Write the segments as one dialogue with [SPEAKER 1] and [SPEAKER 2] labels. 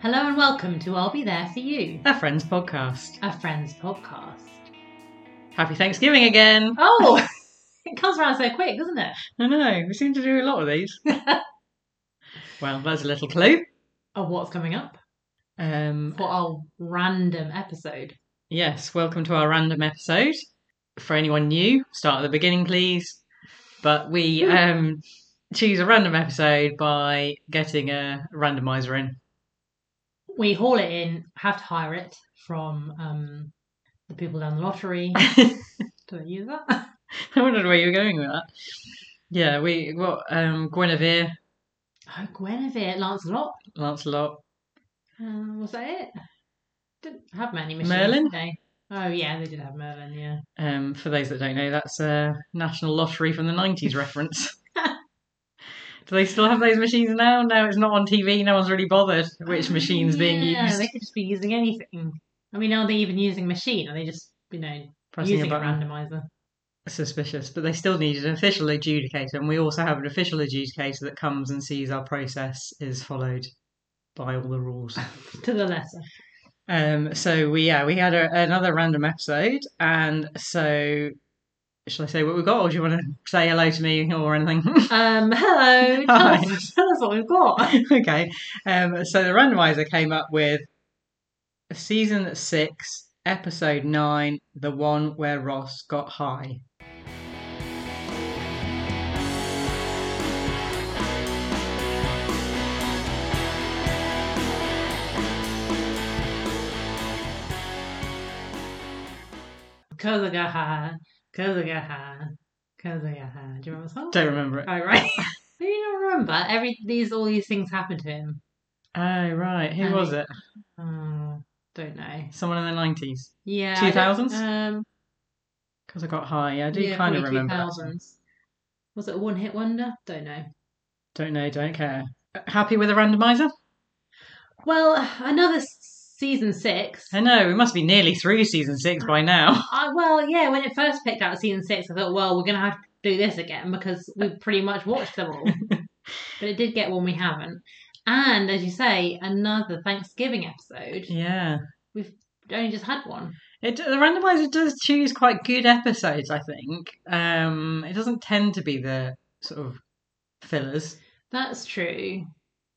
[SPEAKER 1] Hello and welcome to I'll Be There For You,
[SPEAKER 2] A Friends podcast.
[SPEAKER 1] a Friends podcast.
[SPEAKER 2] Happy Thanksgiving again.
[SPEAKER 1] Oh, it comes around so quick, doesn't it?
[SPEAKER 2] I know, we seem to do a lot of these. well, there's a little clue.
[SPEAKER 1] Of what's coming up
[SPEAKER 2] Um,
[SPEAKER 1] for our random episode.
[SPEAKER 2] yes, welcome to our random episode. For anyone new, start at the beginning, please. But we um, choose a random episode by getting a randomizer in.
[SPEAKER 1] We haul it in, have to hire it from um, the people down the lottery. Do I use that?
[SPEAKER 2] I wondered where you were going with that. Yeah, we got um, Guinevere,
[SPEAKER 1] Oh, Guinevere, Lancelot.
[SPEAKER 2] Lancelot,
[SPEAKER 1] Um, was that it? Didn't have many missions.
[SPEAKER 2] Merlin?
[SPEAKER 1] did they? Oh, yeah, they did have Merlin, yeah.
[SPEAKER 2] Um, for those that don't know, that's a National Lottery from the 90s reference. Do they still have those machines now? No, it's not on TV. No one's really bothered which
[SPEAKER 1] Oh,
[SPEAKER 2] machine's being
[SPEAKER 1] yeah,
[SPEAKER 2] used.
[SPEAKER 1] They could just be using anything. I mean, are they even using machine? Are they just, you know,
[SPEAKER 2] Pressing a
[SPEAKER 1] using a,
[SPEAKER 2] button.
[SPEAKER 1] randomizer?
[SPEAKER 2] Suspicious, but they still needed an official adjudicator. And we also have an official adjudicator that comes and sees our process is followed by all the rules.
[SPEAKER 1] To the lesser.
[SPEAKER 2] Um, so we yeah we had a, another random episode, and so shall I say what we've got, or do you want to say hello to me or anything?
[SPEAKER 1] Um, hello. Tell
[SPEAKER 2] Hi.
[SPEAKER 1] us, tell us what we've got.
[SPEAKER 2] okay. Um, so the randomizer came up with season six, episode nine, the one where Ross got high.
[SPEAKER 1] Cause I got high. Cause I got high. Cause I got high. Do you remember the song?
[SPEAKER 2] Don't remember it.
[SPEAKER 1] Oh, right. Do you not remember? Every these all these things happened to him.
[SPEAKER 2] Oh right, who
[SPEAKER 1] Um,
[SPEAKER 2] was it?
[SPEAKER 1] Uh, don't know.
[SPEAKER 2] Someone in the nineties.
[SPEAKER 1] Yeah. I don't-
[SPEAKER 2] 2000s?
[SPEAKER 1] Um,
[SPEAKER 2] Because I got high. I do
[SPEAKER 1] yeah,
[SPEAKER 2] kind of
[SPEAKER 1] probably
[SPEAKER 2] remember. that.
[SPEAKER 1] 2000s. Was it a one hit wonder? Don't know.
[SPEAKER 2] Don't know. Don't care. Uh, Happy with a randomizer?
[SPEAKER 1] Well, another s- season six.
[SPEAKER 2] I know we must be nearly through season six by now.
[SPEAKER 1] I, well, yeah, when it first picked out season six, I thought, well, we're going to have to do this again because we've pretty much watched them all. but it did get one we haven't. And as you say, another Thanksgiving episode.
[SPEAKER 2] yeah.
[SPEAKER 1] We've only just had one.
[SPEAKER 2] It, the randomizer does choose quite good episodes, I think. Um, it doesn't tend to be the sort of fillers.
[SPEAKER 1] That's true.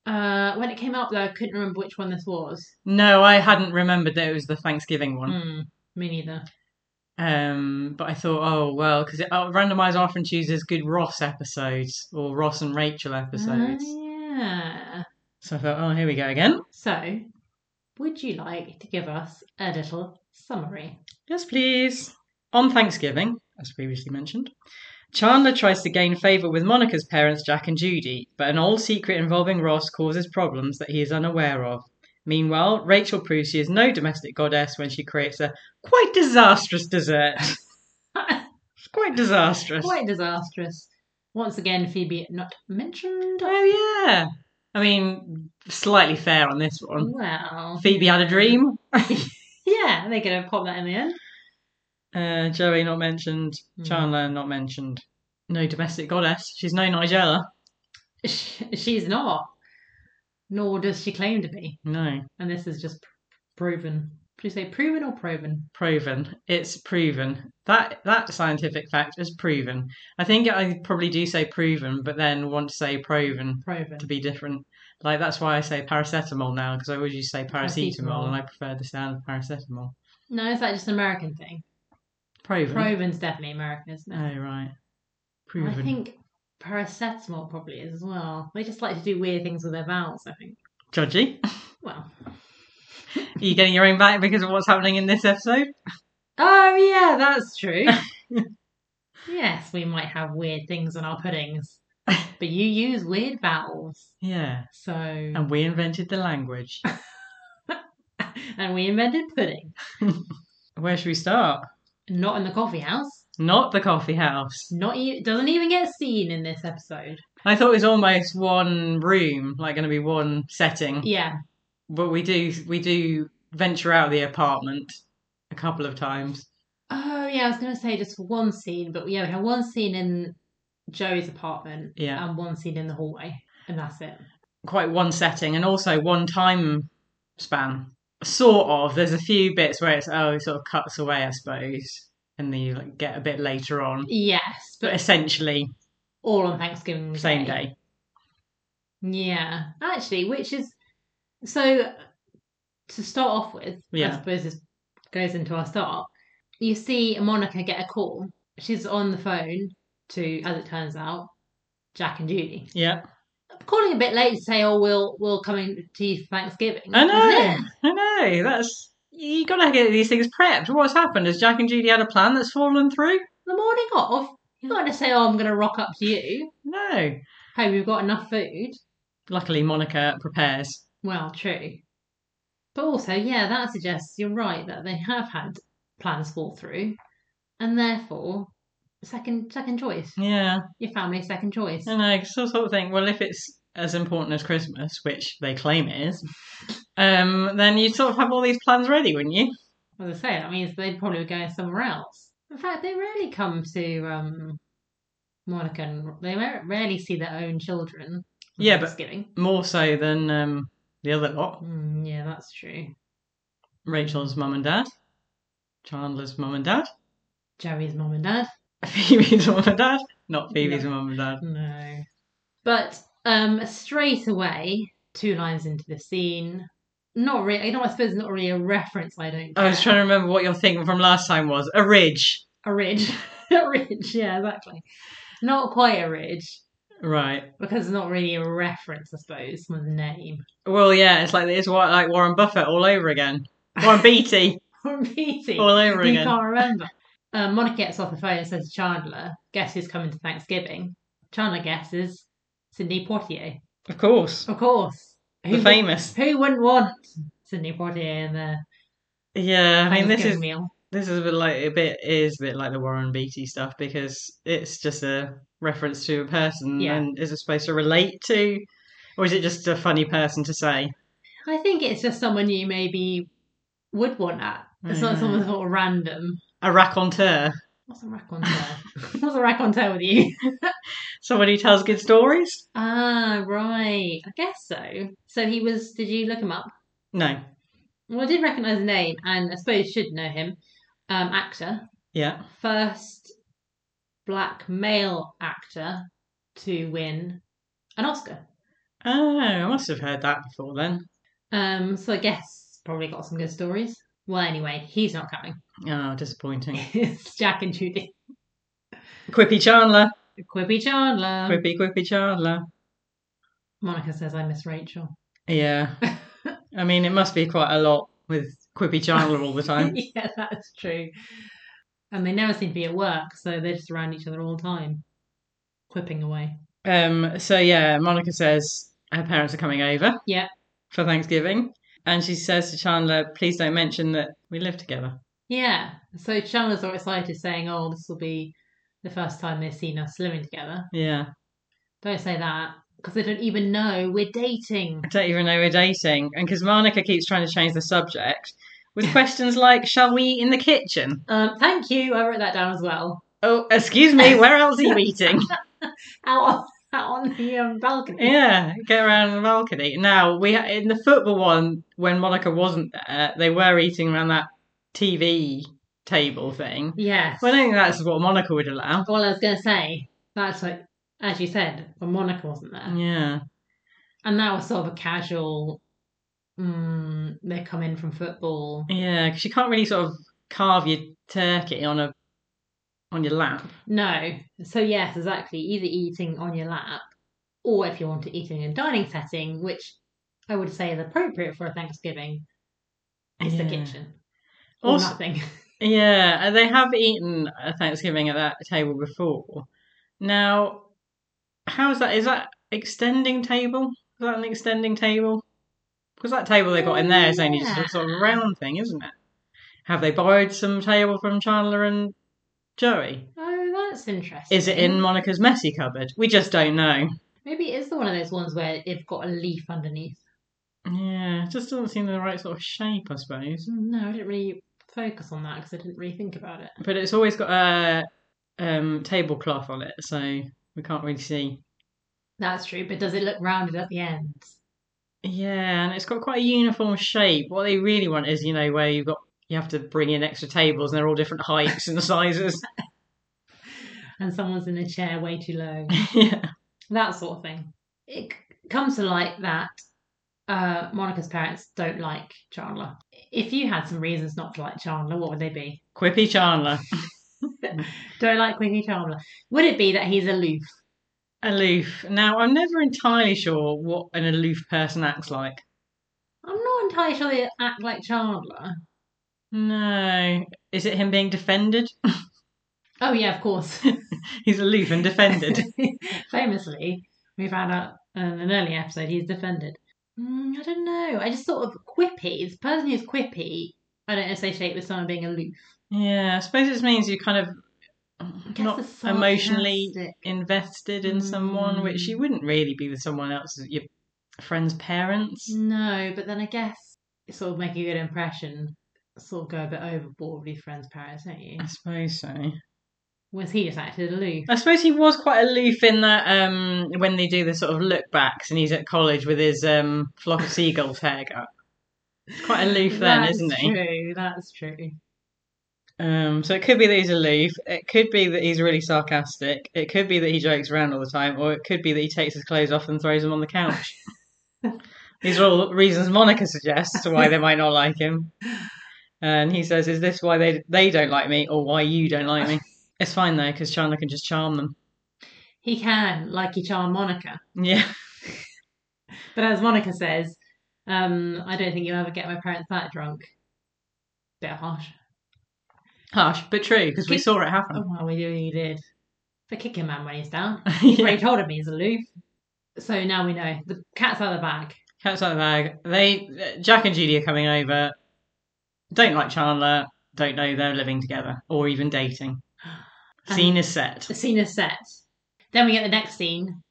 [SPEAKER 1] Uh, when it came up, though, I couldn't remember which one this was.
[SPEAKER 2] No, I hadn't remembered that it was the Thanksgiving one.
[SPEAKER 1] Hmm, me neither.
[SPEAKER 2] Um, but I thought, oh well, because oh, randomizer often chooses good Ross episodes or Ross and Rachel episodes.
[SPEAKER 1] Ah, yeah.
[SPEAKER 2] So I thought, oh, here we go again.
[SPEAKER 1] So, would you like to give us a little summary?
[SPEAKER 2] Yes, please. On Thanksgiving, as previously mentioned, Chandler tries to gain favour with Monica's parents, Jack and Judy, but an old secret involving Ross causes problems that he is unaware of. Meanwhile, Rachel proves she is no domestic goddess when she creates a quite disastrous dessert. It's quite disastrous.
[SPEAKER 1] Quite disastrous. Once again, Phoebe not mentioned.
[SPEAKER 2] Oh yeah. I mean, slightly fair on this one.
[SPEAKER 1] Well,
[SPEAKER 2] Phoebe had a dream.
[SPEAKER 1] Yeah, they're gonna pop that in the end.
[SPEAKER 2] Uh, Joey not mentioned.
[SPEAKER 1] Hmm.
[SPEAKER 2] Chandler not mentioned. No domestic goddess. She's no Nigella.
[SPEAKER 1] Sh- She's not, nor does she claim to be.
[SPEAKER 2] No,
[SPEAKER 1] And this is just pr- proven. Did you say proven or proven?
[SPEAKER 2] proven. It's proven. That that scientific fact is proven. I think I probably do say proven, but then want to say proven
[SPEAKER 1] Proven.
[SPEAKER 2] to be different. Like that's why I say paracetamol now because I always used to say paracetamol,
[SPEAKER 1] Paracetamol.
[SPEAKER 2] and I prefer the sound of paracetamol.
[SPEAKER 1] No, is that just an American thing?
[SPEAKER 2] Proven.
[SPEAKER 1] Proven's definitely American, isn't it?
[SPEAKER 2] Oh right. Proven.
[SPEAKER 1] I think paracetamol probably is as well. They just like to do weird things with their vowels. I think.
[SPEAKER 2] Judgy.
[SPEAKER 1] Well.
[SPEAKER 2] Are you getting your own back because of what's happening in this episode?
[SPEAKER 1] Oh yeah, that's true. yes, we might have weird things on our puddings, but you use weird vowels,
[SPEAKER 2] Yeah.
[SPEAKER 1] so
[SPEAKER 2] And we invented the language.
[SPEAKER 1] and we invented pudding.
[SPEAKER 2] Where should we start?
[SPEAKER 1] Not in the coffee house.
[SPEAKER 2] Not the coffee house.
[SPEAKER 1] Not e- doesn't even get seen in this episode.
[SPEAKER 2] I thought it was almost one room, like going to be one setting.
[SPEAKER 1] Yeah,
[SPEAKER 2] But we do we do venture out of the apartment a couple of times.
[SPEAKER 1] Oh yeah, I was gonna say just for one scene, but yeah, we had one scene in Joey's apartment
[SPEAKER 2] Yeah.
[SPEAKER 1] and one scene in the hallway, and that's it.
[SPEAKER 2] Quite one setting, and also one time span. Sort of. There's a few bits where it's oh, it sort of cuts away, I suppose, and then you like, get a bit later on.
[SPEAKER 1] Yes,
[SPEAKER 2] But
[SPEAKER 1] but
[SPEAKER 2] essentially,
[SPEAKER 1] all on Thanksgiving
[SPEAKER 2] same day.
[SPEAKER 1] Yeah, actually, which is so to start off with, I
[SPEAKER 2] Yeah.
[SPEAKER 1] suppose this goes into our start. You see Monica get a call. She's on the phone to, as it turns out, Jack and Judy.
[SPEAKER 2] Yeah,
[SPEAKER 1] Calling a bit late to say, "Oh, we'll we'll come in to you for Thanksgiving."
[SPEAKER 2] I know.
[SPEAKER 1] Isn't it?
[SPEAKER 2] I know. That's you got to get these things prepped. What's happened? Has Jack and Judy had a plan that's fallen through?
[SPEAKER 1] The morning off, you got to say, "Oh, I'm going to rock up to you."
[SPEAKER 2] No.
[SPEAKER 1] Hope you've got enough food.
[SPEAKER 2] Luckily, Monica prepares.
[SPEAKER 1] Well, true. But also, yeah, that suggests you're right that they have had plans fall through, and therefore, second second choice,
[SPEAKER 2] Yeah,
[SPEAKER 1] your family's second choice.
[SPEAKER 2] I know. 'cause I sort of think, well, if it's as important as Christmas, which they claim it is, um, then you'd sort of have all these plans ready, wouldn't you?
[SPEAKER 1] As I say, that means they probably were going somewhere else. In fact, they rarely come to um, Monica, and they ra- rarely see their own children. on
[SPEAKER 2] Yeah, but-
[SPEAKER 1] Thanksgiving.
[SPEAKER 2] More so than um, the other lot.
[SPEAKER 1] Mm, yeah, that's true.
[SPEAKER 2] Rachel's mum and dad, Chandler's mum and dad,
[SPEAKER 1] Joey's mum and dad.
[SPEAKER 2] Phoebe's mum and dad, not Phoebe's
[SPEAKER 1] No.
[SPEAKER 2] mum and dad.
[SPEAKER 1] No. But um straight away, two lines into the scene. Not really you know, I suppose it's not really a reference, I don't
[SPEAKER 2] I was
[SPEAKER 1] care.
[SPEAKER 2] trying to remember what your thing from last time was. A ridge,
[SPEAKER 1] a ridge. a ridge, yeah, exactly. Not quite a ridge,
[SPEAKER 2] right?
[SPEAKER 1] because it's not really a reference, I suppose, from the name.
[SPEAKER 2] Well, yeah, it's like it's wa- like Warren Buffett all over again. Warren Beatty
[SPEAKER 1] Or meeting.
[SPEAKER 2] all over
[SPEAKER 1] you
[SPEAKER 2] again.
[SPEAKER 1] can't remember. Um, Monica gets off the phone and says to Chandler, guess who's coming to Thanksgiving? Chandler guesses Cindy Poitier.
[SPEAKER 2] Of course,
[SPEAKER 1] Of course. Who,
[SPEAKER 2] the
[SPEAKER 1] would-
[SPEAKER 2] famous.
[SPEAKER 1] who wouldn't want Cindy Poitier in there?
[SPEAKER 2] Yeah, I mean this
[SPEAKER 1] Thanksgiving
[SPEAKER 2] is
[SPEAKER 1] meal.
[SPEAKER 2] this is a bit like a bit is a bit like the Warren Beatty stuff because it's just a reference to a person
[SPEAKER 1] Yeah.
[SPEAKER 2] and is it supposed to relate to, or is it just a funny person to say?
[SPEAKER 1] I think it's just someone you maybe would want at. It's not
[SPEAKER 2] Mm.
[SPEAKER 1] someone sort of random.
[SPEAKER 2] A raconteur,
[SPEAKER 1] What's a raconteur? What's a raconteur with you?
[SPEAKER 2] someone who tells good stories.
[SPEAKER 1] Ah, right. I guess so. So he was. Did you look him up?
[SPEAKER 2] No,
[SPEAKER 1] Well, I did recognise the name, and I suppose you should know him. Um, actor,
[SPEAKER 2] yeah,
[SPEAKER 1] first black male actor to win an Oscar.
[SPEAKER 2] oh, I must have heard that before then.
[SPEAKER 1] Um, so I guess probably got some good stories. Well, anyway, he's not coming.
[SPEAKER 2] Oh, disappointing.
[SPEAKER 1] it's Jack and Judy.
[SPEAKER 2] Quippy Chandler,
[SPEAKER 1] Quippy Chandler.
[SPEAKER 2] Quippy Quippy Chandler.
[SPEAKER 1] Monica says, I miss Rachel.
[SPEAKER 2] Yeah, I mean it must be quite a lot with Quippy Chandler all the time.
[SPEAKER 1] yeah, that's true. And they never seem to be at work, so they're just around each other all the time, quipping away.
[SPEAKER 2] Um, so yeah, Monica says her parents are coming over.
[SPEAKER 1] Yeah.
[SPEAKER 2] For Thanksgiving. And she says to Chandler, please don't mention that we live together.
[SPEAKER 1] Yeah. So Chandler's all excited, saying, Oh, this will be the first time they've seen us living together.
[SPEAKER 2] Yeah.
[SPEAKER 1] Don't say that, because they don't even know we're dating.
[SPEAKER 2] I don't even know we're dating. And because Monica keeps trying to change the subject with questions like, shall we eat in the kitchen?
[SPEAKER 1] Um, thank you. I wrote that down as well.
[SPEAKER 2] Oh, excuse me, where else are you eating?
[SPEAKER 1] Out on, out on the um, balcony.
[SPEAKER 2] yeah, get around the balcony. Now, we in the football one, when Monica wasn't there, they were eating around that TV table thing.
[SPEAKER 1] Yes.
[SPEAKER 2] Well, I don't think that's what Monica would allow.
[SPEAKER 1] Well, I was going to say, that's like, as you said, when Monica wasn't there.
[SPEAKER 2] Yeah.
[SPEAKER 1] And that was sort of a casual, mm, they come in from football.
[SPEAKER 2] Yeah, because you can't really sort of carve your turkey on a on your lap.
[SPEAKER 1] No. So, yes, exactly. Either eating on your lap or if you want to eat in a dining setting, which I would say is appropriate for a Thanksgiving, is
[SPEAKER 2] Yeah.
[SPEAKER 1] the kitchen. Or
[SPEAKER 2] Also-
[SPEAKER 1] nothing.
[SPEAKER 2] Yeah, and they have eaten a Thanksgiving at that table before. Now, how is that? Is that extending table? Is that an extending table? Because that table they got in there is only just a sort of round thing, isn't it? Have they borrowed some table from Chandler and Joey?
[SPEAKER 1] Oh, that's interesting.
[SPEAKER 2] Is it in Monica's messy cupboard? We just don't know.
[SPEAKER 1] Maybe it is the one of those ones where they've got a leaf underneath.
[SPEAKER 2] Yeah, it just doesn't seem the right sort of shape, I suppose.
[SPEAKER 1] No, I didn't really focus on that because I didn't really think about it.
[SPEAKER 2] but it's always got a um, tablecloth on it, so we can't really see.
[SPEAKER 1] That's true, but does it look rounded at the ends?
[SPEAKER 2] Yeah, and it's got quite a uniform shape. What they really want is, you know, where you've got you have to bring in extra tables and they're all different heights and sizes.
[SPEAKER 1] and someone's in a chair way too low.
[SPEAKER 2] yeah.
[SPEAKER 1] that sort of thing. It c- comes to light that uh, Monica's parents don't like Chandler. If you had some reasons not to like Chandler, what would they be?
[SPEAKER 2] Quippy Chandler.
[SPEAKER 1] Don't like Quickie Chandler. Would it be that he's aloof?
[SPEAKER 2] Aloof. Now I'm never entirely sure what an aloof person acts like.
[SPEAKER 1] I'm not entirely sure they act like Chandler.
[SPEAKER 2] No. Is it him being defended?
[SPEAKER 1] Oh yeah, of course.
[SPEAKER 2] He's aloof and defended.
[SPEAKER 1] Famously, we found out in an early episode he's defended. Mm, I don't know. I just thought of quippy. This person who's quippy, I don't associate with someone being aloof.
[SPEAKER 2] yeah, I suppose it means you kind
[SPEAKER 1] I
[SPEAKER 2] of
[SPEAKER 1] guess
[SPEAKER 2] not
[SPEAKER 1] the
[SPEAKER 2] emotionally
[SPEAKER 1] sarcastic-
[SPEAKER 2] invested in someone, which
[SPEAKER 1] Hmm.
[SPEAKER 2] you wouldn't really be with someone else's your friend's parents.
[SPEAKER 1] Hmm. No, but then I guess you sort of make a good impression, sort of go a bit overboard with your friend's parents, don't you?
[SPEAKER 2] I suppose so.
[SPEAKER 1] Was he just acted aloof?
[SPEAKER 2] I suppose he was quite aloof in that um, when they do the sort of look backs and he's at college with his um, flock of seagulls haircut. It's quite aloof then,
[SPEAKER 1] That's
[SPEAKER 2] isn't he?
[SPEAKER 1] True, that's true.
[SPEAKER 2] Um, so it could be that he's aloof. It could be that he's really sarcastic. It could be that he jokes around all the time, or it could be that he takes his clothes off and throws them on the couch. These are all reasons Monica suggests why they might not like him. And he says, "Is this why they they don't like me, or why you don't like me?" It's fine though, because Chandler can just charm them.
[SPEAKER 1] He can, like he charmed Monica.
[SPEAKER 2] Yeah,
[SPEAKER 1] But as Monica says, um, I don't think you'll ever get my parents that drunk. Bit harsh.
[SPEAKER 2] harsh but true, because we saw it happen.
[SPEAKER 1] Oh, well, we do, you did. But kick him, man, when he's down. He's
[SPEAKER 2] Yeah.
[SPEAKER 1] already told him he's aloof. So now we know. The cat's out of the bag.
[SPEAKER 2] Cat's out of the bag. They Jack and Judy are coming over. Don't like Chandler. Don't know they're living together or even dating. Scene is set.
[SPEAKER 1] the scene is set. Then we get the next scene.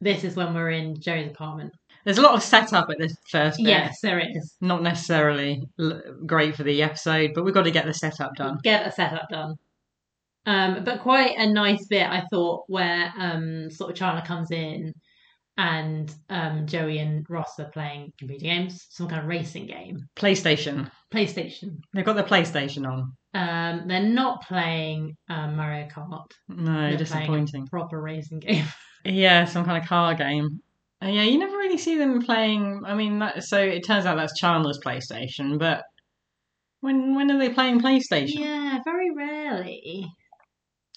[SPEAKER 1] This is when we're in Joe's apartment.
[SPEAKER 2] There's a lot of setup at this first bit.
[SPEAKER 1] Yes, there it is.
[SPEAKER 2] Not necessarily l- great for the episode, but we've got to get the setup done.
[SPEAKER 1] Get a setup done. Um, but quite a nice bit, I thought, where um, sort of Chandler comes in and um, Joey and Ross are playing computer games, some kind of racing game,
[SPEAKER 2] PlayStation.
[SPEAKER 1] PlayStation.
[SPEAKER 2] They've got the PlayStation on.
[SPEAKER 1] Um, they're not playing um, Mario Kart,
[SPEAKER 2] No,
[SPEAKER 1] They're
[SPEAKER 2] disappointing.
[SPEAKER 1] proper racing game.
[SPEAKER 2] Yeah, some kind of car game. Uh, yeah, you never really see them playing. I mean, that, so it turns out that's Chandler's PlayStation, but when when are they playing PlayStation?
[SPEAKER 1] yeah, very rarely.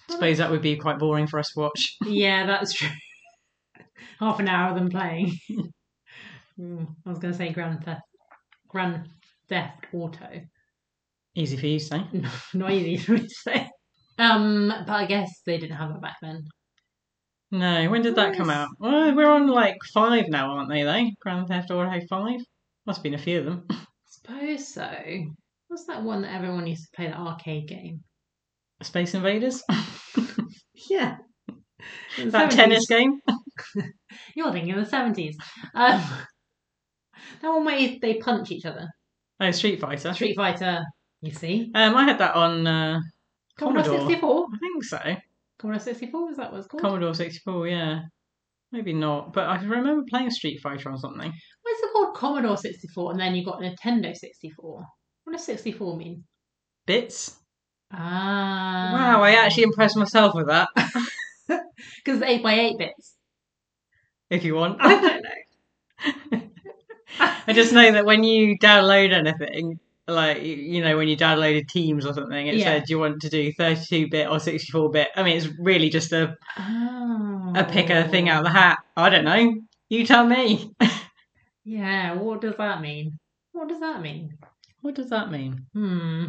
[SPEAKER 2] I suppose that would be quite boring for us to watch.
[SPEAKER 1] Yeah, that's true. Half an hour of them playing. Mm, I was going to say Grand Theft, Grand Theft Auto.
[SPEAKER 2] Easy for you to say.
[SPEAKER 1] Not easy for me to say. Um, but I guess they didn't have that back then.
[SPEAKER 2] No, when did that come
[SPEAKER 1] Yes.
[SPEAKER 2] out? Well, we're on like five now, aren't they? Though Grand Theft Auto Five. Must have been a few of them.
[SPEAKER 1] suppose so. What's that one that everyone used to play, the arcade game?
[SPEAKER 2] Space Invaders.
[SPEAKER 1] Yeah.
[SPEAKER 2] that tennis game.
[SPEAKER 1] You're thinking of the 70s. Um, that one where they punch each other.
[SPEAKER 2] Oh, Street Fighter.
[SPEAKER 1] Street Fighter, you see.
[SPEAKER 2] Um, I had that on. Uh,
[SPEAKER 1] Commodore
[SPEAKER 2] Commodore.
[SPEAKER 1] 64.
[SPEAKER 2] I think so.
[SPEAKER 1] Commodore 64, is that what it's called?
[SPEAKER 2] Commodore sixty four. Yeah, maybe not. But I remember playing Street Fighter on something.
[SPEAKER 1] What's it called? Commodore 64, and then you got Nintendo 64. What does 64 mean?
[SPEAKER 2] Bits.
[SPEAKER 1] Ah.
[SPEAKER 2] wow, I actually impressed myself with that.
[SPEAKER 1] Because it's 8 by 8 bits.
[SPEAKER 2] if you want,
[SPEAKER 1] I don't know.
[SPEAKER 2] I just know that when you download anything. Like you- you know, when you downloaded Teams or something, it
[SPEAKER 1] Yeah.
[SPEAKER 2] said you want to do 32-bit or 64-bit. I mean, it's really just a
[SPEAKER 1] Oh.
[SPEAKER 2] I pick a thing out of the hat. I don't know. You tell me.
[SPEAKER 1] Yeah, what does that mean? What does that mean?
[SPEAKER 2] What does that mean?
[SPEAKER 1] Hmm.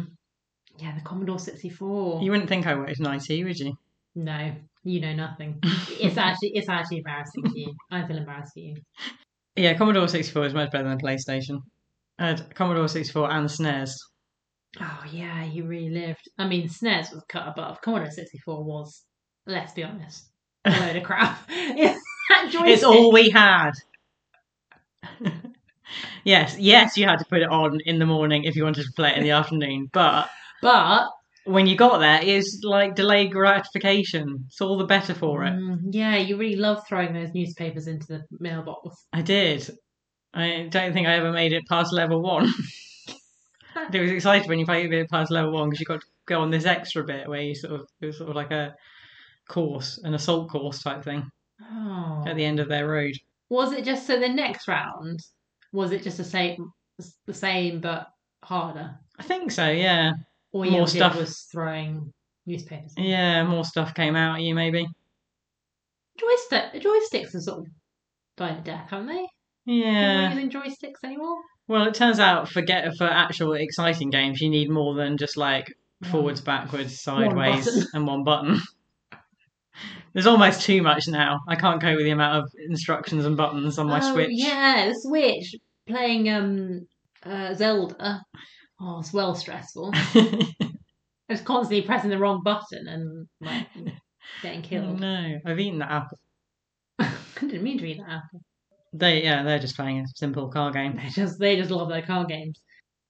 [SPEAKER 1] Yeah, the Commodore 64.
[SPEAKER 2] You wouldn't think I worked in IT, would you?
[SPEAKER 1] No, you know nothing. it's actually it's actually embarrassing for you. I feel embarrassed for you.
[SPEAKER 2] Yeah, Commodore 64 is much better than PlayStation. I had Commodore 64 and E SNES.
[SPEAKER 1] Oh yeah, you really lived. I mean, SNES was cut above. Commodore 64 was, let's be honest, a load of crap. It's, that
[SPEAKER 2] It's
[SPEAKER 1] joystick-
[SPEAKER 2] all we had. yes, yes, you had to put it on in the morning if you wanted to play it in the afternoon. But
[SPEAKER 1] But
[SPEAKER 2] when you got there, it's like delayed gratification. It's all the better for it.
[SPEAKER 1] Mm, yeah, you really love throwing those newspapers into the mailbox.
[SPEAKER 2] I did. I don't think I ever made it past level one. it was exciting when you made it past level one because you got to go on this extra bit where you sort of it was sort of like a course, an assault course type thing
[SPEAKER 1] Oh.
[SPEAKER 2] at the end of their road.
[SPEAKER 1] Was it just so the next round was it just the same the same but harder?
[SPEAKER 2] I think so. Yeah,
[SPEAKER 1] All
[SPEAKER 2] More
[SPEAKER 1] you did
[SPEAKER 2] stuff.
[SPEAKER 1] was throwing newspapers.
[SPEAKER 2] yeah. More stuff came out at you maybe.
[SPEAKER 1] Joystick joysticks are sort of died to death, haven't they?
[SPEAKER 2] Yeah.
[SPEAKER 1] People not using joysticks anymore.
[SPEAKER 2] Well, it turns out for get for actual exciting games, you need more than just like forwards, backwards,
[SPEAKER 1] Oh. One
[SPEAKER 2] sideways,
[SPEAKER 1] button.
[SPEAKER 2] and one button. There's almost too much now. I can't cope with the amount of instructions and buttons on my
[SPEAKER 1] Oh,
[SPEAKER 2] Switch.
[SPEAKER 1] Yeah, the Switch playing um uh, Zelda. Oh, it's well stressful. I was constantly pressing the wrong button and like getting killed.
[SPEAKER 2] no, I've eaten that apple.
[SPEAKER 1] I didn't mean to read that.
[SPEAKER 2] They yeah, they're just playing a simple car game.
[SPEAKER 1] They just they just love their car games.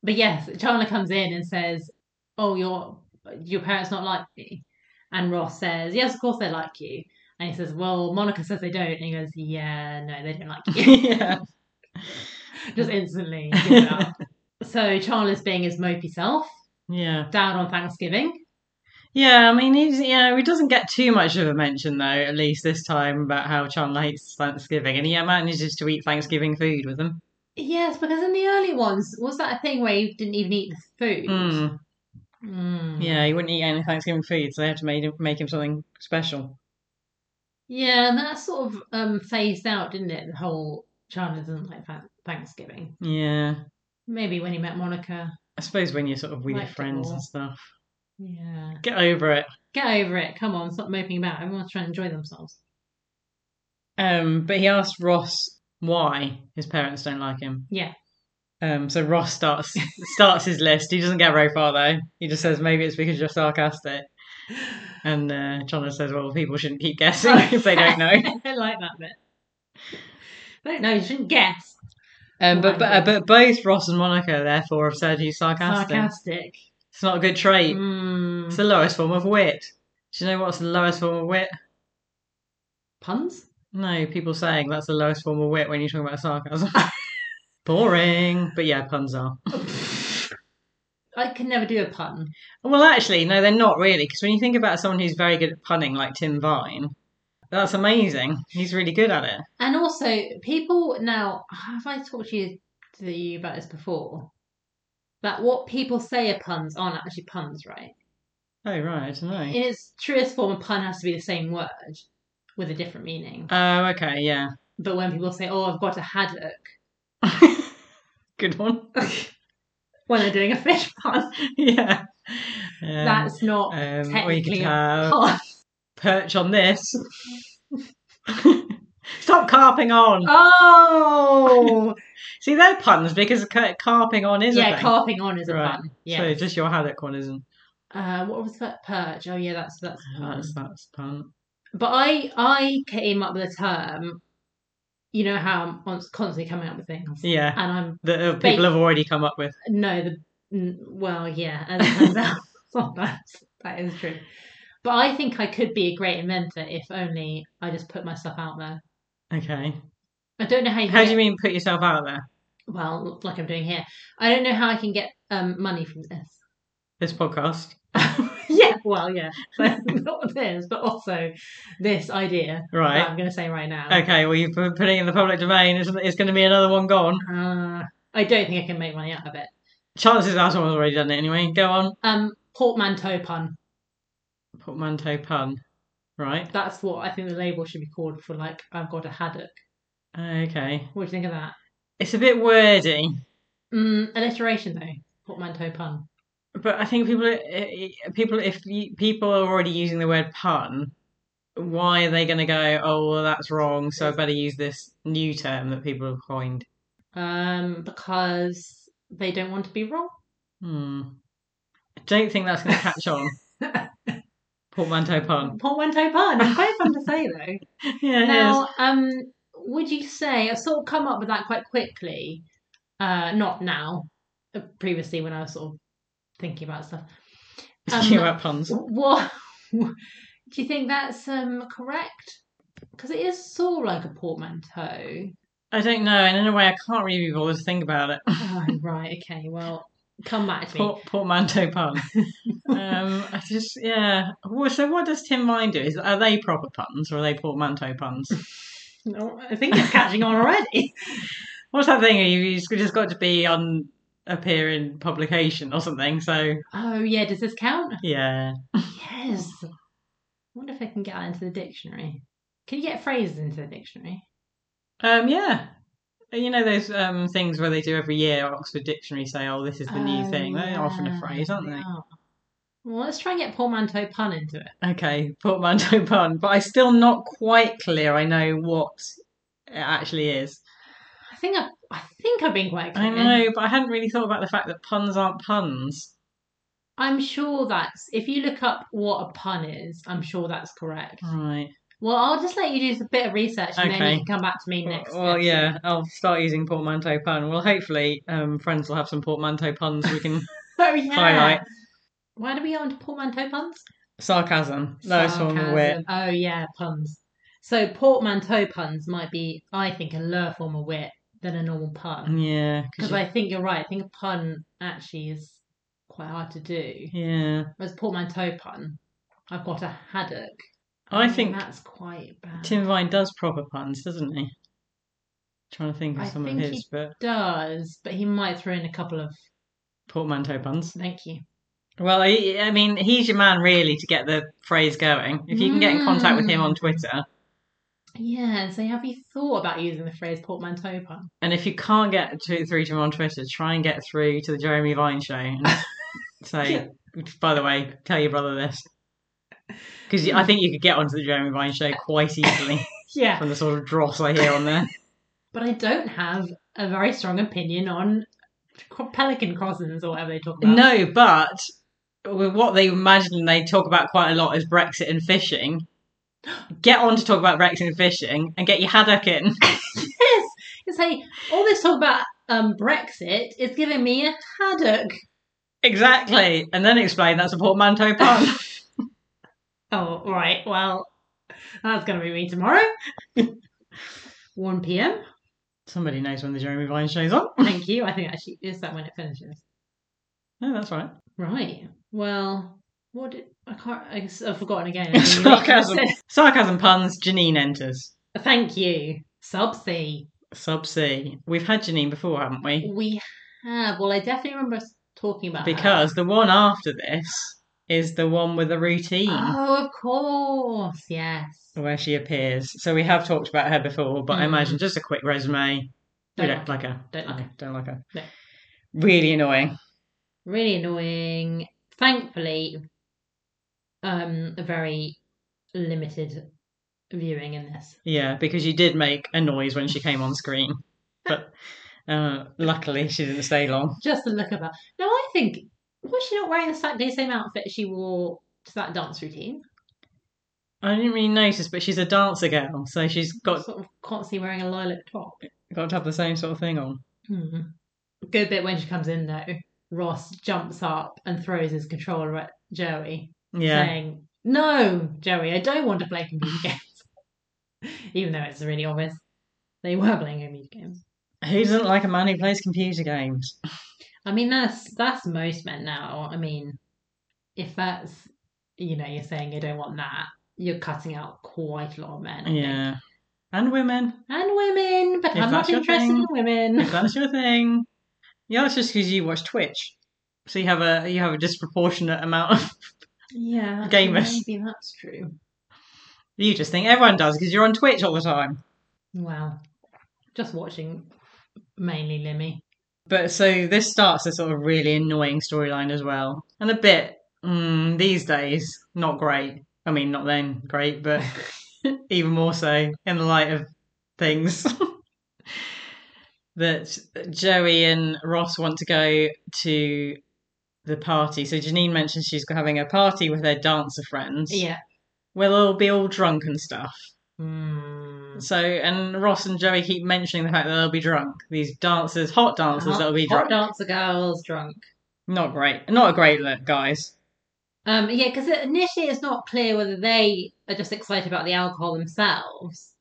[SPEAKER 1] But yes, Chandler comes in and says, "Oh, your your parents not like me," and Ross says, "Yes, of course they like you." And he says, "Well, Monica says they don't," and he goes, "Yeah, no, they don't like you."
[SPEAKER 2] yeah,
[SPEAKER 1] just instantly gives it up. So Chandler's being his mopey self
[SPEAKER 2] yeah,
[SPEAKER 1] down on Thanksgiving.
[SPEAKER 2] yeah. I mean, he's yeah, he doesn't get too much of a mention though. At least this time about how Chandler hates Thanksgiving, and he manages to eat Thanksgiving food with them.
[SPEAKER 1] Yes, because in the early ones, was that a thing where you didn't even eat the food?
[SPEAKER 2] Mm.
[SPEAKER 1] Mm.
[SPEAKER 2] Yeah, he wouldn't eat any Thanksgiving food, so they had to make him, make him something special.
[SPEAKER 1] Yeah, and that sort of um, phased out, didn't it? The whole Chandler doesn't like Thank- Thanksgiving.
[SPEAKER 2] Yeah,
[SPEAKER 1] Maybe when he met Monica.
[SPEAKER 2] I suppose when you're sort of with your
[SPEAKER 1] Like
[SPEAKER 2] friends
[SPEAKER 1] people.
[SPEAKER 2] and stuff,
[SPEAKER 1] Yeah.
[SPEAKER 2] get over it.
[SPEAKER 1] Get over it. Come on, stop moping about. Everyone's trying to enjoy themselves.
[SPEAKER 2] Um, but he asked Ross why his parents don't like him.
[SPEAKER 1] Yeah.
[SPEAKER 2] Um, so Ross starts starts his list. He doesn't get very far though. He just says maybe it's because you're sarcastic. And uh, Chandler says, "Well, people shouldn't keep guessing if they don't know."
[SPEAKER 1] I like that bit. Don't know, you shouldn't guess.
[SPEAKER 2] Um, but but, uh, but both Ross and Monica therefore have said he's sarcastic.
[SPEAKER 1] Sarcastic.
[SPEAKER 2] It's not a good trait.
[SPEAKER 1] Mm.
[SPEAKER 2] It's the lowest form of wit. Do you know what's the lowest form of wit?
[SPEAKER 1] Puns?
[SPEAKER 2] No, people saying that's the lowest form of wit when you're talking about sarcasm. Boring. But yeah, puns are.
[SPEAKER 1] I can never do a pun.
[SPEAKER 2] Well, actually, no, they're not really, because when you think about someone who's very good at punning, like Tim Vine, that's amazing. He's really good at it.
[SPEAKER 1] And also, people now, have I talked to you, to you about this before? That what people say are puns aren't actually puns, right?
[SPEAKER 2] Oh, right, I don't know.
[SPEAKER 1] In its truest form, a pun has to be the same word with a different meaning.
[SPEAKER 2] Oh, okay, yeah.
[SPEAKER 1] But when people say, oh, I've got a haddock,
[SPEAKER 2] good one.
[SPEAKER 1] when they're doing a fish pun,
[SPEAKER 2] yeah. Um,
[SPEAKER 1] that's not
[SPEAKER 2] um, or you
[SPEAKER 1] technically
[SPEAKER 2] could
[SPEAKER 1] a
[SPEAKER 2] have
[SPEAKER 1] pun.
[SPEAKER 2] perch on this. Stop carping on.
[SPEAKER 1] Oh!
[SPEAKER 2] See, they're puns because ca- carping on is a
[SPEAKER 1] yeah,
[SPEAKER 2] thing.
[SPEAKER 1] carping on is a
[SPEAKER 2] Right.
[SPEAKER 1] pun. Yeah.
[SPEAKER 2] So just your haddock one isn't.
[SPEAKER 1] Uh, what was that? Purge. Oh, yeah, that's that's. a pun.
[SPEAKER 2] That's that's pun.
[SPEAKER 1] But I I came up with a term. You know how I'm on- constantly coming up with things,
[SPEAKER 2] Yeah,
[SPEAKER 1] and I'm
[SPEAKER 2] that uh,
[SPEAKER 1] Bait.
[SPEAKER 2] people have already come up with.
[SPEAKER 1] no the n- well yeah as it turns out sometimes that is true. But I think I could be a great inventor if only I just put myself out there.
[SPEAKER 2] Okay.
[SPEAKER 1] I don't know how you.
[SPEAKER 2] How do
[SPEAKER 1] get-
[SPEAKER 2] you mean put yourself out there?
[SPEAKER 1] Well, like I'm doing here, I don't know how I can get um, money from this.
[SPEAKER 2] This podcast,
[SPEAKER 1] yeah, well, yeah, so not this, but also this idea that
[SPEAKER 2] right?
[SPEAKER 1] I'm going to say right now.
[SPEAKER 2] Okay. Well, you've been putting it in the public domain. It's, it's going to be another one gone.
[SPEAKER 1] Uh, I don't think I can make money out of it.
[SPEAKER 2] Chances are someone's already done it anyway. Go on.
[SPEAKER 1] Um, portmanteau pun.
[SPEAKER 2] Portmanteau pun. Right.
[SPEAKER 1] That's what I think the label should be called for. Like, I've got a haddock.
[SPEAKER 2] Okay.
[SPEAKER 1] What do you think of that?
[SPEAKER 2] It's a bit wordy,
[SPEAKER 1] Mm, alliteration though. Portmanteau pun.
[SPEAKER 2] but I think people uh, people if you, people are already using the word pun. Why are they going to go? Oh, well, that's wrong. So I better use this new term that people have coined.
[SPEAKER 1] Um, because they don't want to be wrong.
[SPEAKER 2] Hmm. I don't think that's going to catch on. Portmanteau pun.
[SPEAKER 1] Portmanteau pun. It's quite fun to say though.
[SPEAKER 2] Yeah,
[SPEAKER 1] Now, um, would you say I sort of come up with that quite quickly? Uh, not now. uh, Previously, when I was sort of thinking about stuff.
[SPEAKER 2] it is.
[SPEAKER 1] um,
[SPEAKER 2] Speaking about puns.
[SPEAKER 1] What do you think that's um correct? Because it is sort of like a portmanteau.
[SPEAKER 2] I don't know, and in a way, I can't really be bothered to think about it.
[SPEAKER 1] Oh, right, okay, well, come back to me.
[SPEAKER 2] Port, portmanteau pun. um, I just, yeah. Well, so what does Tin Mine do? Is are they proper puns or are they portmanteau puns?
[SPEAKER 1] No, I think it's catching on already.
[SPEAKER 2] What's that thing? You just, just got to be on appear in publication or something. So
[SPEAKER 1] Oh, yeah, does this count?
[SPEAKER 2] yeah,
[SPEAKER 1] Yes. I wonder if I can get that into the dictionary. Can you get phrases into the dictionary?
[SPEAKER 2] um, yeah. You know those um, things where they do every year? Oxford Dictionary say, "Oh, this is the new
[SPEAKER 1] Oh,
[SPEAKER 2] thing." They're often a
[SPEAKER 1] yeah,
[SPEAKER 2] phrase, aren't they?
[SPEAKER 1] are. Well, let's try and get portmanteau pun into it.
[SPEAKER 2] Okay, portmanteau pun, but I'm still not quite clear. I know what it actually is.
[SPEAKER 1] I think I've, I think I've been quite clear.
[SPEAKER 2] I know, but I hadn't really thought about the fact that puns aren't puns.
[SPEAKER 1] I'm sure that's if you look up what a pun is, I'm sure that's correct.
[SPEAKER 2] Right.
[SPEAKER 1] Well, I'll just let you do a bit of research and then
[SPEAKER 2] Mm. Okay.
[SPEAKER 1] you can come back to me next.
[SPEAKER 2] Well,
[SPEAKER 1] episode.
[SPEAKER 2] yeah, I'll start using portmanteau pun. Well, hopefully, um, friends will have some portmanteau puns we can
[SPEAKER 1] Oh yeah.
[SPEAKER 2] highlight.
[SPEAKER 1] Why do we go into portmanteau puns?
[SPEAKER 2] Sarcasm. That's one
[SPEAKER 1] Sarcasm.
[SPEAKER 2] wit.
[SPEAKER 1] Oh yeah, puns. So portmanteau puns might be, I think, a lower form of wit than a normal
[SPEAKER 2] Mm.
[SPEAKER 1] pun.
[SPEAKER 2] Yeah,
[SPEAKER 1] Because
[SPEAKER 2] you-
[SPEAKER 1] I think you're right. I think a pun actually is quite hard to do.
[SPEAKER 2] yeah.
[SPEAKER 1] Whereas portmanteau pun, I've got a haddock.
[SPEAKER 2] I think
[SPEAKER 1] that's quite bad.
[SPEAKER 2] Tim Vine does proper puns, doesn't he? Trying to think of
[SPEAKER 1] I
[SPEAKER 2] some of
[SPEAKER 1] think he-
[SPEAKER 2] his, but
[SPEAKER 1] does, but he might throw in a couple of
[SPEAKER 2] portmanteau puns.
[SPEAKER 1] thank you.
[SPEAKER 2] Well, I, I mean, he's your man really to get the phrase going. If you can get in contact with
[SPEAKER 1] Mm.
[SPEAKER 2] him on Twitter,
[SPEAKER 1] Yeah, and so have you thought about using the phrase portmanteau pun?
[SPEAKER 2] and if you can't get to, through to him on Twitter, try and get through to the Jeremy Vine show and say, by the way, tell your brother this. Because I think you could get onto the Jeremy Vine show quite easily
[SPEAKER 1] Yeah.
[SPEAKER 2] from the sort of dross I hear on there.
[SPEAKER 1] But I don't have a very strong opinion on cro- pelican crossings or whatever they talk about.
[SPEAKER 2] No, but with what they imagine they talk about quite a lot is Brexit and fishing. Get on to talk about Brexit and fishing and get your haddock in.
[SPEAKER 1] Yes. It's like all this talk about um, Brexit is giving me a haddock.
[SPEAKER 2] exactly. And then explain that's a portmanteau pun.
[SPEAKER 1] Oh, right. Well, that's going to be me tomorrow. 1 p.m.
[SPEAKER 2] Somebody knows when the Jeremy Vine show's on.
[SPEAKER 1] Thank you. I think actually is that when it finishes.
[SPEAKER 2] No, that's right.
[SPEAKER 1] Right. Well, what did I can't? I guess I've forgotten again.
[SPEAKER 2] Sarcasm. Sarcasm puns, Janine enters.
[SPEAKER 1] Thank you, Sub C.
[SPEAKER 2] Sub C. We've had Janine before, haven't we?
[SPEAKER 1] We have. Well, I definitely remember us talking about her.
[SPEAKER 2] Because the one after this is the one with the routine
[SPEAKER 1] Oh, of course. Yes.
[SPEAKER 2] where she appears. So we have talked about her before, but I
[SPEAKER 1] Mhm.
[SPEAKER 2] imagine just a quick resume.
[SPEAKER 1] Don't
[SPEAKER 2] we
[SPEAKER 1] like
[SPEAKER 2] don't like her.
[SPEAKER 1] Don't like
[SPEAKER 2] No,
[SPEAKER 1] her.
[SPEAKER 2] Don't like her.
[SPEAKER 1] No.
[SPEAKER 2] Really annoying.
[SPEAKER 1] Really annoying. Thankfully, um, a very limited viewing in this.
[SPEAKER 2] Yeah, because you did make a noise when she came on screen, but uh, luckily she didn't stay long.
[SPEAKER 1] Just the look of her. No, I think was she not wearing the exactly same outfit she wore to that dance routine?
[SPEAKER 2] I didn't really notice, but she's a dancer girl, so she's got
[SPEAKER 1] sort of constantly wearing a lilac top.
[SPEAKER 2] got to have the same sort of thing on.
[SPEAKER 1] Hmm. Good bit when she comes in though. Ross jumps up and throws his controller at Joey,
[SPEAKER 2] Yeah,
[SPEAKER 1] saying, "No, Joey, I don't want to play computer games." Even though it's really obvious they were playing computer games.
[SPEAKER 2] who doesn't like a man who plays computer games?
[SPEAKER 1] I mean, that's that's most men now. I mean, if that's you know you're saying you don't want that, you're cutting out quite a lot of men. I think.
[SPEAKER 2] Yeah, and women.
[SPEAKER 1] and women, but
[SPEAKER 2] If
[SPEAKER 1] I'm not
[SPEAKER 2] that's your
[SPEAKER 1] interested in
[SPEAKER 2] thing.
[SPEAKER 1] women.
[SPEAKER 2] If that's your thing. Yeah, that's just because you watch Twitch, so you have a you have a disproportionate amount of.
[SPEAKER 1] Yeah,
[SPEAKER 2] Gamers.
[SPEAKER 1] Maybe that's true.
[SPEAKER 2] You just think everyone does because you're on Twitch all the time.
[SPEAKER 1] Wow. Just watching mainly Limmy.
[SPEAKER 2] But so this starts a sort of really annoying storyline as well, and a bit mm, these days not great. I mean, not then great, but even more so in the light of things that Joey and Ross want to go to the party. So Janine mentions she's having a party with her dancer friends.
[SPEAKER 1] Yeah.
[SPEAKER 2] where they'll be all drunk and stuff.
[SPEAKER 1] Mm.
[SPEAKER 2] So and Ross and Joey keep mentioning the fact that they'll be drunk. These dancers, hot dancers, that'll be
[SPEAKER 1] Uh-huh. Hot
[SPEAKER 2] drunk.
[SPEAKER 1] dancer girls drunk.
[SPEAKER 2] Not great. Not a great look, guys.
[SPEAKER 1] Um, yeah, because initially it's not clear whether they are just excited about the alcohol themselves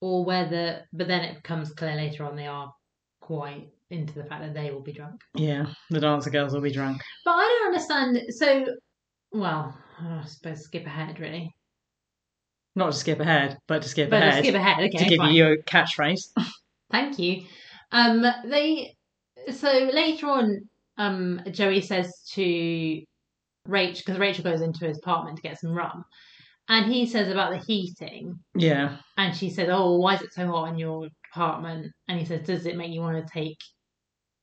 [SPEAKER 1] or whether, but then it becomes clear later on they are quite into the fact that they will be drunk.
[SPEAKER 2] Yeah, the dancer girls will be drunk.
[SPEAKER 1] But I don't understand. So, well, I suppose skip ahead really,
[SPEAKER 2] Not to skip ahead, but to skip
[SPEAKER 1] but
[SPEAKER 2] ahead.
[SPEAKER 1] skip ahead. Okay,
[SPEAKER 2] to give
[SPEAKER 1] fine.
[SPEAKER 2] you a catchphrase.
[SPEAKER 1] Thank you. Um, they so later on, um, Joey says to Rach because Rachel goes into his apartment to get some rum, and he says about the heating,
[SPEAKER 2] Yeah.
[SPEAKER 1] and she says, "Oh, why is it so hot in your apartment?" And he says, "Does it make you want to take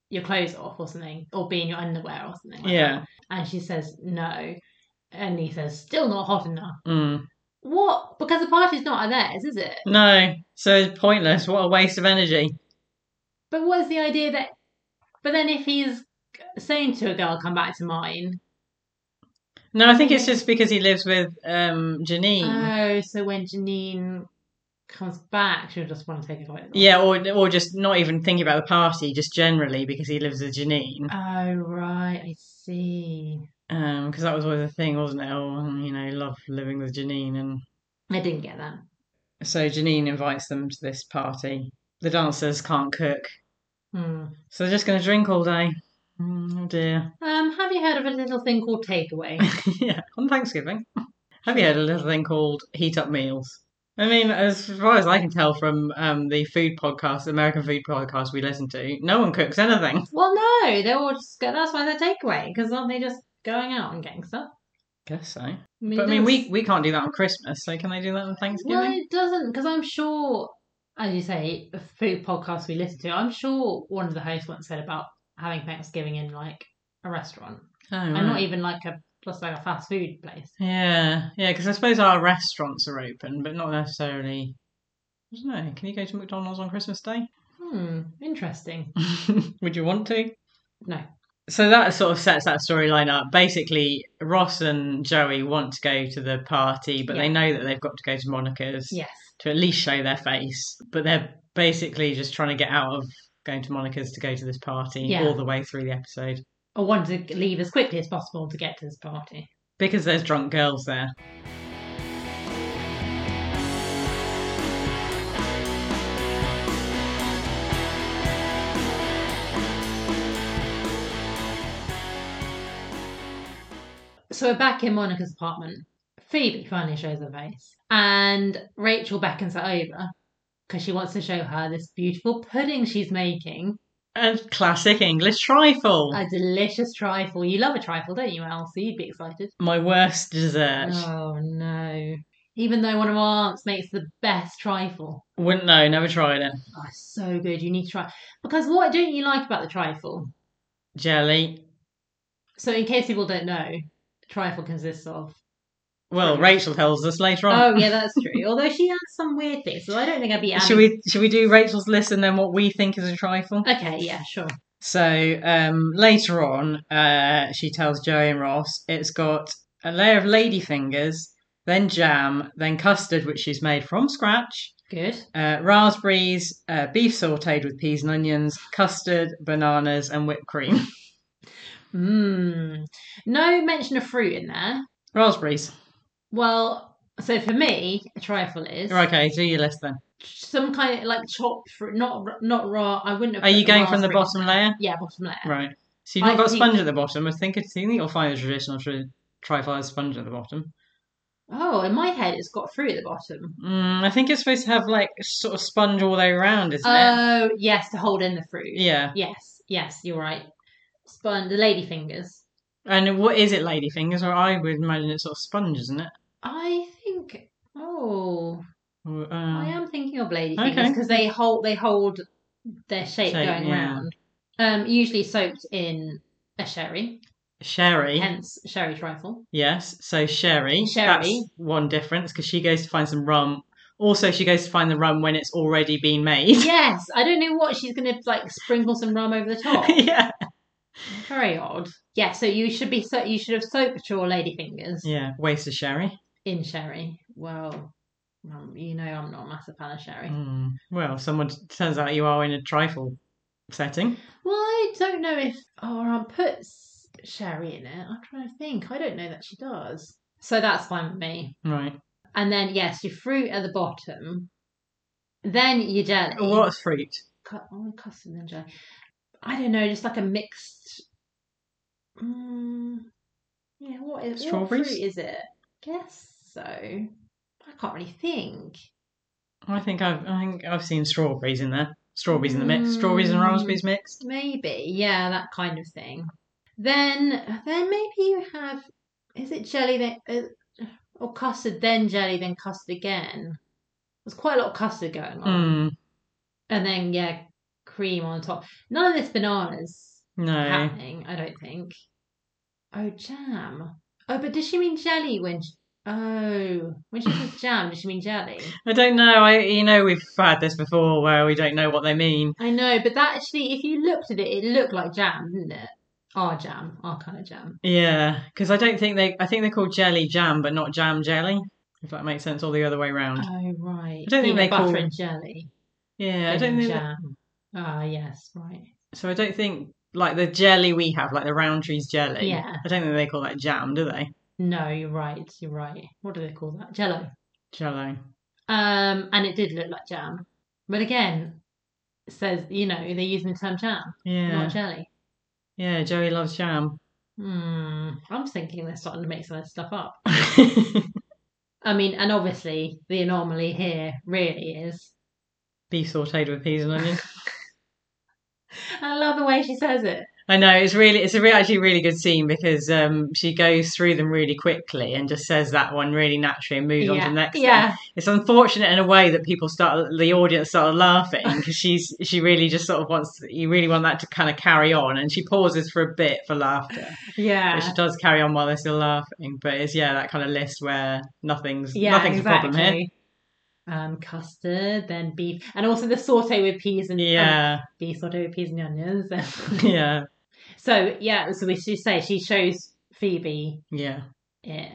[SPEAKER 1] your clothes off or something, or be in your underwear or something?" like that?"
[SPEAKER 2] Yeah.
[SPEAKER 1] And she says, "No," and he says, "Still not hot enough."
[SPEAKER 2] Mm.
[SPEAKER 1] What? Because the party's not at theirs, is it?
[SPEAKER 2] No. So it's pointless. What a waste of energy.
[SPEAKER 1] But what's the idea that? But then if he's saying to a girl, "Come back to mine,"
[SPEAKER 2] No, I think it's just because he lives with um, Janine.
[SPEAKER 1] oh, so when Janine comes back, she'll just want to take it away.
[SPEAKER 2] yeah, or or just not even thinking about the party, just generally because he lives with Janine.
[SPEAKER 1] Oh right, I see.
[SPEAKER 2] Um, because that was always a thing, wasn't it? Oh, um, you know, love living with Janine, and
[SPEAKER 1] I didn't get that.
[SPEAKER 2] so Janine invites them to this party. The dancers can't cook,
[SPEAKER 1] Hmm.
[SPEAKER 2] so they're just going to drink all day. Mm, oh dear.
[SPEAKER 1] Um, have you heard of a little thing called takeaway?
[SPEAKER 2] yeah, on Thanksgiving. Have you had a little thing called heat up meals? I mean, as far as I can tell from um, the food podcast, American food podcast we listen to, no one cooks anything.
[SPEAKER 1] well, no, they all just go. That's why they're takeaway because aren't they just going out and getting stuff?
[SPEAKER 2] Guess so.
[SPEAKER 1] I mean,
[SPEAKER 2] But I mean,
[SPEAKER 1] that's-
[SPEAKER 2] we we can't do that on Christmas, so can they do that on Thanksgiving?
[SPEAKER 1] Well, it doesn't, because I'm sure, as you say, the food podcasts we listen to, I'm sure one of the hosts once said about having Thanksgiving in like a restaurant
[SPEAKER 2] Oh,
[SPEAKER 1] and not
[SPEAKER 2] right.
[SPEAKER 1] even like a plus like a fast food place.
[SPEAKER 2] Yeah, yeah, because I suppose our restaurants are open, but not necessarily. I don't know. Can you go to McDonald's on Christmas Day?
[SPEAKER 1] Hmm, interesting.
[SPEAKER 2] Would you want to?
[SPEAKER 1] No.
[SPEAKER 2] So that sort of sets that storyline up. Basically, Ross and Joey want to go to the party, but
[SPEAKER 1] Yeah.
[SPEAKER 2] they know that they've got to go to Monica's
[SPEAKER 1] Yes.
[SPEAKER 2] to at least show their face. But they're basically just trying to get out of going to Monica's to go to this party
[SPEAKER 1] Yeah.
[SPEAKER 2] all the way through the episode
[SPEAKER 1] I wanted to leave as quickly as possible to get to this party.
[SPEAKER 2] because there's drunk girls there.
[SPEAKER 1] So we're back in Monica's apartment. Phoebe finally shows her face, and Rachel beckons her over because she wants to show her this beautiful pudding she's making.
[SPEAKER 2] A classic English trifle.
[SPEAKER 1] A delicious trifle. You love a trifle, don't you, Elsie? You'd be excited.
[SPEAKER 2] My worst dessert.
[SPEAKER 1] Oh no. Even though one of our aunts makes the best trifle.
[SPEAKER 2] Wouldn't know. Never tried it.
[SPEAKER 1] Oh, it's so good. You need to try. Because what don't you like about the trifle?
[SPEAKER 2] Jelly.
[SPEAKER 1] So, in case people don't know, trifle consists of.
[SPEAKER 2] Well, Rachel tells us later on.
[SPEAKER 1] Oh, yeah, that's true. Although she has some weird things, so I Uh, don't think I'd be.
[SPEAKER 2] Should we should we do Rachel's list and then what we think is a trifle?
[SPEAKER 1] Okay, yeah, sure.
[SPEAKER 2] So um, later on, uh, she tells Joey and Ross it's got a layer of ladyfingers, then jam, then custard, which she's made from scratch,
[SPEAKER 1] Good.
[SPEAKER 2] uh, raspberries, uh, beef sautéed with peas and onions, custard, bananas, and whipped cream.
[SPEAKER 1] Mmm. No mention of fruit in there.
[SPEAKER 2] Raspberries.
[SPEAKER 1] Well, so for me, a trifle is
[SPEAKER 2] Okay, do your list then.
[SPEAKER 1] some kind of like chopped fruit, not r- not raw. I wouldn't. Have
[SPEAKER 2] Are
[SPEAKER 1] put
[SPEAKER 2] you going from the
[SPEAKER 1] raspberry-
[SPEAKER 2] bottom layer?
[SPEAKER 1] Yeah, bottom layer.
[SPEAKER 2] Right. So you've not
[SPEAKER 1] I
[SPEAKER 2] got
[SPEAKER 1] think-
[SPEAKER 2] sponge at the bottom. I think it's you think you'll find a traditional tri- trifle has sponge at the bottom.
[SPEAKER 1] Oh, in my head, it's got fruit at the bottom.
[SPEAKER 2] Mm, I think it's supposed to have like sort of sponge all the way around, isn't it?
[SPEAKER 1] Oh, yes, to hold in the fruit.
[SPEAKER 2] Yeah.
[SPEAKER 1] Yes, yes, you're right. Spun the lady fingers.
[SPEAKER 2] And what is it, ladyfingers? Or I would imagine it's sort of sponge, isn't it?
[SPEAKER 1] I think. Oh,
[SPEAKER 2] Or,
[SPEAKER 1] I
[SPEAKER 2] uh,
[SPEAKER 1] am thinking of lady
[SPEAKER 2] Okay.
[SPEAKER 1] fingers because they hold they hold their shape,
[SPEAKER 2] Shape,
[SPEAKER 1] going
[SPEAKER 2] yeah.
[SPEAKER 1] round. Um, usually soaked in a sherry,
[SPEAKER 2] Sherry.
[SPEAKER 1] hence sherry trifle.
[SPEAKER 2] Yes. So sherry.
[SPEAKER 1] Sherry.
[SPEAKER 2] That's one difference because she goes to find some rum. Also, she goes to find the rum when it's already been made.
[SPEAKER 1] yes, I don't know what she's gonna like sprinkle some rum over the top.
[SPEAKER 2] yeah.
[SPEAKER 1] Very odd. Yeah, so you should be so you should have soaked your lady fingers.
[SPEAKER 2] Yeah. Waste of sherry.
[SPEAKER 1] in sherry. Well, um, you know I'm not a massive fan of sherry.
[SPEAKER 2] Mm. Well, someone turns out you are in a trifle setting.
[SPEAKER 1] Well, I don't know if oh, our aunt puts sherry in it. I'm trying to think. I don't know that she does. So that's fine with me.
[SPEAKER 2] Right.
[SPEAKER 1] And then yes, your fruit at the bottom. Then you're jelly.
[SPEAKER 2] What's fruit?
[SPEAKER 1] Cu- oh, custard and jelly. I don't know, just like a mixed. Mm, yeah, what is
[SPEAKER 2] Strawberries?
[SPEAKER 1] What fruit is it? Guess so. I can't really think.
[SPEAKER 2] I think I've I think I've seen strawberries in there. Strawberries in the mix. Strawberries and
[SPEAKER 1] Mm.
[SPEAKER 2] raspberries mixed.
[SPEAKER 1] Maybe, yeah, that kind of thing. Then, then maybe you have. Is it jelly then, uh, or custard then jelly then custard again? There's quite a lot of custard going on,
[SPEAKER 2] Mm,
[SPEAKER 1] and then yeah, cream on top. None of this bananas
[SPEAKER 2] no.
[SPEAKER 1] happening, I don't think. Oh, jam. Oh, but does she mean jelly when? She, oh, when she says jam, does she mean jelly?
[SPEAKER 2] I don't know. I you know we've had this before where we don't know what they mean.
[SPEAKER 1] I know, but that actually, if you looked at it, it looked like jam, didn't it? Our jam, our kind of jam.
[SPEAKER 2] Yeah, because I don't think they. I think they're called jelly jam, but not jam jelly. If that makes sense, or the other way around.
[SPEAKER 1] Oh right.
[SPEAKER 2] I don't
[SPEAKER 1] Peanut
[SPEAKER 2] think they
[SPEAKER 1] butter
[SPEAKER 2] call-
[SPEAKER 1] and jelly.
[SPEAKER 2] yeah, I don't
[SPEAKER 1] and
[SPEAKER 2] think.
[SPEAKER 1] jam. Ah yes, right.
[SPEAKER 2] So I don't think like the jelly we have, like the Roundtree's jelly.
[SPEAKER 1] Yeah.
[SPEAKER 2] I don't think they call that jam, do they?
[SPEAKER 1] No, you're right. You're right. What do they call that? Jello.
[SPEAKER 2] Jello.
[SPEAKER 1] Um, and it did look like jam, but again, it says you know they're using the term jam,
[SPEAKER 2] Yeah.
[SPEAKER 1] not jelly.
[SPEAKER 2] yeah. Joey loves jam.
[SPEAKER 1] Hmm. I'm thinking they're starting to make some of this stuff up. I mean, and obviously the anomaly here really is.
[SPEAKER 2] Beef sautéed with peas and onion.
[SPEAKER 1] I love the way she says it.
[SPEAKER 2] I know it's really it's a re- actually really good scene because um, she goes through them really quickly and just says that one really naturally and moves on to
[SPEAKER 1] yeah.
[SPEAKER 2] the next.
[SPEAKER 1] yeah.
[SPEAKER 2] Thing. It's unfortunate in a way that people start the audience started laughing because she's she really just sort of wants you really want that to kind of carry on and she pauses for a bit for laughter.
[SPEAKER 1] Yeah.
[SPEAKER 2] But she does carry on while they're still laughing. But it's yeah that kind of list where nothing's nothing's a problem here.
[SPEAKER 1] Um, custard, then beef, and also the saute with peas and um,
[SPEAKER 2] Yeah,
[SPEAKER 1] beef saute with peas and onions.
[SPEAKER 2] yeah,
[SPEAKER 1] so yeah, so we should say she shows Phoebe
[SPEAKER 2] yeah.
[SPEAKER 1] it.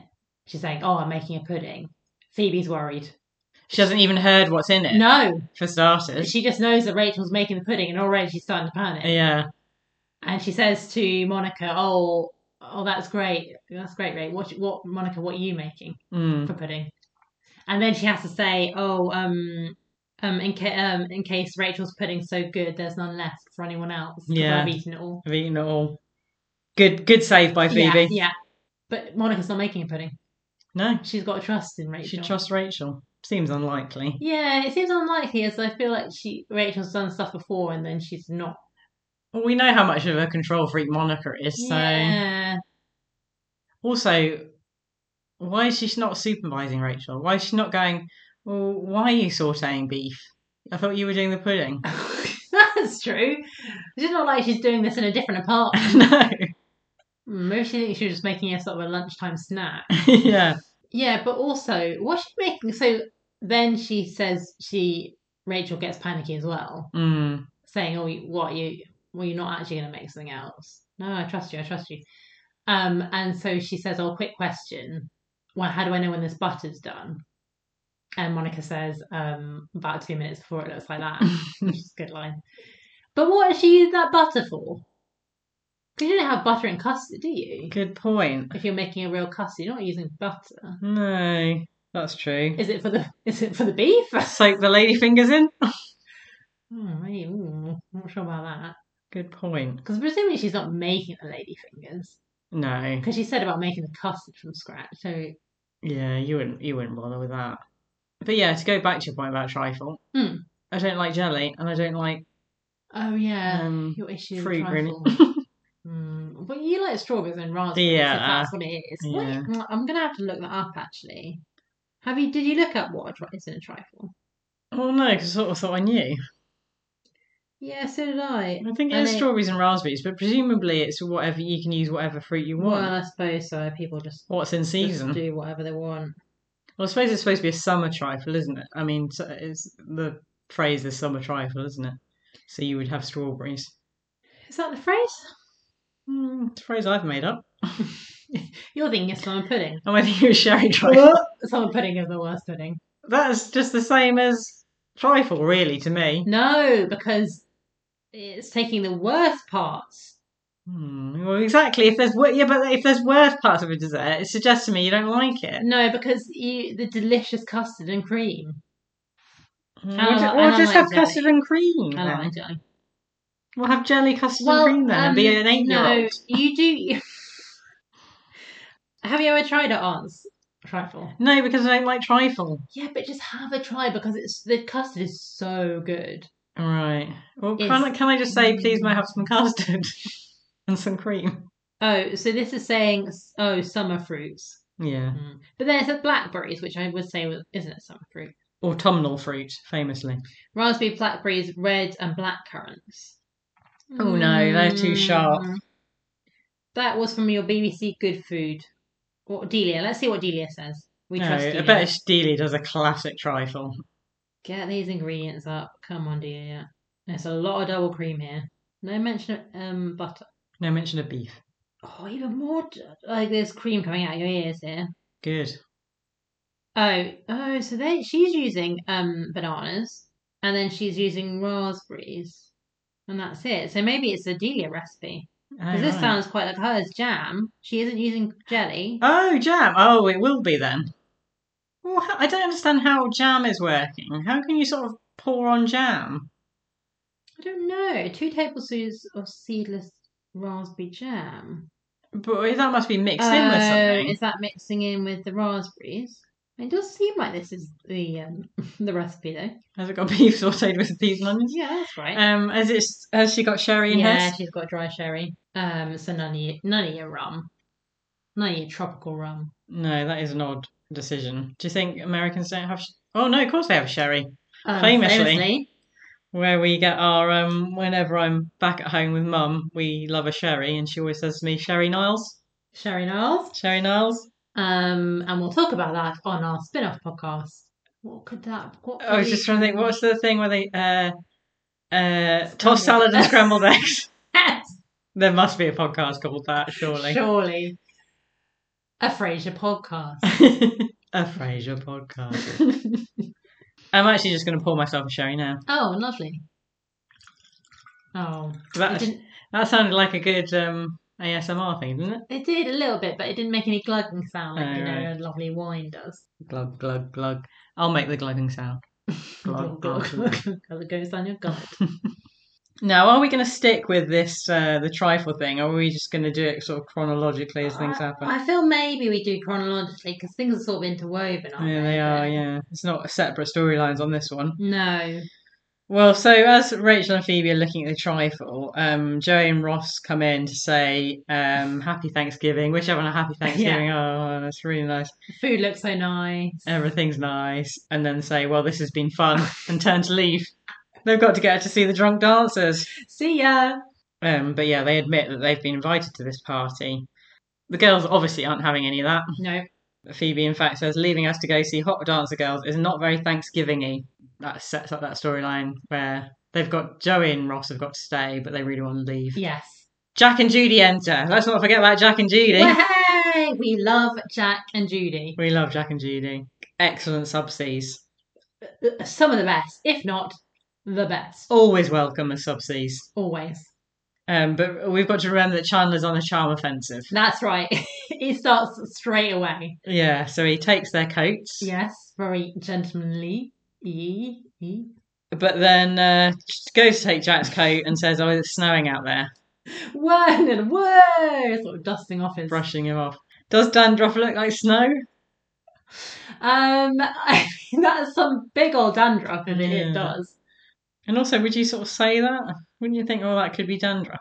[SPEAKER 1] She's saying, "Oh, I'm making a pudding." Phoebe's worried.
[SPEAKER 2] She hasn't even heard what's in it
[SPEAKER 1] No,
[SPEAKER 2] for starters.
[SPEAKER 1] she just knows that Rachel's making the pudding, and already she's starting to panic.
[SPEAKER 2] yeah,
[SPEAKER 1] And she says to Monica, "Oh, oh, that's great. That's great, Rachel. What, what, Monica? What are you making?"
[SPEAKER 2] mm.
[SPEAKER 1] for pudding. And then she has to say, "Oh, um, um, in, ca- um, in case Rachel's pudding's so good, there's none left for anyone else. 'cause
[SPEAKER 2] Yeah.
[SPEAKER 1] I've eaten it all."
[SPEAKER 2] I've eaten it all. Good, good save by Phoebe.
[SPEAKER 1] Yeah, yeah. But Monica's not making a pudding.
[SPEAKER 2] No,
[SPEAKER 1] She's got to trust in
[SPEAKER 2] you
[SPEAKER 1] Rachel.
[SPEAKER 2] should trust Rachel. Seems unlikely.
[SPEAKER 1] Yeah, it seems unlikely as I feel like she Rachel's done stuff before and then she's not.
[SPEAKER 2] Well, we know how much of a control freak Monica is. So
[SPEAKER 1] Yeah,
[SPEAKER 2] also, why is she not supervising Rachel? Why is she not going? Well, why are you sautéing beef? I thought you were doing the pudding.
[SPEAKER 1] that's true. It's not like she's doing this in a different apartment.
[SPEAKER 2] no.
[SPEAKER 1] Maybe she thinks she was just making a sort of a lunchtime snack.
[SPEAKER 2] yeah.
[SPEAKER 1] Yeah, but also, what's she making? So then she says she Rachel gets panicky as well,
[SPEAKER 2] Mm.
[SPEAKER 1] saying, "Oh, you- what you? Well, you're not actually going to make something else. No, I trust you. I trust you." Um, and so she says, "Oh, quick question. Well, how do I know when this butter's done?" And Monica says, um, "About two minutes before it looks like that." Which is a good line. But what does she use that butter for? Because you don't have butter in custard, do you?
[SPEAKER 2] Good point.
[SPEAKER 1] If you're making a real custard, you're not using butter.
[SPEAKER 2] No, that's true.
[SPEAKER 1] Is it for the is it for the beef?
[SPEAKER 2] Soak the lady fingers in.
[SPEAKER 1] Hmm, maybe, hmm, not sure about that.
[SPEAKER 2] Good point.
[SPEAKER 1] Because presumably she's not making the lady fingers.
[SPEAKER 2] No.
[SPEAKER 1] Because she said about making the custard from scratch. So
[SPEAKER 2] Yeah, you wouldn't you wouldn't bother with that. But yeah, to go back to your point about trifle,
[SPEAKER 1] Hmm.
[SPEAKER 2] I don't like jelly and I don't like
[SPEAKER 1] oh yeah,
[SPEAKER 2] um
[SPEAKER 1] your issue with
[SPEAKER 2] fruit really.
[SPEAKER 1] trifle. Hmm, But you like strawberries and raspberries.
[SPEAKER 2] Yeah.
[SPEAKER 1] if that's what it is. What-
[SPEAKER 2] Yeah.
[SPEAKER 1] I'm gonna have to look that up actually. Have you? Did you look up what a tri- is in a trifle?
[SPEAKER 2] Well no, because I sort of thought I knew.
[SPEAKER 1] Yeah, so did I.
[SPEAKER 2] I think it
[SPEAKER 1] And
[SPEAKER 2] is
[SPEAKER 1] it-
[SPEAKER 2] strawberries and raspberries, but presumably it's whatever you can use whatever fruit you want.
[SPEAKER 1] Well, I suppose so. People just,
[SPEAKER 2] What's in
[SPEAKER 1] just
[SPEAKER 2] season?
[SPEAKER 1] do whatever they want.
[SPEAKER 2] Well, I suppose it's supposed to be a summer trifle, isn't it? I mean, so it's the phrase is summer trifle, isn't it? So you would have strawberries.
[SPEAKER 1] Is that the phrase?
[SPEAKER 2] Hmm, it's a phrase I've made up.
[SPEAKER 1] You're thinking of summer pudding.
[SPEAKER 2] I'm thinking of sherry trifle.
[SPEAKER 1] summer pudding is the worst pudding.
[SPEAKER 2] That's just the same as trifle, really, to me.
[SPEAKER 1] No, because it's taking the worst parts.
[SPEAKER 2] Hmm, well, exactly. If there's wor- yeah, but if there's worse parts of a dessert, it suggests to me you don't like it.
[SPEAKER 1] No, because you the delicious custard and cream.
[SPEAKER 2] Mm,
[SPEAKER 1] I
[SPEAKER 2] Or,
[SPEAKER 1] like-
[SPEAKER 2] ju-
[SPEAKER 1] I
[SPEAKER 2] or
[SPEAKER 1] don't like
[SPEAKER 2] just have
[SPEAKER 1] jelly.
[SPEAKER 2] custard and cream.
[SPEAKER 1] I
[SPEAKER 2] then.
[SPEAKER 1] like jelly.
[SPEAKER 2] We'll have jelly custard
[SPEAKER 1] Well,
[SPEAKER 2] and cream then and be
[SPEAKER 1] um,
[SPEAKER 2] an eight year
[SPEAKER 1] No,
[SPEAKER 2] old.
[SPEAKER 1] you do. Have you ever tried at aunt's trifle?
[SPEAKER 2] No, because I don't like trifle.
[SPEAKER 1] Yeah, but just have a try because it's the custard is so good.
[SPEAKER 2] Right. Hmm. Well, can
[SPEAKER 1] It's-
[SPEAKER 2] I, can I just say, please, may I have some custard and some cream?
[SPEAKER 1] Oh, so this is saying oh summer fruits,
[SPEAKER 2] Yeah.
[SPEAKER 1] but then it says blackberries, which I would say was- isn't it summer fruit?
[SPEAKER 2] Autumnal fruit, famously.
[SPEAKER 1] Raspberry, blackberries, red and black currants. Mm.
[SPEAKER 2] Oh, no, they're too sharp.
[SPEAKER 1] That was from your BBC Good Food. What Delia? Let's see what Delia says. We
[SPEAKER 2] no,
[SPEAKER 1] trust
[SPEAKER 2] I
[SPEAKER 1] Delia.
[SPEAKER 2] bet Steely does a classic trifle.
[SPEAKER 1] Get these ingredients up. Come on, dear. Yeah. There's a lot of double cream here. No mention of um, butter.
[SPEAKER 2] No mention of beef.
[SPEAKER 1] Oh, even more. d- Like there's cream coming out of your ears here.
[SPEAKER 2] Good.
[SPEAKER 1] Oh, oh. So they, she's using um bananas, and then she's using raspberries, and that's it. So maybe it's a Delia recipe
[SPEAKER 2] Oh,
[SPEAKER 1] because this
[SPEAKER 2] right.
[SPEAKER 1] sounds quite like hers jam. She isn't using jelly.
[SPEAKER 2] Oh, jam. Oh, it will be then. Well, h- I don't understand how jam is working. How can you sort of pour on jam?
[SPEAKER 1] I don't know. Two tablespoons of seedless raspberry jam.
[SPEAKER 2] But that must be mixed in with
[SPEAKER 1] Oh,
[SPEAKER 2] something.
[SPEAKER 1] Is that mixing in with the raspberries? It does seem like this is the um, the recipe though.
[SPEAKER 2] Has it got beef sautéed with peas and onions?
[SPEAKER 1] Yeah, that's right.
[SPEAKER 2] Um, has it? Has she got sherry in
[SPEAKER 1] yeah,
[SPEAKER 2] hers?
[SPEAKER 1] she's got dry sherry. Um, so none of your, none of your rum, none of your tropical rum.
[SPEAKER 2] No, that is an odd decision. Do you think Americans don't have? Sh- oh no, of course they have sherry.
[SPEAKER 1] Um,
[SPEAKER 2] Famously. Where we get our um, whenever I'm back at home with mum, we love a sherry, and she always says to me, "Sherry Niles,
[SPEAKER 1] Sherry Niles.
[SPEAKER 2] Sherry Niles."
[SPEAKER 1] Um, and we'll talk about that on our spin-off podcast. What could that? What
[SPEAKER 2] I was
[SPEAKER 1] could
[SPEAKER 2] just
[SPEAKER 1] we-
[SPEAKER 2] trying to think, what's the thing where they uh, uh, toss
[SPEAKER 1] Scrambled
[SPEAKER 2] salad and
[SPEAKER 1] eggs.
[SPEAKER 2] scrambled eggs?
[SPEAKER 1] Yes,
[SPEAKER 2] There must be a podcast called that, surely.
[SPEAKER 1] surely. A Frasier podcast.
[SPEAKER 2] a Frasier podcast. I'm actually just going to pour myself a sherry now.
[SPEAKER 1] oh, lovely. Oh, it
[SPEAKER 2] That,
[SPEAKER 1] didn't,
[SPEAKER 2] that sounded like a good um, ASMR thing, didn't it?
[SPEAKER 1] It did a little bit, but it didn't make any glugging sound like
[SPEAKER 2] Oh,
[SPEAKER 1] you know
[SPEAKER 2] right.
[SPEAKER 1] a lovely wine does.
[SPEAKER 2] Glug, glug, glug. I'll make the glugging sound. Glug, glug, glug.
[SPEAKER 1] Because it goes down your gut.
[SPEAKER 2] Now, are we going to stick with this, uh, the trifle thing, or are we just going to do it sort of chronologically as things happen?
[SPEAKER 1] I feel maybe we do chronologically because things are sort of interwoven. Aren't
[SPEAKER 2] yeah, they are, yeah. It's not separate storylines on this one.
[SPEAKER 1] No.
[SPEAKER 2] Well, so as Rachel and Phoebe are looking at the trifle, um, Joey and Ross come in to say um, Happy Thanksgiving, wish everyone a Happy Thanksgiving. Oh, that's really nice.
[SPEAKER 1] The food looks so nice.
[SPEAKER 2] Everything's nice. And then say, Well, this has been fun, and turn to leave. They've got to get her to see the drunk dancers.
[SPEAKER 1] See ya.
[SPEAKER 2] Um, but yeah, they admit that they've been invited to this party. The girls obviously aren't having any of that.
[SPEAKER 1] No.
[SPEAKER 2] Phoebe, in fact, says leaving us to go see Hot Dancer Girls is not very Thanksgiving-y. That sets up that storyline where they've got Joey and Ross have got to stay, but they really want to leave.
[SPEAKER 1] Yes.
[SPEAKER 2] Jack and Judy enter. Let's not forget about Jack and Judy.
[SPEAKER 1] Hey, we love Jack and Judy.
[SPEAKER 2] We love Jack and Judy. Excellent subseas.
[SPEAKER 1] Some of the best, if not the best,
[SPEAKER 2] Always welcome as subseas.
[SPEAKER 1] always.
[SPEAKER 2] Um, but we've got to remember that Chandler's on the charm offensive.
[SPEAKER 1] That's right. he starts straight away.
[SPEAKER 2] Yeah, so he takes their coats.
[SPEAKER 1] Yes, very gentlemanly. E e.
[SPEAKER 2] But then uh, goes to take Jack's coat and says, "Oh, it's snowing out there,"
[SPEAKER 1] Whoa, and whoa, sort of dusting off his.
[SPEAKER 2] brushing him off. Does dandruff look like snow?
[SPEAKER 1] Um, I mean, that's some big old dandruff, and it,
[SPEAKER 2] Yeah.
[SPEAKER 1] it does.
[SPEAKER 2] And also, would you sort of say that? Wouldn't you think, oh, that could be dandruff?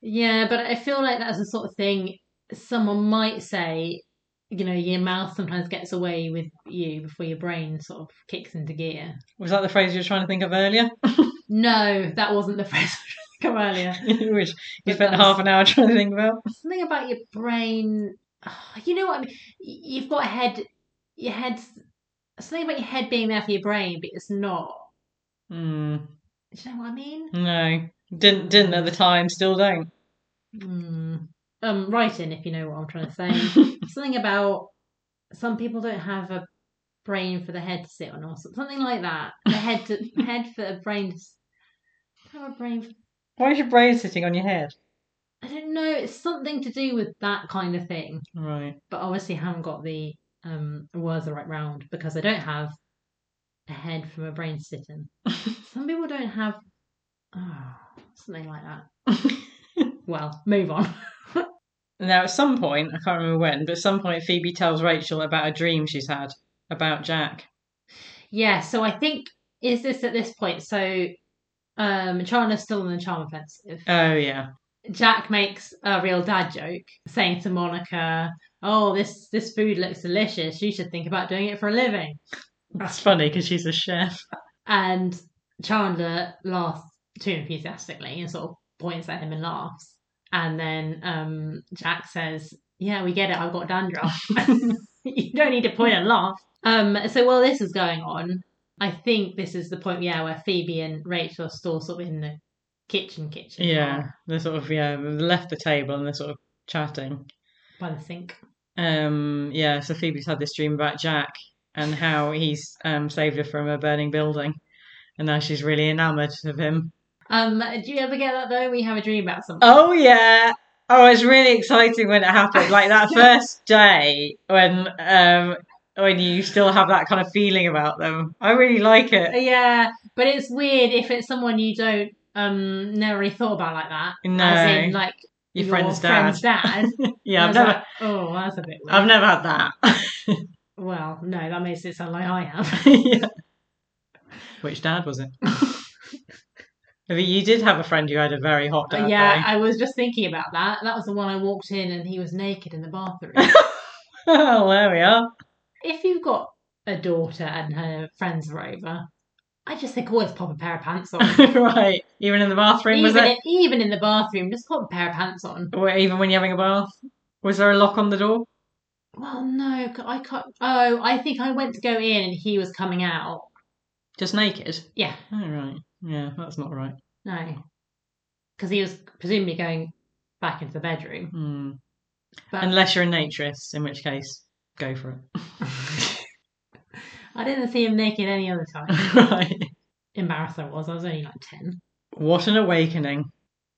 [SPEAKER 1] Yeah, but I feel like that's the sort of thing someone might say. You know, your mouth sometimes gets away with you before your brain sort of kicks into gear.
[SPEAKER 2] Was that the phrase you were trying to think of earlier?
[SPEAKER 1] No, that wasn't the phrase I was trying to come earlier.
[SPEAKER 2] Which you
[SPEAKER 1] But
[SPEAKER 2] spent
[SPEAKER 1] that's-
[SPEAKER 2] half an hour trying to think about.
[SPEAKER 1] Something about your brain. oh, you know what I mean? Y- You've got a head. Your head's something about your head being there for your brain, but it's not.
[SPEAKER 2] Hmm.
[SPEAKER 1] Do you know what I mean?
[SPEAKER 2] no, didn't didn't at the time. Still don't.
[SPEAKER 1] Mm. Um, writing, if you know what I'm trying to say.
[SPEAKER 2] I
[SPEAKER 1] something about some people don't have a brain for the head to sit on, or some- something like that. The head, to, head for a brain. To, s- have a brain. For,
[SPEAKER 2] Why is your brain sitting on your head?
[SPEAKER 1] I don't know. It's something to do with that kind of thing,
[SPEAKER 2] Right.
[SPEAKER 1] but obviously haven't got the um words the right round because I don't have a head from a brain sitting. Some people don't have oh, something like that. well, move on.
[SPEAKER 2] Now, at some point, I can't remember when, but at some point, Phoebe tells Rachel about a dream she's had about Jack.
[SPEAKER 1] Yeah, so I think is this at this point? So um Chandler's still on the charm offensive.
[SPEAKER 2] Oh, yeah.
[SPEAKER 1] Jack makes a real dad joke, saying to Monica, "Oh, this this food looks delicious. You should think about doing it for a living."
[SPEAKER 2] That's funny because she's a chef.
[SPEAKER 1] And Chandler laughs too enthusiastically and sort of points at him and laughs. And then um, Jack says, "Yeah, we get it. I've got dandruff. you don't need to point and laugh." Um, so while this is going on, I think this is the point, yeah, where Phoebe and Rachel are still sort of in the kitchen, kitchen,
[SPEAKER 2] Yeah. They're sort of, yeah, they've left the table and they're sort of chatting.
[SPEAKER 1] by the sink.
[SPEAKER 2] Um, yeah, so Phoebe's had this dream about Jack and how he's um, saved her from a burning building. And now she's really enamoured of him.
[SPEAKER 1] Um, do you ever get that though? We have a dream about something.
[SPEAKER 2] Oh yeah. Oh, it was really exciting when it happened. Like that first day when um when you still have that kind of feeling about them. I really like it.
[SPEAKER 1] Yeah, but it's weird if it's someone you don't um never really thought about like that.
[SPEAKER 2] No.
[SPEAKER 1] As in, like
[SPEAKER 2] your, friend's dad.
[SPEAKER 1] friend's dad. I
[SPEAKER 2] Yeah, I've
[SPEAKER 1] was
[SPEAKER 2] never
[SPEAKER 1] like, oh, that's a bit weird.
[SPEAKER 2] I've never had that.
[SPEAKER 1] Well, no, that makes it sound like I have.
[SPEAKER 2] yeah. Which dad was it? I mean, you did have a friend who had a very hot dad.
[SPEAKER 1] yeah, I was just thinking about that. That was the one I walked in and he was naked in the bathroom.
[SPEAKER 2] though. oh, there we are.
[SPEAKER 1] if you've got a daughter and her friends are over, I just think always pop a pair of pants on.
[SPEAKER 2] right. Even in the bathroom, was
[SPEAKER 1] even,
[SPEAKER 2] it?
[SPEAKER 1] in, even in the bathroom, just pop a pair of pants on.
[SPEAKER 2] Or even when you're having a bath? Was there a lock on the door?
[SPEAKER 1] Well, no, c- I can't. Oh, I think I went to go in and he was coming out.
[SPEAKER 2] Just naked?
[SPEAKER 1] Yeah,
[SPEAKER 2] Oh, right. Yeah, that's not right.
[SPEAKER 1] no, because he was presumably going back into the bedroom.
[SPEAKER 2] Hmm.
[SPEAKER 1] But
[SPEAKER 2] Unless you're a naturist, in which case, go for it.
[SPEAKER 1] I didn't see him naked any other time.
[SPEAKER 2] right.
[SPEAKER 1] Embarrassed I was. I was only like ten.
[SPEAKER 2] What an awakening.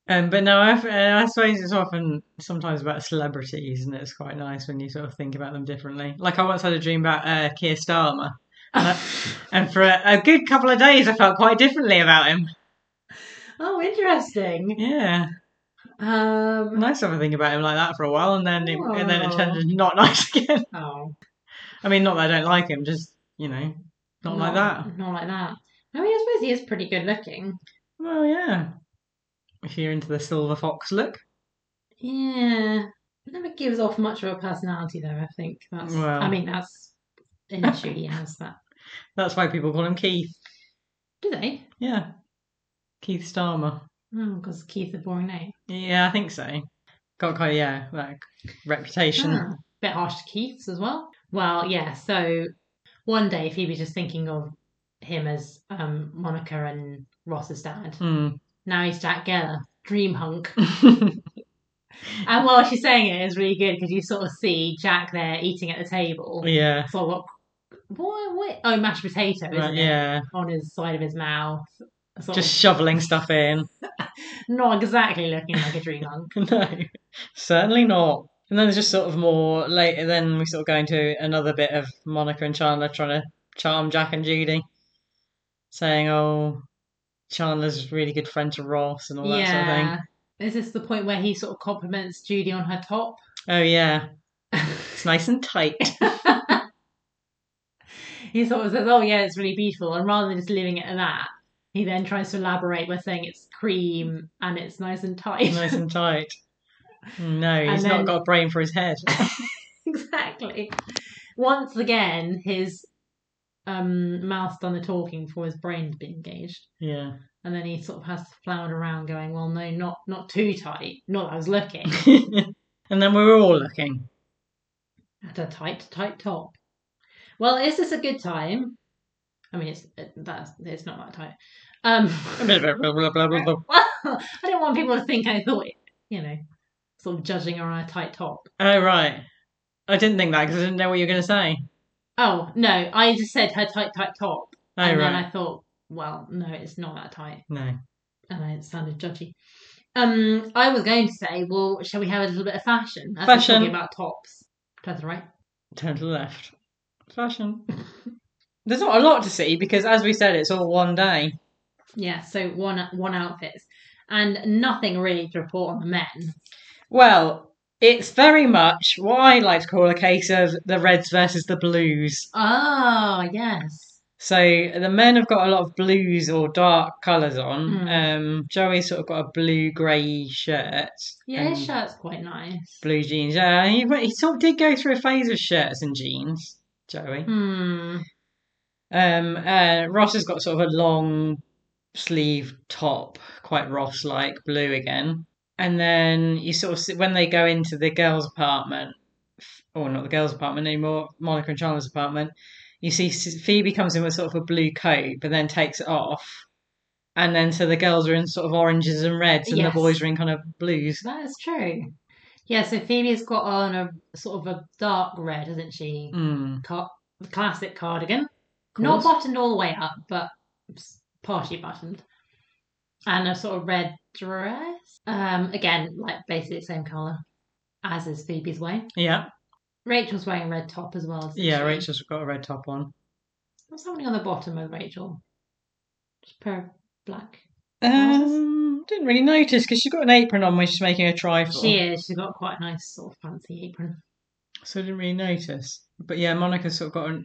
[SPEAKER 2] Um, but no, I've, uh, I suppose it's often sometimes about celebrities, and it's quite nice when you sort of think about them differently. Like I once had a dream about uh, Keir Starmer, and, I- and for a, a good couple of days, I felt quite differently about him.
[SPEAKER 1] oh, interesting.
[SPEAKER 2] Yeah,
[SPEAKER 1] Um.
[SPEAKER 2] nice to have a think about him like that for a while, and then it, and then it
[SPEAKER 1] Oh.
[SPEAKER 2] turned into not nice again.
[SPEAKER 1] Oh,
[SPEAKER 2] I mean, not that I don't like him, just you know, not like that.
[SPEAKER 1] Not like that. I mean, I suppose he is pretty good looking.
[SPEAKER 2] Well, yeah. If you're into the silver fox look,
[SPEAKER 1] Yeah. Never gives off much of a personality, though. I think that's.
[SPEAKER 2] Well.
[SPEAKER 1] I mean, that's an issue he has. That
[SPEAKER 2] that's why people call him Keith.
[SPEAKER 1] do they?
[SPEAKER 2] Yeah, Keith Starmer.
[SPEAKER 1] Because Keith, a boring eh? name.
[SPEAKER 2] Yeah, I think so. Got quite yeah, like reputation.
[SPEAKER 1] Ah, bit harsh to Keith's as well. Well, yeah. So one day Phoebe's just thinking of him as um, Monica and Ross's dad. Now he's Jack Geller, dream hunk.
[SPEAKER 2] Hmm.
[SPEAKER 1] and while she's saying it, it's really good because you sort of see Jack there eating at the table.
[SPEAKER 2] Oh, yeah,
[SPEAKER 1] So what? What? what oh, mashed potato, isn't
[SPEAKER 2] right,
[SPEAKER 1] it?
[SPEAKER 2] yeah.
[SPEAKER 1] On his side of his mouth. Sort
[SPEAKER 2] Just shoveling stuff in.
[SPEAKER 1] of not exactly looking like a dream hunk.
[SPEAKER 2] no, certainly not. And then there's just sort of more later. Then we sort of go into another bit of Monica and Chandler trying to charm Jack and Judy, saying, "Oh, Chandler's a really good friend to Ross and all that sort of thing."
[SPEAKER 1] yeah. Is this the point where he sort of compliments Judy on her top?
[SPEAKER 2] Oh yeah, it's nice and tight.
[SPEAKER 1] he sort of says, "Oh yeah, it's really beautiful," and rather than just leaving it at that, he then tries to elaborate by saying it's cream and it's nice and tight.
[SPEAKER 2] nice and tight. No,
[SPEAKER 1] And
[SPEAKER 2] he's
[SPEAKER 1] then-
[SPEAKER 2] not got a brain for his head.
[SPEAKER 1] exactly. Once again, his um, mouth's done the talking before his brain's been engaged,
[SPEAKER 2] yeah.
[SPEAKER 1] and then he sort of has to flound around, going, "Well, no, not not too tight. Not that I was looking
[SPEAKER 2] and then we were all looking.
[SPEAKER 1] at a tight, tight top." Well, is this a good time? I mean, it's it, that's it's not that tight. Um,
[SPEAKER 2] A bit of a blah, blah, blah, blah, blah.
[SPEAKER 1] Well, I don't want people to think I thought, it, you know, sort of judging her on a tight top.
[SPEAKER 2] Oh, right. I didn't think that because I didn't know what you were going to say.
[SPEAKER 1] Oh, no, I just said her tight, tight top.
[SPEAKER 2] Oh,
[SPEAKER 1] and
[SPEAKER 2] right.
[SPEAKER 1] then I thought, well, no, it's not that tight.
[SPEAKER 2] No.
[SPEAKER 1] And I sounded judgy. Um, I was going to say, well, shall we have a little bit of fashion? As we're
[SPEAKER 2] Fashion.
[SPEAKER 1] talking about tops. Turn to the right.
[SPEAKER 2] Turn to the left. Fashion. There's not a lot to see because, as we said, it's all one day.
[SPEAKER 1] Yeah, so one one outfits and nothing really to report on the men.
[SPEAKER 2] Well, it's very much what I like to call a case of the Reds versus the Blues.
[SPEAKER 1] Oh, yes.
[SPEAKER 2] So the men have got a lot of blues or dark colours on.
[SPEAKER 1] Mm.
[SPEAKER 2] Um, Joey's sort of got a blue grey shirt.
[SPEAKER 1] Yeah, his
[SPEAKER 2] and
[SPEAKER 1] shirt's quite nice.
[SPEAKER 2] Blue jeans. Yeah, he, went- he sort of did go through a phase of shirts and jeans, Joey.
[SPEAKER 1] Hmm.
[SPEAKER 2] Um, uh, Ross has got sort of a long sleeve top, quite Ross like, blue again. And then you sort of see when they go into the girls' apartment, f- or not the girls' apartment anymore, Monica and Chandler's apartment, you see S- Phoebe comes in with sort of a blue coat, but then takes it off. And then so the girls are in sort of oranges and reds, and
[SPEAKER 1] Yes.
[SPEAKER 2] the boys are in kind of blues.
[SPEAKER 1] That is true. Yeah, so Phoebe's got on a sort of a dark red, hasn't she?
[SPEAKER 2] Mm,
[SPEAKER 1] Car- classic cardigan.
[SPEAKER 2] of
[SPEAKER 1] Not
[SPEAKER 2] course.
[SPEAKER 1] buttoned all the way up, but s- partially buttoned. And a sort of red dress. Um, again, like basically the same colour as is Phoebe's wearing.
[SPEAKER 2] Yeah,
[SPEAKER 1] Rachel's wearing a red top as well. isn't
[SPEAKER 2] yeah.
[SPEAKER 1] she?
[SPEAKER 2] Rachel's got a red top on.
[SPEAKER 1] What's happening on the bottom of Rachel? Just a pair of black. Trousers?
[SPEAKER 2] Um, didn't really notice because she's got an apron on when she's making a trifle.
[SPEAKER 1] She is. She's got quite a nice sort of fancy apron.
[SPEAKER 2] So I didn't really notice. But yeah, Monica's sort of got a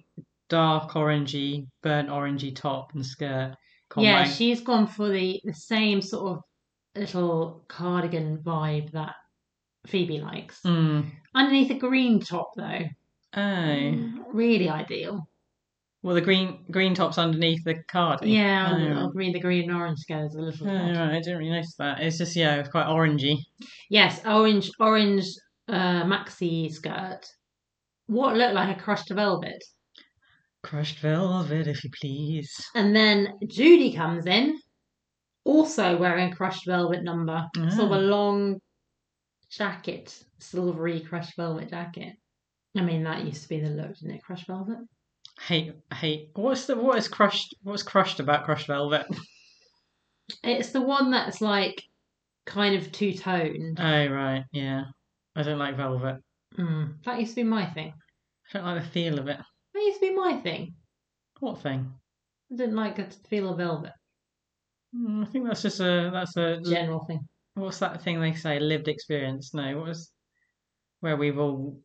[SPEAKER 2] dark orangey, burnt orangey top and skirt. Conway.
[SPEAKER 1] Yeah, she's gone for the, the same sort of little cardigan vibe that Phoebe likes.
[SPEAKER 2] Mm.
[SPEAKER 1] Underneath a green top, though.
[SPEAKER 2] Oh.
[SPEAKER 1] Not really ideal.
[SPEAKER 2] Well, the green green top's underneath the cardi.
[SPEAKER 1] Yeah,
[SPEAKER 2] Oh.
[SPEAKER 1] I'll green, the green and orange together is a little
[SPEAKER 2] Oh,
[SPEAKER 1] odd.
[SPEAKER 2] right, I didn't really notice that. It's just, yeah, it's quite orangey.
[SPEAKER 1] Yes, orange, orange uh, maxi skirt. What looked like a crushed velvet.
[SPEAKER 2] Crushed velvet, if you please.
[SPEAKER 1] And then Judy comes in, also wearing crushed velvet number, sort of a long jacket, silvery crushed velvet jacket. I mean, that used to be the look, didn't it? Crushed velvet.
[SPEAKER 2] Hate, hate. What's the what is crushed? What's crushed about crushed velvet?
[SPEAKER 1] It's the one that's like kind of two toned.
[SPEAKER 2] Oh right, yeah. I don't like velvet.
[SPEAKER 1] Mm. That used to be my thing.
[SPEAKER 2] I don't like the feel of it.
[SPEAKER 1] That used to be my thing.
[SPEAKER 2] What thing?
[SPEAKER 1] I didn't like the feel of velvet.
[SPEAKER 2] Mm, I think that's just a that's a
[SPEAKER 1] General thing.
[SPEAKER 2] what's that thing they say? Lived experience. No, what was where we've all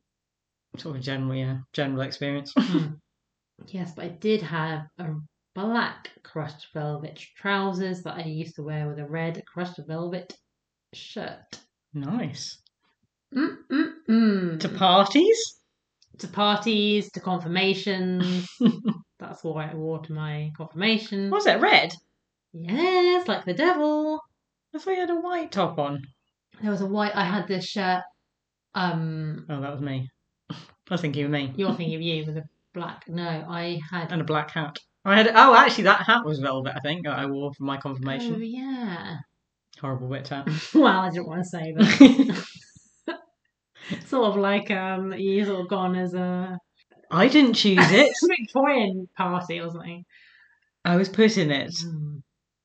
[SPEAKER 2] sort of general, yeah, general experience.
[SPEAKER 1] Mm. yes, but I did have a black crushed velvet trousers that I used to wear with a red crushed velvet shirt.
[SPEAKER 2] nice
[SPEAKER 1] Mm-mm-mm.
[SPEAKER 2] to parties.
[SPEAKER 1] to parties, to confirmations. That's what I wore to my confirmation.
[SPEAKER 2] Was it red?
[SPEAKER 1] Yes, like the devil.
[SPEAKER 2] I thought you had a white top on.
[SPEAKER 1] There was a white. I had this shirt. Um,
[SPEAKER 2] Oh, that was me. I was thinking of me
[SPEAKER 1] you're thinking of you with a black. No, I had.
[SPEAKER 2] and a black hat. I had oh, actually, that hat was velvet. I think that I wore for my confirmation.
[SPEAKER 1] Oh yeah.
[SPEAKER 2] Horrible wet hat.
[SPEAKER 1] Well, I didn't want to say that. sort of like um, you sort of gone as a
[SPEAKER 2] I didn't choose it.
[SPEAKER 1] Victorian party or something.
[SPEAKER 2] I was put in it.
[SPEAKER 1] Hmm.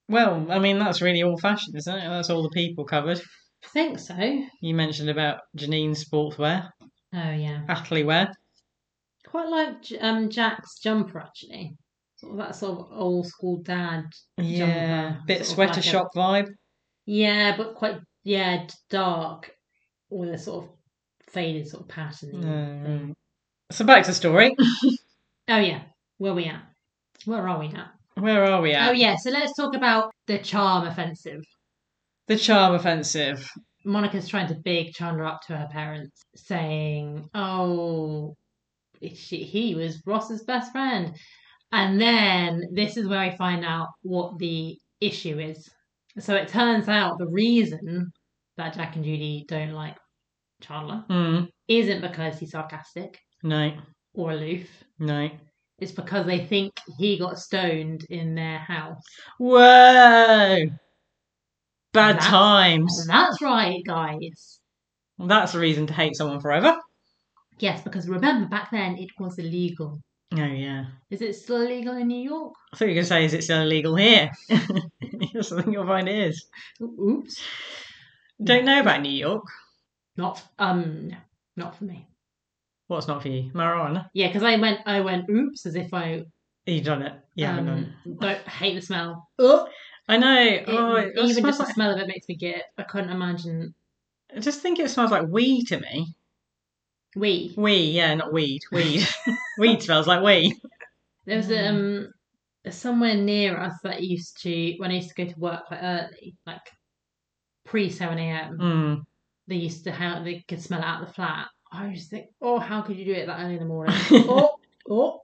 [SPEAKER 2] Well, I mean, that's really all fashion, isn't it? That's all the people covered.
[SPEAKER 1] I think so. Oh
[SPEAKER 2] You mentioned about Janine's sportswear,
[SPEAKER 1] yeah.
[SPEAKER 2] Athley wear.
[SPEAKER 1] Quite like J- um Jack's jumper actually. Sort of that sort of old school dad.
[SPEAKER 2] Yeah,
[SPEAKER 1] jumper,
[SPEAKER 2] bit
[SPEAKER 1] sort of like
[SPEAKER 2] sweater
[SPEAKER 1] a-
[SPEAKER 2] shop vibe.
[SPEAKER 1] Yeah, but quite yeah d- dark with a sort of faded sort of pattern.
[SPEAKER 2] Mm. So back to story.
[SPEAKER 1] Oh yeah, where we at? Where are we now?
[SPEAKER 2] Where are we at?
[SPEAKER 1] Oh yeah, so let's talk about the charm offensive.
[SPEAKER 2] The charm offensive.
[SPEAKER 1] Monica's trying to big Chandler up to her parents, saying, "Oh, she, he was Ross's best friend," and then this is where I find out what the issue is. So it turns out the reason that Jack and Judy don't like Chandler
[SPEAKER 2] Mm,
[SPEAKER 1] isn't because he's sarcastic
[SPEAKER 2] no,
[SPEAKER 1] or aloof.
[SPEAKER 2] no.
[SPEAKER 1] It's because they think he got stoned in their house.
[SPEAKER 2] Whoa! Bad
[SPEAKER 1] That's-
[SPEAKER 2] times.
[SPEAKER 1] That's right, guys.
[SPEAKER 2] That's a reason to hate someone forever.
[SPEAKER 1] Yes, because remember back then it was illegal.
[SPEAKER 2] Oh yeah.
[SPEAKER 1] Is it still illegal in New York?
[SPEAKER 2] I thought you were going to say, is it still illegal here? That's the thing you'll find it is.
[SPEAKER 1] O- Oops.
[SPEAKER 2] Don't know about New York.
[SPEAKER 1] Not um no, not for me.
[SPEAKER 2] What's not for you? Marijuana.
[SPEAKER 1] Yeah, because I went I went oops as if I
[SPEAKER 2] You've done it. You haven't done it.
[SPEAKER 1] Um, don't hate the smell.
[SPEAKER 2] Oh, I know. oh, it
[SPEAKER 1] It- even
[SPEAKER 2] smells
[SPEAKER 1] just the
[SPEAKER 2] like,
[SPEAKER 1] smell of it makes me get. I couldn't imagine
[SPEAKER 2] I just think it smells like weed to me.
[SPEAKER 1] we.
[SPEAKER 2] Weed, yeah, not weed. Weed. weed smells like weed.
[SPEAKER 1] There was
[SPEAKER 2] Mm.
[SPEAKER 1] um somewhere near us that used to when I used to go to work quite early, like pre seven a.m.
[SPEAKER 2] Mm.
[SPEAKER 1] They used to how they could smell it out the flat. I was just think, oh, how could you do it that early in the morning? oh, oh,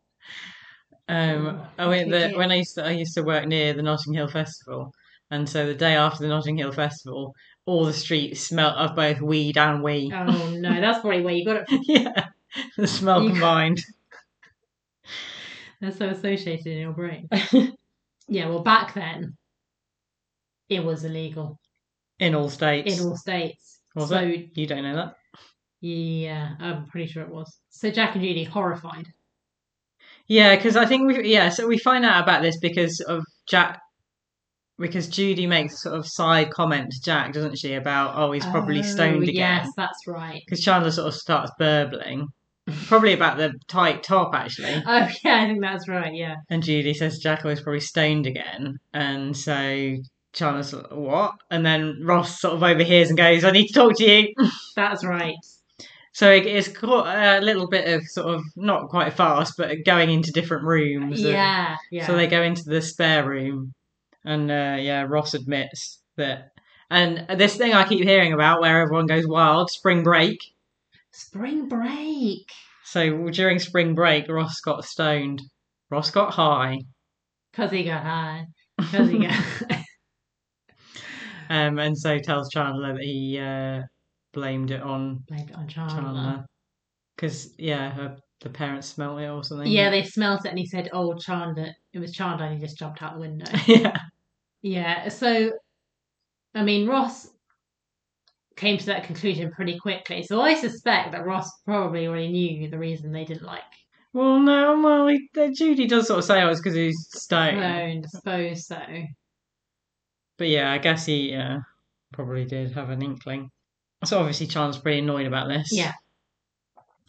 [SPEAKER 2] Um, I
[SPEAKER 1] Oh,
[SPEAKER 2] went the,
[SPEAKER 1] okay.
[SPEAKER 2] when I used to I used to work near the Notting Hill Festival, and so the day after the Notting Hill Festival, all the streets smelt of both weed and weed.
[SPEAKER 1] oh no, that's probably where you got it. From.
[SPEAKER 2] yeah, the smell
[SPEAKER 1] You-
[SPEAKER 2] combined.
[SPEAKER 1] They're so associated in your brain. yeah, well, back then it was illegal
[SPEAKER 2] in all states.
[SPEAKER 1] in all states.
[SPEAKER 2] Was
[SPEAKER 1] so
[SPEAKER 2] You don't know that.
[SPEAKER 1] yeah, I'm pretty sure it was. So Jack and Judy horrified.
[SPEAKER 2] Yeah, because I think we yeah, so we find out about this because of Jack because Judy makes sort of side comment to Jack, doesn't she, about oh he's probably
[SPEAKER 1] Oh,
[SPEAKER 2] stoned again.
[SPEAKER 1] Yes, that's right.
[SPEAKER 2] Because Chandler sort of starts burbling. Probably about the tight top actually.
[SPEAKER 1] Oh yeah, I think that's right. Yeah.
[SPEAKER 2] And Judy says Jack was probably stoned again. And so Chandler's like, what? And then Ross sort of overhears and goes, I need to talk to you.
[SPEAKER 1] That's right.
[SPEAKER 2] So it- it's caught a little bit of sort of not quite fast, but going into different rooms. and-
[SPEAKER 1] Yeah, yeah.
[SPEAKER 2] So they go into the spare room, and uh, yeah, Ross admits that. And this thing I keep hearing about where everyone goes wild, spring break.
[SPEAKER 1] spring break.
[SPEAKER 2] So during spring break, Ross got stoned. Ross got high,
[SPEAKER 1] Cause he got high. Cause he got.
[SPEAKER 2] um, and so tells Chandler that he uh, blamed it on
[SPEAKER 1] Blamed it on Chandler.
[SPEAKER 2] Chandler because yeah, her, the parents smelled it or something.
[SPEAKER 1] Yeah, they smelt it and he said, "Oh, Chandler." It was Chandler, and he just jumped out the window.
[SPEAKER 2] yeah,
[SPEAKER 1] yeah. So, I mean, Ross came to that conclusion pretty quickly. So I suspect that Ross probably already knew the reason they didn't like
[SPEAKER 2] Well, no, well, he, uh, Judy does sort of say oh, it's because he's stoned.
[SPEAKER 1] Sloane. Suppose so.
[SPEAKER 2] But yeah, I guess he uh, probably did have an inkling. So obviously, Chandler's pretty annoyed about this.
[SPEAKER 1] Yeah.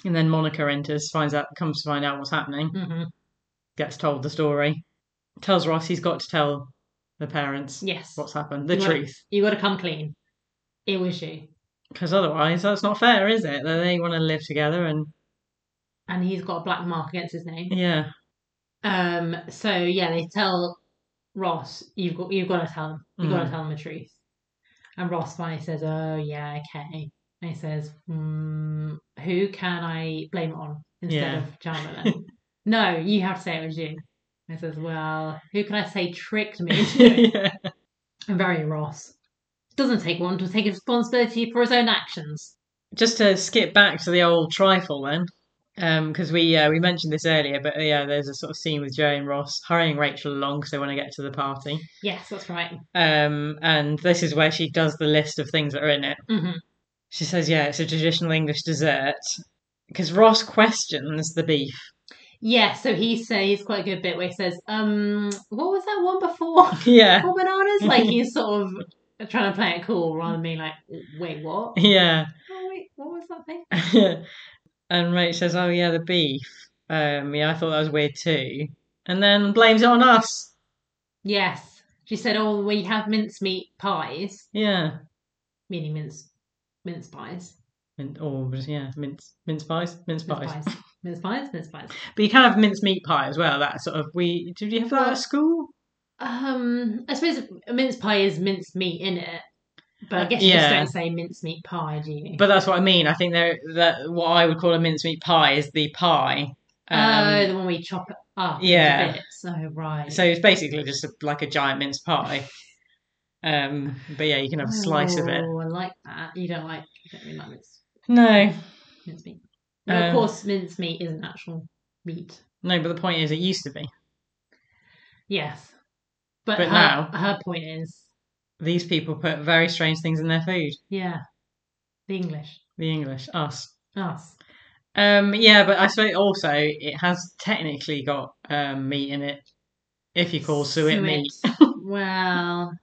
[SPEAKER 2] And then Monica enters, finds out, comes to find out what's happening,
[SPEAKER 1] hmm
[SPEAKER 2] gets told the story, tells Ross he's got to tell the parents
[SPEAKER 1] Yes.
[SPEAKER 2] what's happened, the
[SPEAKER 1] Right.
[SPEAKER 2] truth,
[SPEAKER 1] You got to come clean. It was you.
[SPEAKER 2] because otherwise that's not fair, is it? That they want to live together and
[SPEAKER 1] and he's got a black mark against his name.
[SPEAKER 2] yeah,
[SPEAKER 1] Um. So yeah, they tell Ross, "You've got, you've got to tell him. You've got to
[SPEAKER 2] Mm.
[SPEAKER 1] tell him the truth." And Ross finally says, "Oh yeah, okay." And he says, mm, "Who can I blame it on instead
[SPEAKER 2] Yeah.
[SPEAKER 1] of Chandler?" then?" no, you have to say it was you. And he says, "Well, who can I say tricked me?" into doing it?"
[SPEAKER 2] yeah,
[SPEAKER 1] And Very Ross doesn't take one to take responsibility for his own actions.
[SPEAKER 2] just to skip back to the old trifle then, because we uh, we mentioned this earlier, but uh, yeah, there's a sort of scene with Joe and Ross hurrying Rachel along because they want to get to the party.
[SPEAKER 1] Yes, that's right.
[SPEAKER 2] Um, and this is where she does the list of things that are in it.
[SPEAKER 1] hmm
[SPEAKER 2] She says, "Yeah, it's a traditional English dessert." Because Ross questions the beef.
[SPEAKER 1] Yeah, so he says quite a good bit where he says, um, what was that one before?
[SPEAKER 2] Yeah,
[SPEAKER 1] Four bananas? Like he's sort of trying to play it cool rather than being like, wait, what?
[SPEAKER 2] yeah.
[SPEAKER 1] Oh, wait, what was that thing?
[SPEAKER 2] and Rach says, "Oh yeah, the beef." Um, yeah, I thought that was weird too. And then blames it on us.
[SPEAKER 1] Yes. She said, oh, we have mincemeat pies,
[SPEAKER 2] Yeah,
[SPEAKER 1] meaning mince, mince pies.
[SPEAKER 2] Min- or yeah, mince mince pies, mince
[SPEAKER 1] Mince
[SPEAKER 2] pies.
[SPEAKER 1] pies. Mince pies, mince pies.
[SPEAKER 2] But you can have mince meat pie as well. That sort of we did you have that
[SPEAKER 1] Well-
[SPEAKER 2] at school?
[SPEAKER 1] Um, I suppose a mince pie is mince meat in it, but I guess you
[SPEAKER 2] Yeah.
[SPEAKER 1] just don't say mince meat pie, do you?
[SPEAKER 2] But that's what I mean. I think there that what I would call a mincemeat pie is the pie.
[SPEAKER 1] oh,
[SPEAKER 2] Um,
[SPEAKER 1] the one we chop it up. into
[SPEAKER 2] yeah.
[SPEAKER 1] Bits. Oh, right.
[SPEAKER 2] Um, so it's basically just a, like a giant mince pie. Um, but yeah, you can have a slice of it.
[SPEAKER 1] Oh, I like that. You don't like you don't really like mince
[SPEAKER 2] No,
[SPEAKER 1] mince meat. Well,
[SPEAKER 2] Um,
[SPEAKER 1] of course, mince meat isn't actual meat.
[SPEAKER 2] no. But the point is, it used to be.
[SPEAKER 1] Yes, but,
[SPEAKER 2] But
[SPEAKER 1] her,
[SPEAKER 2] now-
[SPEAKER 1] her point is,
[SPEAKER 2] These people put very strange things in their food.
[SPEAKER 1] yeah, the English
[SPEAKER 2] The English, us.
[SPEAKER 1] us.
[SPEAKER 2] Um, yeah, but I suppose also it has technically got um, meat in it, if you call suet, meat.
[SPEAKER 1] well,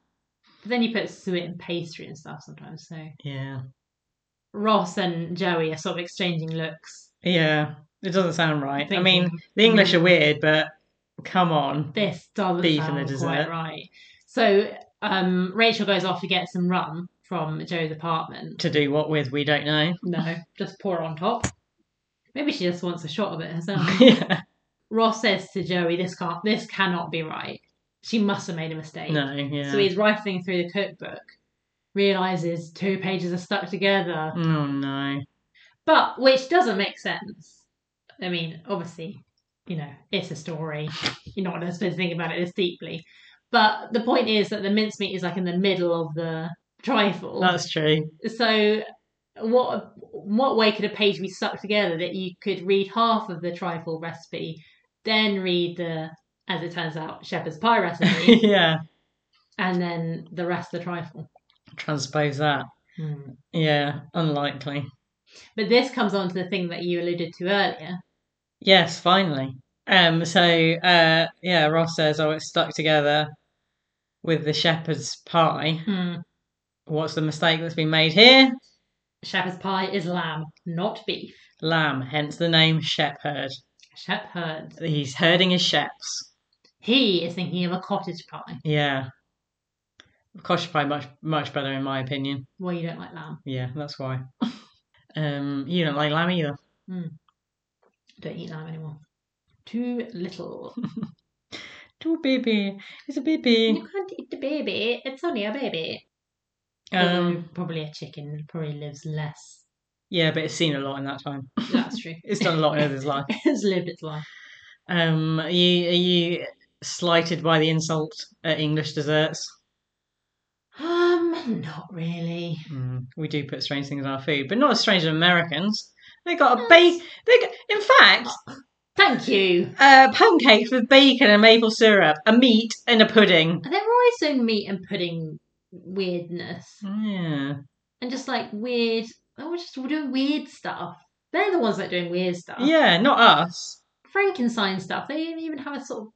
[SPEAKER 1] but then you put suet in pastry and stuff sometimes. So
[SPEAKER 2] Yeah,
[SPEAKER 1] Ross and Joey are sort of exchanging looks.
[SPEAKER 2] yeah. It doesn't sound right. I mean,
[SPEAKER 1] thinking,
[SPEAKER 2] the English are weird, but Come on.
[SPEAKER 1] This doesn't
[SPEAKER 2] Beefing
[SPEAKER 1] sound
[SPEAKER 2] it, isn't
[SPEAKER 1] quite
[SPEAKER 2] it?
[SPEAKER 1] right. So um, Rachel goes off to get some rum from Joe's apartment.
[SPEAKER 2] To do what with, we don't know.
[SPEAKER 1] No, just pour on top. Maybe she just wants a shot of it herself.
[SPEAKER 2] yeah.
[SPEAKER 1] Ross says to Joey, "This can't, this cannot be right. She must have made a mistake."
[SPEAKER 2] No, yeah.
[SPEAKER 1] So he's rifling through the cookbook, realizes two pages are stuck together,
[SPEAKER 2] Oh, no.
[SPEAKER 1] but which doesn't make sense. I mean, obviously, you know, it's a story. You're not supposed to think about it this deeply. But the point is that the mincemeat is like in the middle of the trifle.
[SPEAKER 2] That's true.
[SPEAKER 1] So, what what way could a page be stuck together that you could read half of the trifle recipe, then read the, as it turns out, shepherd's pie recipe,
[SPEAKER 2] yeah.
[SPEAKER 1] and then the rest of the trifle?
[SPEAKER 2] Transpose that. Yeah, unlikely.
[SPEAKER 1] But this comes on to the thing that you alluded to earlier.
[SPEAKER 2] Yes, finally. Um, so uh, yeah, Ross says, "Oh, it's stuck together with the shepherd's pie." What's the mistake that's been made here?
[SPEAKER 1] Shepherd's pie is lamb, not beef.
[SPEAKER 2] Lamb, hence the name shepherd.
[SPEAKER 1] Shepherd.
[SPEAKER 2] He's herding his sheps.
[SPEAKER 1] He is thinking of a cottage pie.
[SPEAKER 2] Yeah, cottage pie much much better in my opinion.
[SPEAKER 1] Well, you don't like lamb,
[SPEAKER 2] Yeah, that's why. um, you don't like lamb either.
[SPEAKER 1] don't eat lamb anymore. Too little.
[SPEAKER 2] Too baby, it's a baby.
[SPEAKER 1] you can't eat the baby. It's only a baby. Although
[SPEAKER 2] Um,
[SPEAKER 1] probably a chicken probably lives less.
[SPEAKER 2] yeah, but it's seen a lot in that time.
[SPEAKER 1] That's true.
[SPEAKER 2] It's done a lot in his life.
[SPEAKER 1] it's lived its life.
[SPEAKER 2] Um, are you are you slighted by the insult at English desserts?
[SPEAKER 1] Um, not really.
[SPEAKER 2] Mm, we do put strange things in our food, but not as strange as Americans. They got a
[SPEAKER 1] Yes.
[SPEAKER 2] bake. They got, in fact,
[SPEAKER 1] Thank you.
[SPEAKER 2] uh, pancakes with bacon and maple syrup, a meat and a pudding.
[SPEAKER 1] They're always doing meat and pudding weirdness.
[SPEAKER 2] Oh, Yeah,
[SPEAKER 1] and just like weird. Oh, we're just doing weird stuff. They're the ones that are doing weird stuff.
[SPEAKER 2] yeah, not us.
[SPEAKER 1] Frankenstein stuff. They don't even have a sort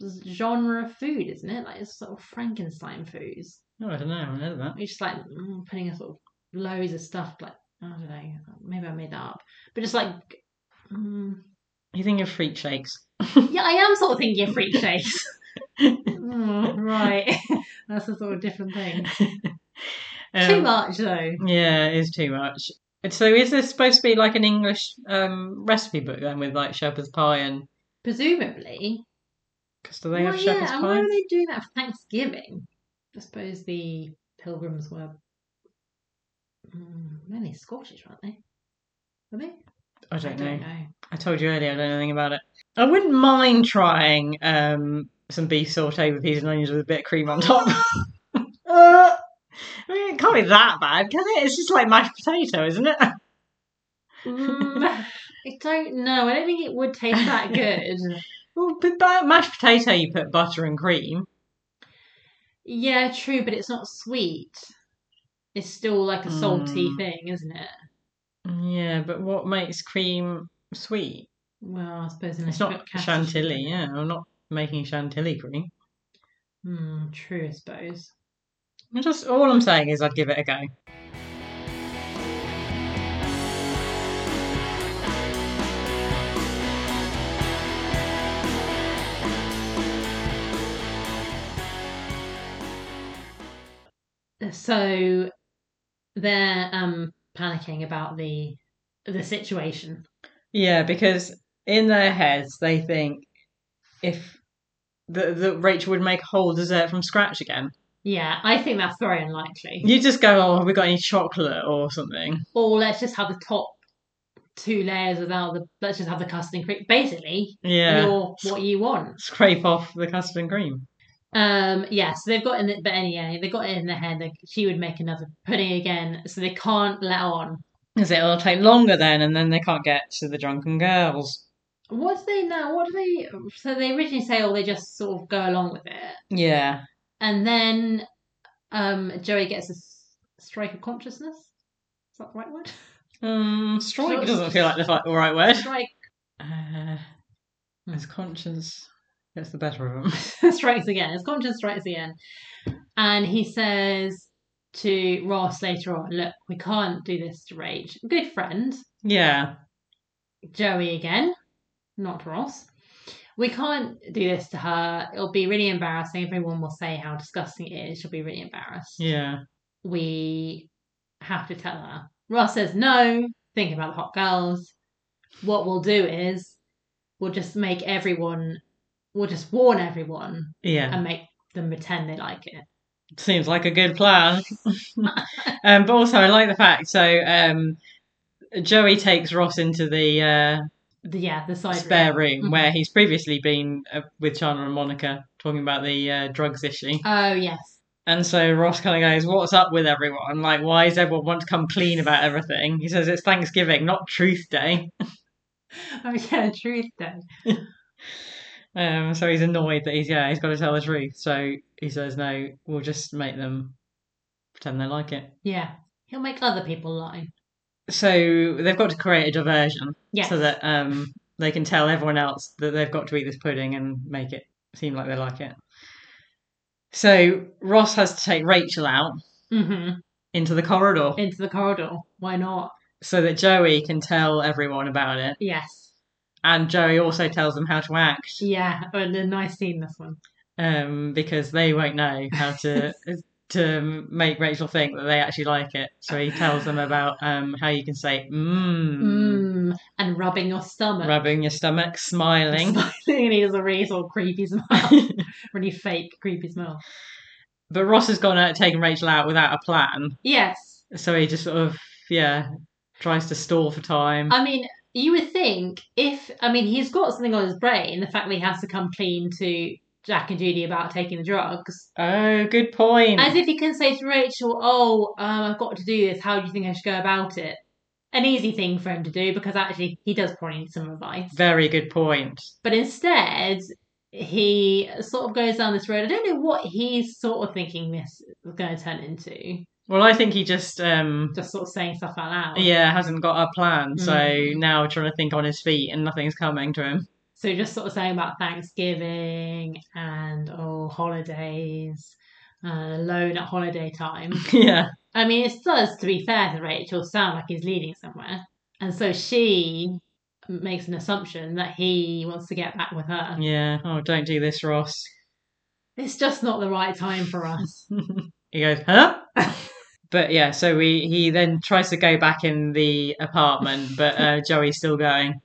[SPEAKER 1] of genre of food, isn't it? Like it's sort of Frankenstein foods.
[SPEAKER 2] No, Oh, I don't know. I haven't heard of that.
[SPEAKER 1] It's just like mm, putting a sort of loads of stuff. Like I don't know. Maybe I made that up, but just like. Mm,
[SPEAKER 2] You think of freak shakes?
[SPEAKER 1] yeah, I am sort of thinking of freak shakes. Mm, right, that's a sort of different thing. Too
[SPEAKER 2] Um,
[SPEAKER 1] much though.
[SPEAKER 2] Yeah, it is too much. And So is this supposed to be like an English um, recipe book then, with like shepherd's pie and?
[SPEAKER 1] Presumably,
[SPEAKER 2] Because do they
[SPEAKER 1] well,
[SPEAKER 2] have
[SPEAKER 1] yeah,
[SPEAKER 2] shepherd's
[SPEAKER 1] and
[SPEAKER 2] pie?
[SPEAKER 1] why were they doing that for Thanksgiving? I suppose the pilgrims were mm, mainly Scottish, weren't they? Were they?
[SPEAKER 2] I don't, know.
[SPEAKER 1] know.
[SPEAKER 2] I told you earlier, I don't know anything about it. I wouldn't mind trying um, some beef saute with peas and onions with a bit of cream on top. uh, I mean, it can't be that bad, can it? It's just like mashed potato, isn't it?
[SPEAKER 1] Mm, I don't know. I don't think it would taste that good.
[SPEAKER 2] Well, with that mashed potato, you put butter and cream.
[SPEAKER 1] yeah, true, but it's not sweet. It's still like a salty
[SPEAKER 2] Mm.
[SPEAKER 1] thing, isn't it?
[SPEAKER 2] Yeah, but what makes cream sweet?
[SPEAKER 1] Well, I suppose unless
[SPEAKER 2] It's
[SPEAKER 1] you've
[SPEAKER 2] not
[SPEAKER 1] got cashew
[SPEAKER 2] chantilly,
[SPEAKER 1] sugar.
[SPEAKER 2] yeah. I'm not making chantilly cream.
[SPEAKER 1] Mm, true, I suppose.
[SPEAKER 2] I'm just all I'm saying is I'd give it a go.
[SPEAKER 1] Uh, So they're um, panicking about the the situation.
[SPEAKER 2] Yeah, because in their heads they think if that that Rachel would make a whole dessert from scratch again.
[SPEAKER 1] Yeah, I think that's very unlikely.
[SPEAKER 2] You just go, oh, have we got any chocolate or something?
[SPEAKER 1] Or let's just have the top two layers without the. Let's just have the custard and cream. Basically,
[SPEAKER 2] Yeah,
[SPEAKER 1] your what you want.
[SPEAKER 2] scrape off the custard and cream.
[SPEAKER 1] Um, yeah, so they've got in. The, but anyway, they got it in their head that she would make another pudding again, so they can't let on.
[SPEAKER 2] Because it'll take longer then, and then they can't get to the drunken girls.
[SPEAKER 1] What do they now? What do they? So they originally say, "Oh, they just sort of go along with it,"
[SPEAKER 2] Yeah,
[SPEAKER 1] and then um, Joey gets a s- strike of consciousness. Is that the right word?
[SPEAKER 2] um, strike
[SPEAKER 1] Sure.
[SPEAKER 2] doesn't feel like the fi- the right word.
[SPEAKER 1] Strike
[SPEAKER 2] Uh, his conscience gets the better of him.
[SPEAKER 1] strikes again. His conscience strikes again. And he says to Ross later on, Look, we can't do this to Rach. Good friend,
[SPEAKER 2] yeah,
[SPEAKER 1] Joey again, not Ross. we can't do this to her. It'll be really embarrassing. Everyone will say how disgusting it is. She'll be really embarrassed.
[SPEAKER 2] Yeah.
[SPEAKER 1] We have to tell her. Ross says, no, think about the hot girls. What we'll do is we'll just make everyone, we'll just warn everyone
[SPEAKER 2] Yeah.
[SPEAKER 1] and make them pretend they like it.
[SPEAKER 2] Seems like a good plan. um, but also, I like the fact so um, Joey takes Ross into the uh,
[SPEAKER 1] The, yeah, the side
[SPEAKER 2] spare
[SPEAKER 1] room.
[SPEAKER 2] room
[SPEAKER 1] Mhm.
[SPEAKER 2] where he's previously been uh, with Chandler and Monica talking about the uh, drugs issue.
[SPEAKER 1] Oh, yes.
[SPEAKER 2] And so Ross kind of goes, What's up with everyone? Like, why does everyone want to come clean about everything? He says, It's Thanksgiving, not Truth Day.
[SPEAKER 1] Oh, yeah, truth day.
[SPEAKER 2] Um, so he's annoyed that he's, yeah, he's got to tell the truth. So he says, No, we'll just make them pretend they like it.
[SPEAKER 1] Yeah. He'll make other people lie.
[SPEAKER 2] So they've got to create a diversion
[SPEAKER 1] Yes.
[SPEAKER 2] so that um, they can tell everyone else that they've got to eat this pudding and make it seem like they like it. So Ross has to take Rachel out
[SPEAKER 1] hmm
[SPEAKER 2] into the corridor
[SPEAKER 1] Into the corridor. Why not?
[SPEAKER 2] so that Joey can tell everyone about it.
[SPEAKER 1] Yes.
[SPEAKER 2] and Joey also tells them how to act
[SPEAKER 1] Yeah. And a nice scene, this one.
[SPEAKER 2] um, because they won't know how to to make Rachel think that they actually like it. So he tells them about um, how you can say mmm,
[SPEAKER 1] Mm. And rubbing your stomach.
[SPEAKER 2] rubbing your stomach, smiling.
[SPEAKER 1] Smiling, and he has a really sort of creepy smile. really fake, creepy smile.
[SPEAKER 2] But Ross has gone out taking Rachel out without a plan,
[SPEAKER 1] Yes.
[SPEAKER 2] so he just sort of yeah tries to stall for time.
[SPEAKER 1] I mean, you would think if, I mean, he's got something on his brain, the fact that he has to come clean to Jack and Judy about taking the drugs.
[SPEAKER 2] oh, good point.
[SPEAKER 1] As if he can say to Rachel, "Oh, um, I've got to do this. How do you think I should go about it?" An easy thing for him to do because actually he does probably need some advice.
[SPEAKER 2] Very good point.
[SPEAKER 1] But instead, he sort of goes down this road. I don't know what he's sort of thinking this is going to turn into.
[SPEAKER 2] Well, I think he just um,
[SPEAKER 1] Just sort of saying stuff out loud.
[SPEAKER 2] yeah hasn't got a plan, so
[SPEAKER 1] Mm.
[SPEAKER 2] now trying to think on his feet and nothing's coming to him.
[SPEAKER 1] So just sort of saying about Thanksgiving and oh holidays, uh, alone at holiday time.
[SPEAKER 2] yeah.
[SPEAKER 1] I mean, it does, to be fair to Rachel, sound like he's leading somewhere. And so she makes an assumption that he wants to get back with her.
[SPEAKER 2] Yeah. Oh, don't do this, Ross.
[SPEAKER 1] It's just not the right time for us.
[SPEAKER 2] he goes, huh? but yeah, so we he then tries to go back in the apartment, but uh, Joey's still going.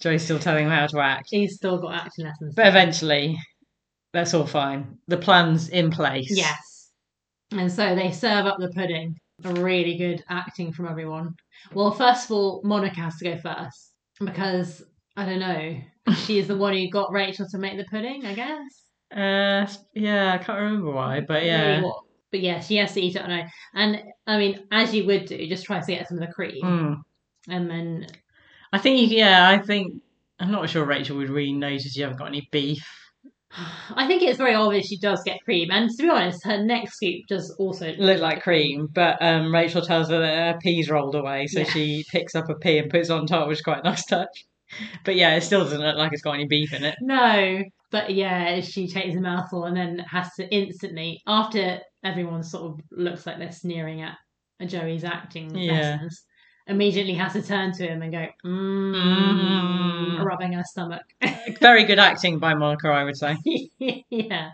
[SPEAKER 2] Joey's still telling him how to act.
[SPEAKER 1] He's still got action lessons.
[SPEAKER 2] But eventually, that's all fine. The plan's in place.
[SPEAKER 1] yes. And so they serve up the pudding. A really good acting from everyone. Well, first of all, Monica has to go first because I don't know. She's the one who got Rachel to make the pudding, I guess.
[SPEAKER 2] Uh, yeah, I can't remember why, but
[SPEAKER 1] Really
[SPEAKER 2] yeah.
[SPEAKER 1] what- But yeah, she has to eat it on her own. And I mean, as you would do, just tries to get some of the cream.
[SPEAKER 2] Mm.
[SPEAKER 1] And then,
[SPEAKER 2] I think, you, yeah, I think, I'm not sure Rachel would really notice you haven't got any beef.
[SPEAKER 1] I think it's very obvious she does get cream. And to be honest, her next scoop does also
[SPEAKER 2] Look like cream, but um, Rachel tells her that her pea's rolled away, so
[SPEAKER 1] Yeah.
[SPEAKER 2] she picks up a pea and puts it on top, which is quite a nice touch. But yeah, it still doesn't look like it's got any beef in it.
[SPEAKER 1] No. But yeah, she takes a mouthful and then has to instantly, after everyone sort of looks like they're sneering at Joey's acting
[SPEAKER 2] Yeah.
[SPEAKER 1] lessons, immediately has to turn to him and go, mm,
[SPEAKER 2] Mm.
[SPEAKER 1] rubbing her stomach.
[SPEAKER 2] Very good acting by Monica, I would say.
[SPEAKER 1] yeah.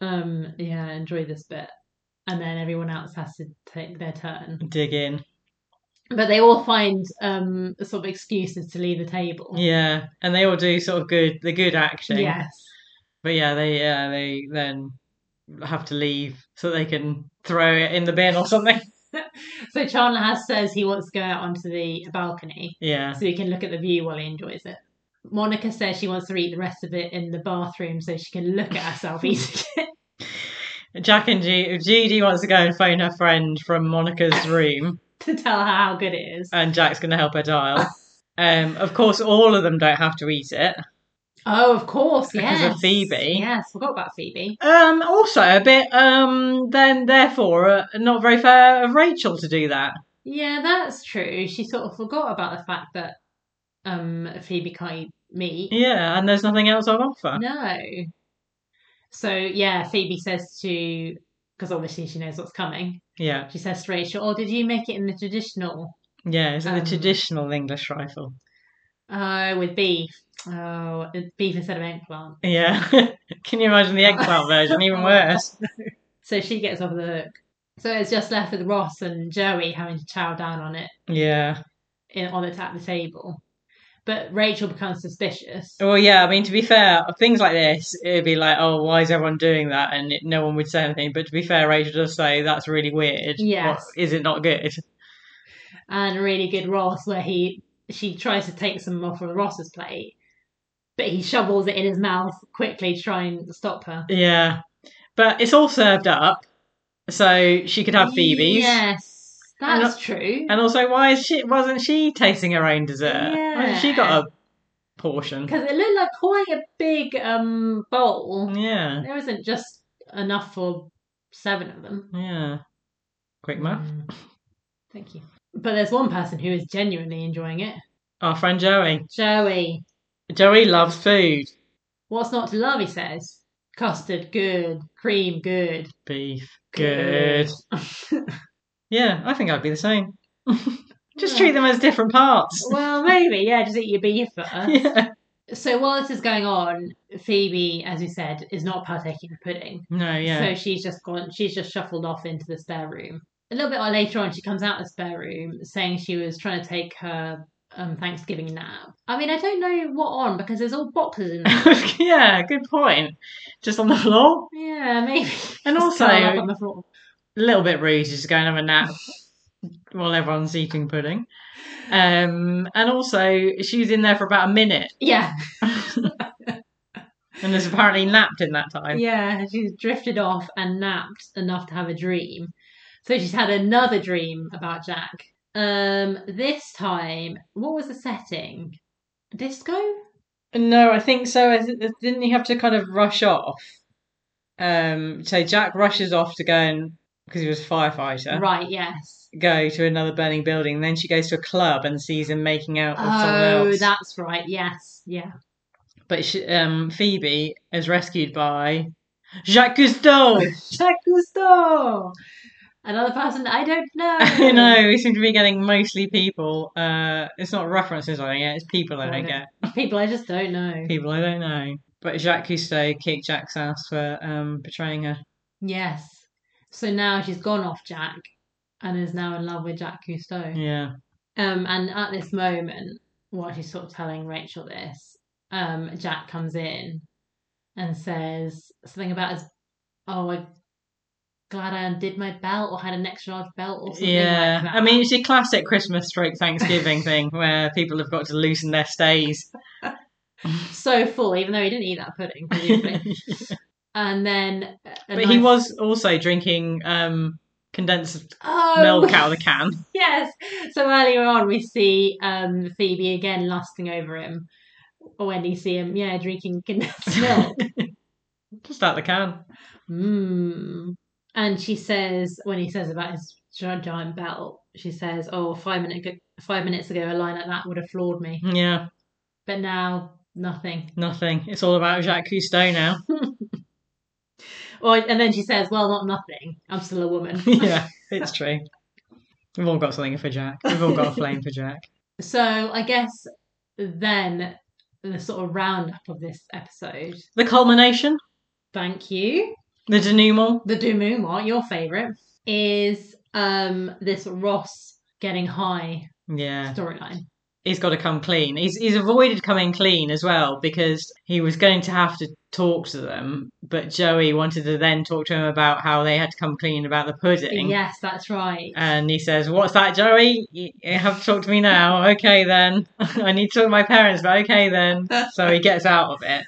[SPEAKER 1] Um, yeah, I enjoy this bit. And then everyone else has to take their turn.
[SPEAKER 2] Dig in.
[SPEAKER 1] But they all find um sort of excuses to leave the table.
[SPEAKER 2] Yeah, and they all do sort of good, the good acting.
[SPEAKER 1] Yes.
[SPEAKER 2] But yeah, they yeah they then have to leave so they can throw it in the bin or something.
[SPEAKER 1] So Chandler has says he wants to go out onto the balcony
[SPEAKER 2] Yeah.
[SPEAKER 1] so he can look at the view while he enjoys it. Monica says she wants to eat the rest of it in the bathroom so she can look at herself eating it.
[SPEAKER 2] Jack and Ju- Judy wants to go and phone her friend from Monica's room.
[SPEAKER 1] to tell her how good it is.
[SPEAKER 2] and Jack's going to help her dial. um, of course, all of them don't have to eat it.
[SPEAKER 1] Oh, of course, yes.
[SPEAKER 2] Because of Phoebe.
[SPEAKER 1] Yes, forgot about Phoebe.
[SPEAKER 2] Um, also, a bit um, then therefore uh, not very fair of Rachel to do that.
[SPEAKER 1] Yeah, that's true. She sort of forgot about the fact that um Phoebe can't eat meat.
[SPEAKER 2] Yeah, and there's nothing else on offer.
[SPEAKER 1] No. So yeah, Phoebe says to because obviously she knows what's coming.
[SPEAKER 2] Yeah,
[SPEAKER 1] She says to Rachel, "Oh, did you make it in the traditional?"
[SPEAKER 2] yeah, it's the
[SPEAKER 1] Um,
[SPEAKER 2] traditional English rifle.
[SPEAKER 1] Oh, with beef. Oh, it's beef instead of eggplant.
[SPEAKER 2] Yeah. Can you imagine the eggplant version? Even worse.
[SPEAKER 1] So she gets off the hook. So it's just left with Ross and Joey having to chow down on it
[SPEAKER 2] Yeah.
[SPEAKER 1] in, on it at the table. But Rachel becomes suspicious.
[SPEAKER 2] Well, yeah. I mean, to be fair, things like this, it'd be like, oh, why is everyone doing that? And it, no one would say anything. But to be fair, Rachel does say that's really weird.
[SPEAKER 1] Yes.
[SPEAKER 2] What- Is it not good?
[SPEAKER 1] And a really good Ross where he she tries to take some off of Ross's plate, but he shovels it in his mouth quickly to try and stop her.
[SPEAKER 2] Yeah. But it's all served up, so she could have Phoebe's.
[SPEAKER 1] Yes, that's
[SPEAKER 2] And
[SPEAKER 1] true.
[SPEAKER 2] And also, why is she? Wasn't she tasting her own dessert? Why hasn't she got a portion?
[SPEAKER 1] Because it looked like quite a big um bowl.
[SPEAKER 2] Yeah.
[SPEAKER 1] There isn't just enough for seven of them.
[SPEAKER 2] Yeah. Quick math.
[SPEAKER 1] Mm. Thank you. But there's one person who is genuinely enjoying it.
[SPEAKER 2] Our friend Joey.
[SPEAKER 1] Joey.
[SPEAKER 2] Joey loves food.
[SPEAKER 1] What's not to love, he says. Custard, good. Cream, good.
[SPEAKER 2] Beef. Good. Yeah, I think I'd be the same. Just treat them as different parts.
[SPEAKER 1] well, maybe, yeah, just eat your beef first.
[SPEAKER 2] Yeah.
[SPEAKER 1] So while this is going on, Phoebe, as we said, is not partaking of pudding.
[SPEAKER 2] No, yeah.
[SPEAKER 1] So she's just gone. She's just shuffled off into the spare room. A little bit later on, she comes out of the spare room saying she was trying to take her um, Thanksgiving nap. I mean, I don't know what on because there's all boxes in there.
[SPEAKER 2] yeah, good point. Just on the floor.
[SPEAKER 1] yeah, maybe.
[SPEAKER 2] And
[SPEAKER 1] Just
[SPEAKER 2] also,
[SPEAKER 1] curl up
[SPEAKER 2] a
[SPEAKER 1] on the floor.
[SPEAKER 2] little bit rude to just go and have a nap while everyone's eating pudding. Um, and also, she's in there for about a minute
[SPEAKER 1] Yeah,
[SPEAKER 2] and has apparently napped in that time.
[SPEAKER 1] yeah. She's drifted off and napped enough to have a dream. So she's had another dream about Jack. Um, this time, what was the setting? Disco?
[SPEAKER 2] No, I think so. I th- didn't he have to kind of rush off? Um, so Jack rushes off to go and because he was a firefighter,
[SPEAKER 1] Right. Yes.
[SPEAKER 2] go to another burning building. then she goes to a club and sees him making out with someone
[SPEAKER 1] Oh,
[SPEAKER 2] else.
[SPEAKER 1] that's right. Yes. Yeah.
[SPEAKER 2] But she, um, Phoebe is rescued by Jacques Cousteau.
[SPEAKER 1] Jacques Cousteau. Another person that I don't know.
[SPEAKER 2] I know we seem to be getting mostly people. Uh, it's not references I don't get; it's people I
[SPEAKER 1] Oh,
[SPEAKER 2] don't
[SPEAKER 1] no.
[SPEAKER 2] get.
[SPEAKER 1] People I just don't know.
[SPEAKER 2] People I don't know. But Jacques Cousteau kicked Jack's ass for um, betraying her.
[SPEAKER 1] Yes. So now she's gone off Jack and is now in love with Jack Cousteau.
[SPEAKER 2] Yeah.
[SPEAKER 1] Um, and at this moment, while she's sort of telling Rachel this, um, Jack comes in and says something about his, oh, I'm glad I undid my belt or had an extra large belt or something
[SPEAKER 2] Yeah,
[SPEAKER 1] like that.
[SPEAKER 2] I mean it's your classic Christmas stroke Thanksgiving thing where people have got to loosen their stays.
[SPEAKER 1] so full, even though he didn't eat that pudding, presumably. and then, uh, a
[SPEAKER 2] but he
[SPEAKER 1] nice-
[SPEAKER 2] was also drinking um, condensed
[SPEAKER 1] oh,
[SPEAKER 2] milk out of the can.
[SPEAKER 1] yes. So earlier on, we see um, Phoebe again lusting over him, when you see him, yeah, drinking condensed milk.
[SPEAKER 2] Just out of the can.
[SPEAKER 1] mm. And she says, when he says about his gi- giant belt, she says, "Oh, five minute ago, five minutes ago, a line like that would have floored me,
[SPEAKER 2] Yeah,
[SPEAKER 1] but now nothing."
[SPEAKER 2] nothing. It's all about Jacques Cousteau now.
[SPEAKER 1] Or and then she says, "Well, not nothing. I'm still a woman."
[SPEAKER 2] yeah, it's true. We've all got something for Jack. We've all got a flame for Jack.
[SPEAKER 1] So I guess then the sort of roundup of this episode.
[SPEAKER 2] The culmination,
[SPEAKER 1] Thank you.
[SPEAKER 2] the denouement.
[SPEAKER 1] The Do Moon, what your favourite is um this Ross getting high
[SPEAKER 2] Yeah,
[SPEAKER 1] storyline.
[SPEAKER 2] he's got to come clean. He's he's avoided coming clean as well because he was going to have to talk to them, but Joey wanted to then talk to him about how they had to come clean about the pudding.
[SPEAKER 1] Yes, that's right.
[SPEAKER 2] And he says, "What's that, Joey? You you have to talk to me now. Okay, then. I need to talk to my parents, but okay, then." So he gets out of it.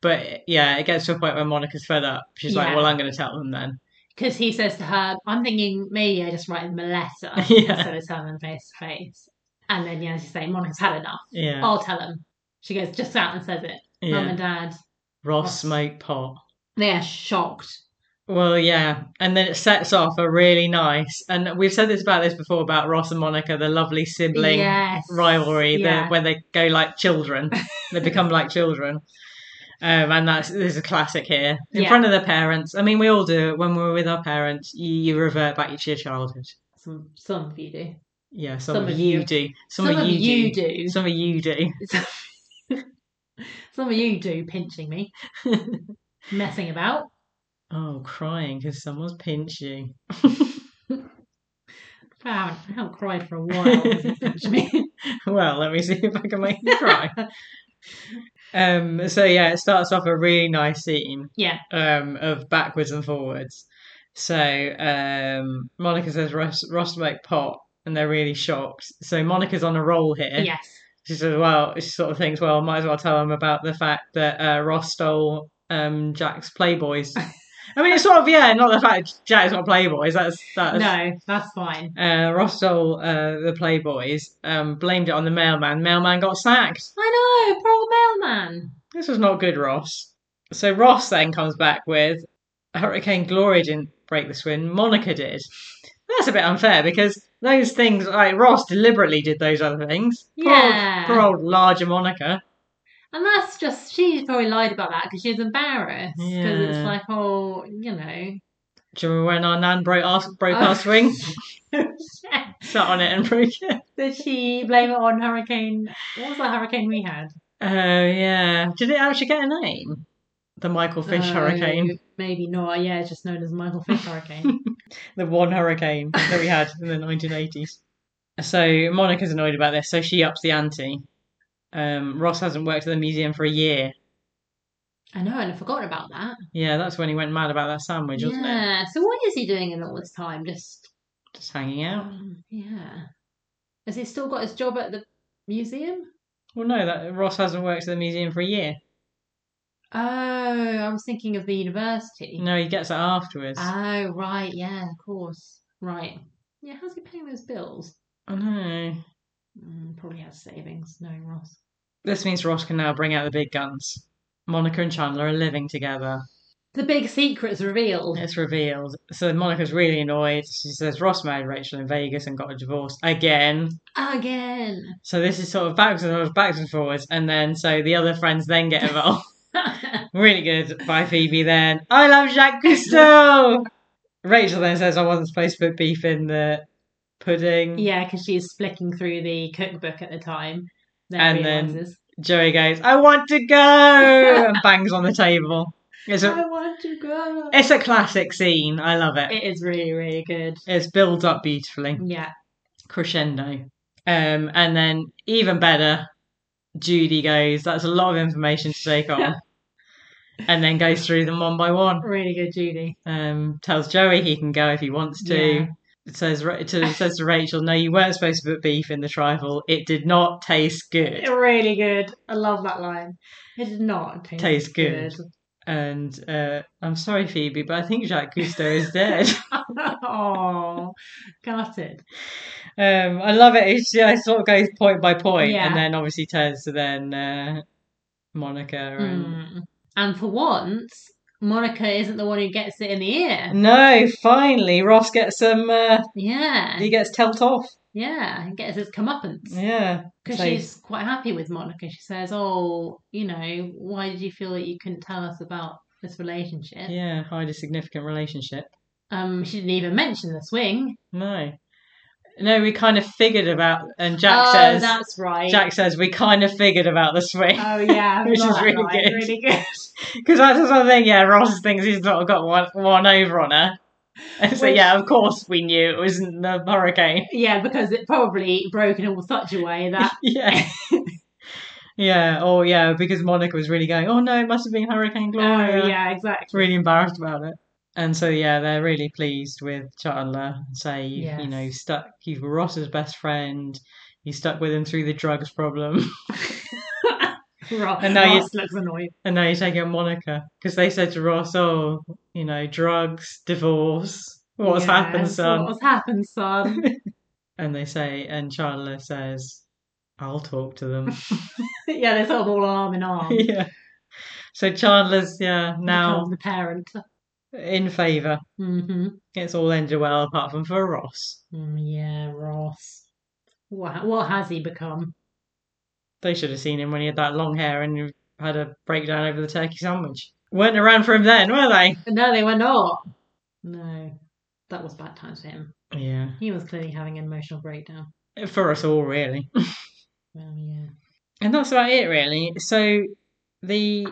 [SPEAKER 2] But yeah, it gets to a point where Monica's fed up. She's like,
[SPEAKER 1] Yeah.
[SPEAKER 2] "Well, I'm going to tell them then."
[SPEAKER 1] Because he says to her, I'm thinking maybe I just write him a letter
[SPEAKER 2] Yeah.
[SPEAKER 1] instead of telling him face to face. And then yeah, as you say, Monica's had enough.
[SPEAKER 2] Yeah,
[SPEAKER 1] I'll tell him. She goes just out and says it. Mum
[SPEAKER 2] yeah.
[SPEAKER 1] and dad,
[SPEAKER 2] Ross smoked pot.
[SPEAKER 1] they are shocked.
[SPEAKER 2] Well, yeah, and then it sets off a really nice. And we've said this about this before about Ross and Monica, the lovely sibling
[SPEAKER 1] yes.
[SPEAKER 2] rivalry,
[SPEAKER 1] Yeah.
[SPEAKER 2] the, where they go like children, they become like children. Um, and that's there's a classic here in
[SPEAKER 1] Yeah.
[SPEAKER 2] front of their parents. I mean, we all do it when we're with our parents. You, you revert back to your childhood.
[SPEAKER 1] Some some of you do.
[SPEAKER 2] Yeah, some, of you, do. Some,
[SPEAKER 1] Some
[SPEAKER 2] of you, do.
[SPEAKER 1] do.
[SPEAKER 2] Some of you do.
[SPEAKER 1] Some of you do pinching me, messing about.
[SPEAKER 2] Oh, crying because someone's pinched you.
[SPEAKER 1] I haven't, I haven't cried for a while. since you pinched me.
[SPEAKER 2] Well, let me see if I can make you cry. um, so yeah, it starts off a really nice scene.
[SPEAKER 1] Yeah.
[SPEAKER 2] Um, of backwards and forwards. So um, Monica says Ross, Ross make pot, and they're really shocked. So Monica's on a roll here.
[SPEAKER 1] yes.
[SPEAKER 2] She says, well, she sort of thinks, well, might as well tell them about the fact that uh, Ross stole um, Jack's Playboys. I mean, it's sort of, yeah, not the fact Jack's got Playboys. That's, that's
[SPEAKER 1] No, that's fine.
[SPEAKER 2] Uh, Ross stole uh, the Playboys, um, blamed it on the mailman. Mailman got sacked.
[SPEAKER 1] I know, poor old mailman.
[SPEAKER 2] This was not good, Ross. So Ross then comes back with Hurricane Glory didn't break the swing, Monica did. That's a bit unfair because those things, like Ross deliberately did those other things. Poor old-
[SPEAKER 1] Yeah.
[SPEAKER 2] Poor old larger Monica.
[SPEAKER 1] And that's just, she probably lied about that because she was embarrassed. Because it's
[SPEAKER 2] Yeah.
[SPEAKER 1] like, oh, you know.
[SPEAKER 2] Do you remember when our nan broke our, broke
[SPEAKER 1] Oh.
[SPEAKER 2] our swing? Sat on it and broke it.
[SPEAKER 1] Did she blame it on Hurricane? What was that hurricane we had?
[SPEAKER 2] Oh, yeah. Did it actually get a name? The Michael Fish
[SPEAKER 1] Oh,
[SPEAKER 2] hurricane.
[SPEAKER 1] Maybe not. Yeah, it's just known as Michael Fish Hurricane.
[SPEAKER 2] The one hurricane that we had in the 1980s. So Monica's annoyed about this, so she ups the ante. Um, Ross hasn't worked at the museum for a year.
[SPEAKER 1] I know, and I forgot about that.
[SPEAKER 2] Yeah, that's when he went mad about that sandwich, wasn't it?
[SPEAKER 1] yeah. So what is he doing in all this time? Just
[SPEAKER 2] Just hanging out.
[SPEAKER 1] um, yeah. Has he still got his job at the museum?
[SPEAKER 2] Well, no, that Ross hasn't worked at the museum for a year.
[SPEAKER 1] Oh, I was thinking of the university.
[SPEAKER 2] No, he gets it afterwards.
[SPEAKER 1] Oh, right. Yeah, of course. Right. Yeah. How's he paying those bills?
[SPEAKER 2] I know.
[SPEAKER 1] Mm, probably has savings, knowing Ross.
[SPEAKER 2] This means Ross can now bring out the big guns. Monica and Chandler are living together.
[SPEAKER 1] The big secret's revealed.
[SPEAKER 2] It's revealed. So Monica's really annoyed. She says Ross married Rachel in Vegas and got a divorce again.
[SPEAKER 1] Again.
[SPEAKER 2] So this is sort of backwards and forwards, backwards and forwards, and then so the other friends then get involved. really good by Phoebe. Then I love Jacques Cousteau. Rachel then says I wasn't supposed to put beef in the pudding.
[SPEAKER 1] Yeah, because she's flicking through the cookbook at the time. Then
[SPEAKER 2] And then-
[SPEAKER 1] realizes,
[SPEAKER 2] Joey goes I want to go and bangs on the table. It's a
[SPEAKER 1] I want to go.
[SPEAKER 2] it's a classic scene. I love it.
[SPEAKER 1] It is really, really good.
[SPEAKER 2] It's builds up beautifully.
[SPEAKER 1] Yeah.
[SPEAKER 2] crescendo. Um, and then even better, Judy goes, that's a lot of information to take on. and then goes through them one by one.
[SPEAKER 1] Really good, Judy.
[SPEAKER 2] Um, tells Joey he can go if he wants to.
[SPEAKER 1] Yeah.
[SPEAKER 2] Says Ra- to says to Rachel, no, you weren't supposed to put beef in the trifle. It did not taste good.
[SPEAKER 1] Really good. I love that line. It did not taste,
[SPEAKER 2] Taste good. And uh, I'm sorry, Phoebe, but I think Jacques Cousteau is dead.
[SPEAKER 1] oh, gutted.
[SPEAKER 2] Um, I love it. It's, yeah, it sort of goes point by point,
[SPEAKER 1] Yeah.
[SPEAKER 2] and then obviously turns to then uh, Monica. And...
[SPEAKER 1] Mm. And for once, Monica isn't the one who gets it in the ear.
[SPEAKER 2] No, finally, Ross gets some. Uh,
[SPEAKER 1] Yeah,
[SPEAKER 2] he gets telt off.
[SPEAKER 1] yeah, and gets his comeuppance
[SPEAKER 2] Yeah,
[SPEAKER 1] because
[SPEAKER 2] So-
[SPEAKER 1] she's quite happy with Monica. She says, "Oh, you know, why did you feel that you couldn't tell us about this relationship?"
[SPEAKER 2] yeah, hide a significant relationship.
[SPEAKER 1] Um, she didn't even mention the swing.
[SPEAKER 2] No, no, we kind of figured about, and Jack
[SPEAKER 1] oh,
[SPEAKER 2] says,
[SPEAKER 1] that's right.
[SPEAKER 2] Jack says we kind of figured about the swing
[SPEAKER 1] Oh yeah, I
[SPEAKER 2] Which is
[SPEAKER 1] forgot that
[SPEAKER 2] really
[SPEAKER 1] line.
[SPEAKER 2] good.
[SPEAKER 1] Really good.
[SPEAKER 2] because that's the sort of thing. Yeah, Ross thinks he's not got one, one over on her. And so
[SPEAKER 1] Which-
[SPEAKER 2] yeah, of course we knew it wasn't the hurricane.
[SPEAKER 1] Yeah, because it probably broke in all such a way that
[SPEAKER 2] yeah. yeah. Oh, yeah. Because Monica was really going, oh, no, it must have been Hurricane
[SPEAKER 1] oh
[SPEAKER 2] Gloria.
[SPEAKER 1] yeah, exactly.
[SPEAKER 2] Really embarrassed about it. And so, yeah, they're really pleased with Chandler. Say, you- you
[SPEAKER 1] Yes.
[SPEAKER 2] know, you've stuck, you were Ross's best friend. You stuck with him through the drugs problem.
[SPEAKER 1] Ross,
[SPEAKER 2] And now you-
[SPEAKER 1] Ross looks annoyed.
[SPEAKER 2] and now you're taking Monica. Because they said to Ross, oh, you know, drugs, divorce. What's
[SPEAKER 1] Yes,
[SPEAKER 2] happened, son?
[SPEAKER 1] What's happened, son?
[SPEAKER 2] And they say, and Chandler says, I'll talk to them.
[SPEAKER 1] yeah, they're sort of all arm in arm.
[SPEAKER 2] yeah. So Chandler's, yeah, now
[SPEAKER 1] Becomes the parent.
[SPEAKER 2] in favour.
[SPEAKER 1] hmm
[SPEAKER 2] It's all ended well, apart from for Ross.
[SPEAKER 1] Mm, yeah, Ross. What, what has he become?
[SPEAKER 2] They should have seen him when he had that long hair and he had a breakdown over the turkey sandwich. Weren't around for him then, were they?
[SPEAKER 1] No, they were not. No, that was bad times for him.
[SPEAKER 2] Yeah.
[SPEAKER 1] He was clearly having an emotional breakdown.
[SPEAKER 2] for us all, really.
[SPEAKER 1] Well, yeah.
[SPEAKER 2] And that's about it, really. So the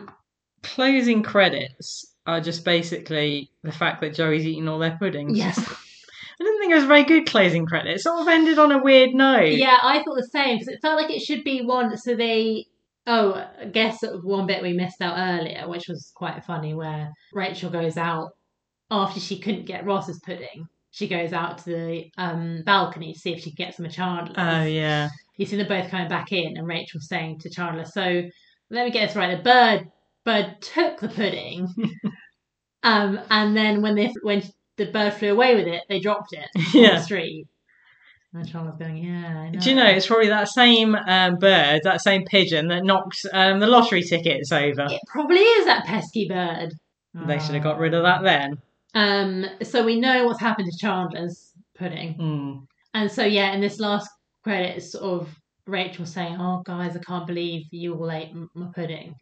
[SPEAKER 2] closing credits are just basically the fact that Joey's eaten all their puddings.
[SPEAKER 1] Yes.
[SPEAKER 2] I didn't think it was very good closing credit. It sort of ended on a weird note.
[SPEAKER 1] Yeah, I thought the same because it felt like it should be one. So they, oh, I guess that one bit we missed out earlier, which was quite funny, where Rachel goes out after she couldn't get Ross's pudding. She goes out to the um, balcony to see if she can get some of Chandler's.
[SPEAKER 2] Oh yeah.
[SPEAKER 1] You see them both coming back in, and Rachel saying to Chandler, "So let me get this right. The bird, bird took the pudding, um, and then when they when the bird flew away with it, they dropped it on
[SPEAKER 2] Yeah.
[SPEAKER 1] the street." And Chandler's going, "Yeah, I
[SPEAKER 2] Do you know it's probably that same um, bird, that same pigeon that knocked um, the lottery tickets over.
[SPEAKER 1] It probably is that pesky bird. Ah.
[SPEAKER 2] They should have got rid of that then.
[SPEAKER 1] Um, so we know what's happened to Chandler's pudding,
[SPEAKER 2] Mm.
[SPEAKER 1] and so yeah, in this last credit, it's sort of Rachel saying, "Oh guys, I can't believe you all ate m- my pudding.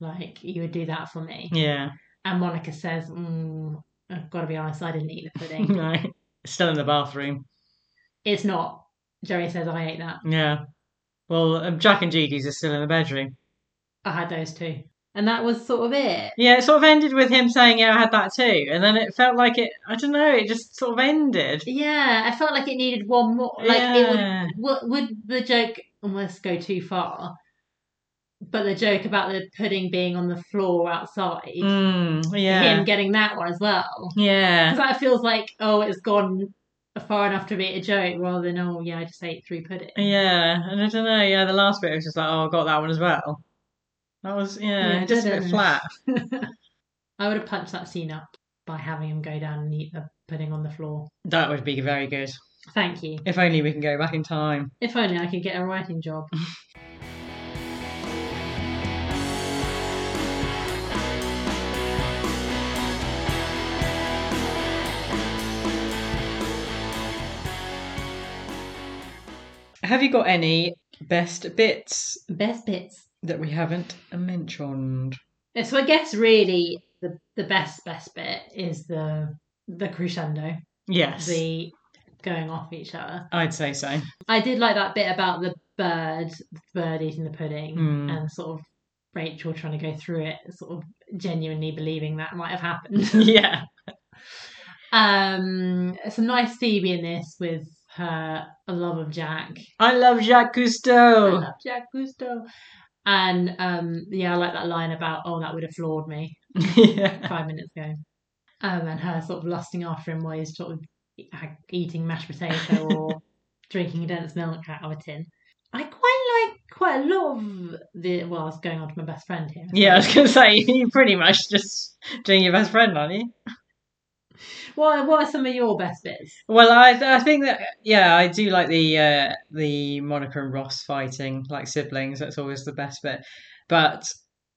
[SPEAKER 1] Like you would do that for me."
[SPEAKER 2] Yeah.
[SPEAKER 1] And Monica says, mm, "I've got to be honest, I didn't eat the pudding.
[SPEAKER 2] no. Still in the bathroom.
[SPEAKER 1] it's not." Joey says, "I ate that.
[SPEAKER 2] Yeah. Well, um, Jack and Judy's are still in the bedroom.
[SPEAKER 1] I had those two, and that was sort of it."
[SPEAKER 2] Yeah, it sort of ended with him saying, "Yeah, I had that too," and then it felt like it. I don't know. It just sort of ended.
[SPEAKER 1] Yeah, I felt like it needed one more. Like it would
[SPEAKER 2] yeah.
[SPEAKER 1] Would, would the joke almost go too far? But the joke about the pudding being on the floor outside,
[SPEAKER 2] Mm, yeah.
[SPEAKER 1] him getting that one as well,
[SPEAKER 2] Yeah.
[SPEAKER 1] because that feels like oh, it's gone far enough to be a joke rather than oh yeah, I just ate three puddings.
[SPEAKER 2] Yeah, and I don't know. Yeah, the last bit was just like, oh, I got that one as well. That was yeah,
[SPEAKER 1] Yeah, I
[SPEAKER 2] just a bit
[SPEAKER 1] dunno.
[SPEAKER 2] flat.
[SPEAKER 1] I would have punched that scene up by having him go down and eat the pudding on the floor.
[SPEAKER 2] That would be very good.
[SPEAKER 1] Thank you.
[SPEAKER 2] If only we can go back in time.
[SPEAKER 1] If only I could get a writing job.
[SPEAKER 2] Have you got any best bits
[SPEAKER 1] Best bits.
[SPEAKER 2] that we haven't mentioned?
[SPEAKER 1] Yeah, So I guess really the the best best bit is the the crescendo.
[SPEAKER 2] Yes,
[SPEAKER 1] the going off each other.
[SPEAKER 2] I'd say so.
[SPEAKER 1] I did like that bit about the bird, the bird eating the pudding,
[SPEAKER 2] Hmm.
[SPEAKER 1] and sort of Rachel trying to go through it, sort of genuinely believing that might have happened.
[SPEAKER 2] yeah,
[SPEAKER 1] um, some nice Phoebe in this with her a love of Jack,
[SPEAKER 2] I love Jacques
[SPEAKER 1] I
[SPEAKER 2] Cousteau.
[SPEAKER 1] love Jack Gusto, and um, yeah, I like that line about oh that would have floored me
[SPEAKER 2] yeah,
[SPEAKER 1] five minutes ago, um, and her sort of lusting after him while he's sort of e- eating mashed potato or drinking condensed milk out of a tin. I quite like quite a lot of the. Well, I was going on to my best friend here.
[SPEAKER 2] yeah. I was gonna say you pretty much just doing your best friend, aren't you?
[SPEAKER 1] What What are some of your best bits?
[SPEAKER 2] Well, I I think that yeah, I do like the uh, the Monica and Ross fighting like siblings. That's always the best bit. But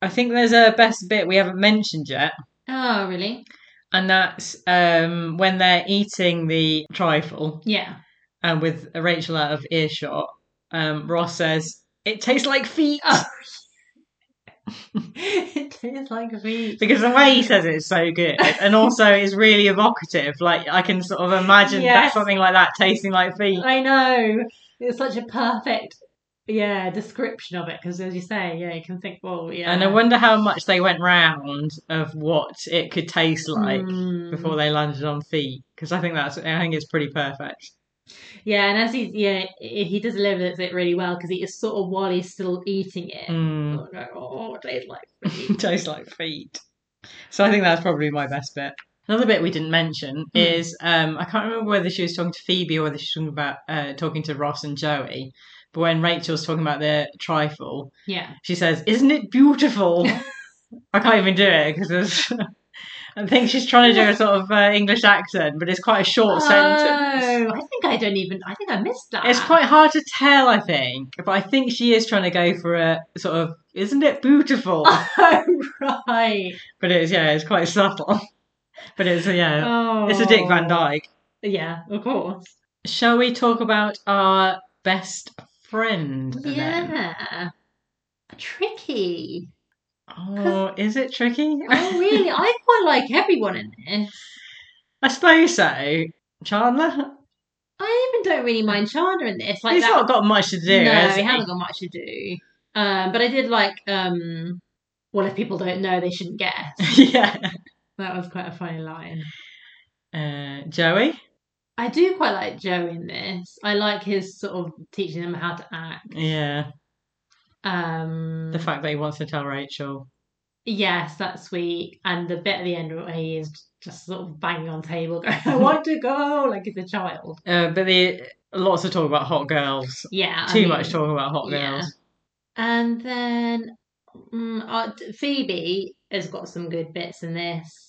[SPEAKER 2] I think there's a best bit we haven't mentioned yet,
[SPEAKER 1] Oh, really?
[SPEAKER 2] and that's um, when they're eating the trifle
[SPEAKER 1] Yeah.
[SPEAKER 2] and with Rachel out of earshot. Um, Ross says it tastes like feet
[SPEAKER 1] it tastes like meat.
[SPEAKER 2] because the way he says it is so good, and also it's really evocative. Like I can sort of imagine
[SPEAKER 1] Yes.
[SPEAKER 2] that something like that tasting like feet.
[SPEAKER 1] I know. It's such a perfect, yeah, description of it because, as you say, yeah, you can think, well, yeah.
[SPEAKER 2] And I wonder how much they went round of what it could taste like
[SPEAKER 1] Mm.
[SPEAKER 2] before they landed on feet, because I think that's I think it's pretty perfect.
[SPEAKER 1] Yeah, and as he's yeah, i- he does delivers it really well because he is sort of while he's still eating it.
[SPEAKER 2] Mm,
[SPEAKER 1] Oh, no, oh, it tastes like
[SPEAKER 2] tastes like feet. So I think that's probably my best bit. Another bit we didn't mention
[SPEAKER 1] Mm.
[SPEAKER 2] is um, I can't remember whether she was talking to Phoebe or whether she was talking about uh, talking to Ross and Joey. But when Rachel's talking about the trifle,
[SPEAKER 1] yeah,
[SPEAKER 2] she says, "Isn't it beautiful?" I can't even do it because I think she's trying to do a sort of uh, English accent, but it's quite a short sentence.
[SPEAKER 1] Oh, I think I don't even. I think I missed that.
[SPEAKER 2] It's quite hard to tell, I think, but I think she is trying to go for a sort of "Isn't it beautiful?"
[SPEAKER 1] Oh right.
[SPEAKER 2] but it's yeah, it's quite subtle. But it's yeah,
[SPEAKER 1] Oh,
[SPEAKER 2] it's a Dick Van Dyke.
[SPEAKER 1] Yeah, of course.
[SPEAKER 2] Shall we talk about our best friend? then?
[SPEAKER 1] Yeah. Tricky.
[SPEAKER 2] Oh, is it tricky?
[SPEAKER 1] Oh, really? I quite like everyone in this.
[SPEAKER 2] I suppose so. Chandler.
[SPEAKER 1] I even don't really mind Chandler in this. Like
[SPEAKER 2] He's
[SPEAKER 1] that,
[SPEAKER 2] not got much to do.
[SPEAKER 1] no,
[SPEAKER 2] has
[SPEAKER 1] he hasn't got much to do. Um, but I did like. Um, well, if people don't know, they shouldn't guess.
[SPEAKER 2] yeah.
[SPEAKER 1] That was quite a funny line.
[SPEAKER 2] Uh, Joey.
[SPEAKER 1] I do quite like Joe in this. I like his sort of teaching them how to act.
[SPEAKER 2] Yeah.
[SPEAKER 1] Um,
[SPEAKER 2] The fact that he wants to tell Rachel.
[SPEAKER 1] yes, that's sweet. And the bit at the end where he is just sort of banging on the table, going, "I want to go," like he's a child.
[SPEAKER 2] Uh, but the lots of talk about hot girls.
[SPEAKER 1] Yeah, I
[SPEAKER 2] Too
[SPEAKER 1] mean-
[SPEAKER 2] much talk about hot
[SPEAKER 1] yeah.
[SPEAKER 2] girls.
[SPEAKER 1] And then mm, uh, Phoebe has got some good bits in this.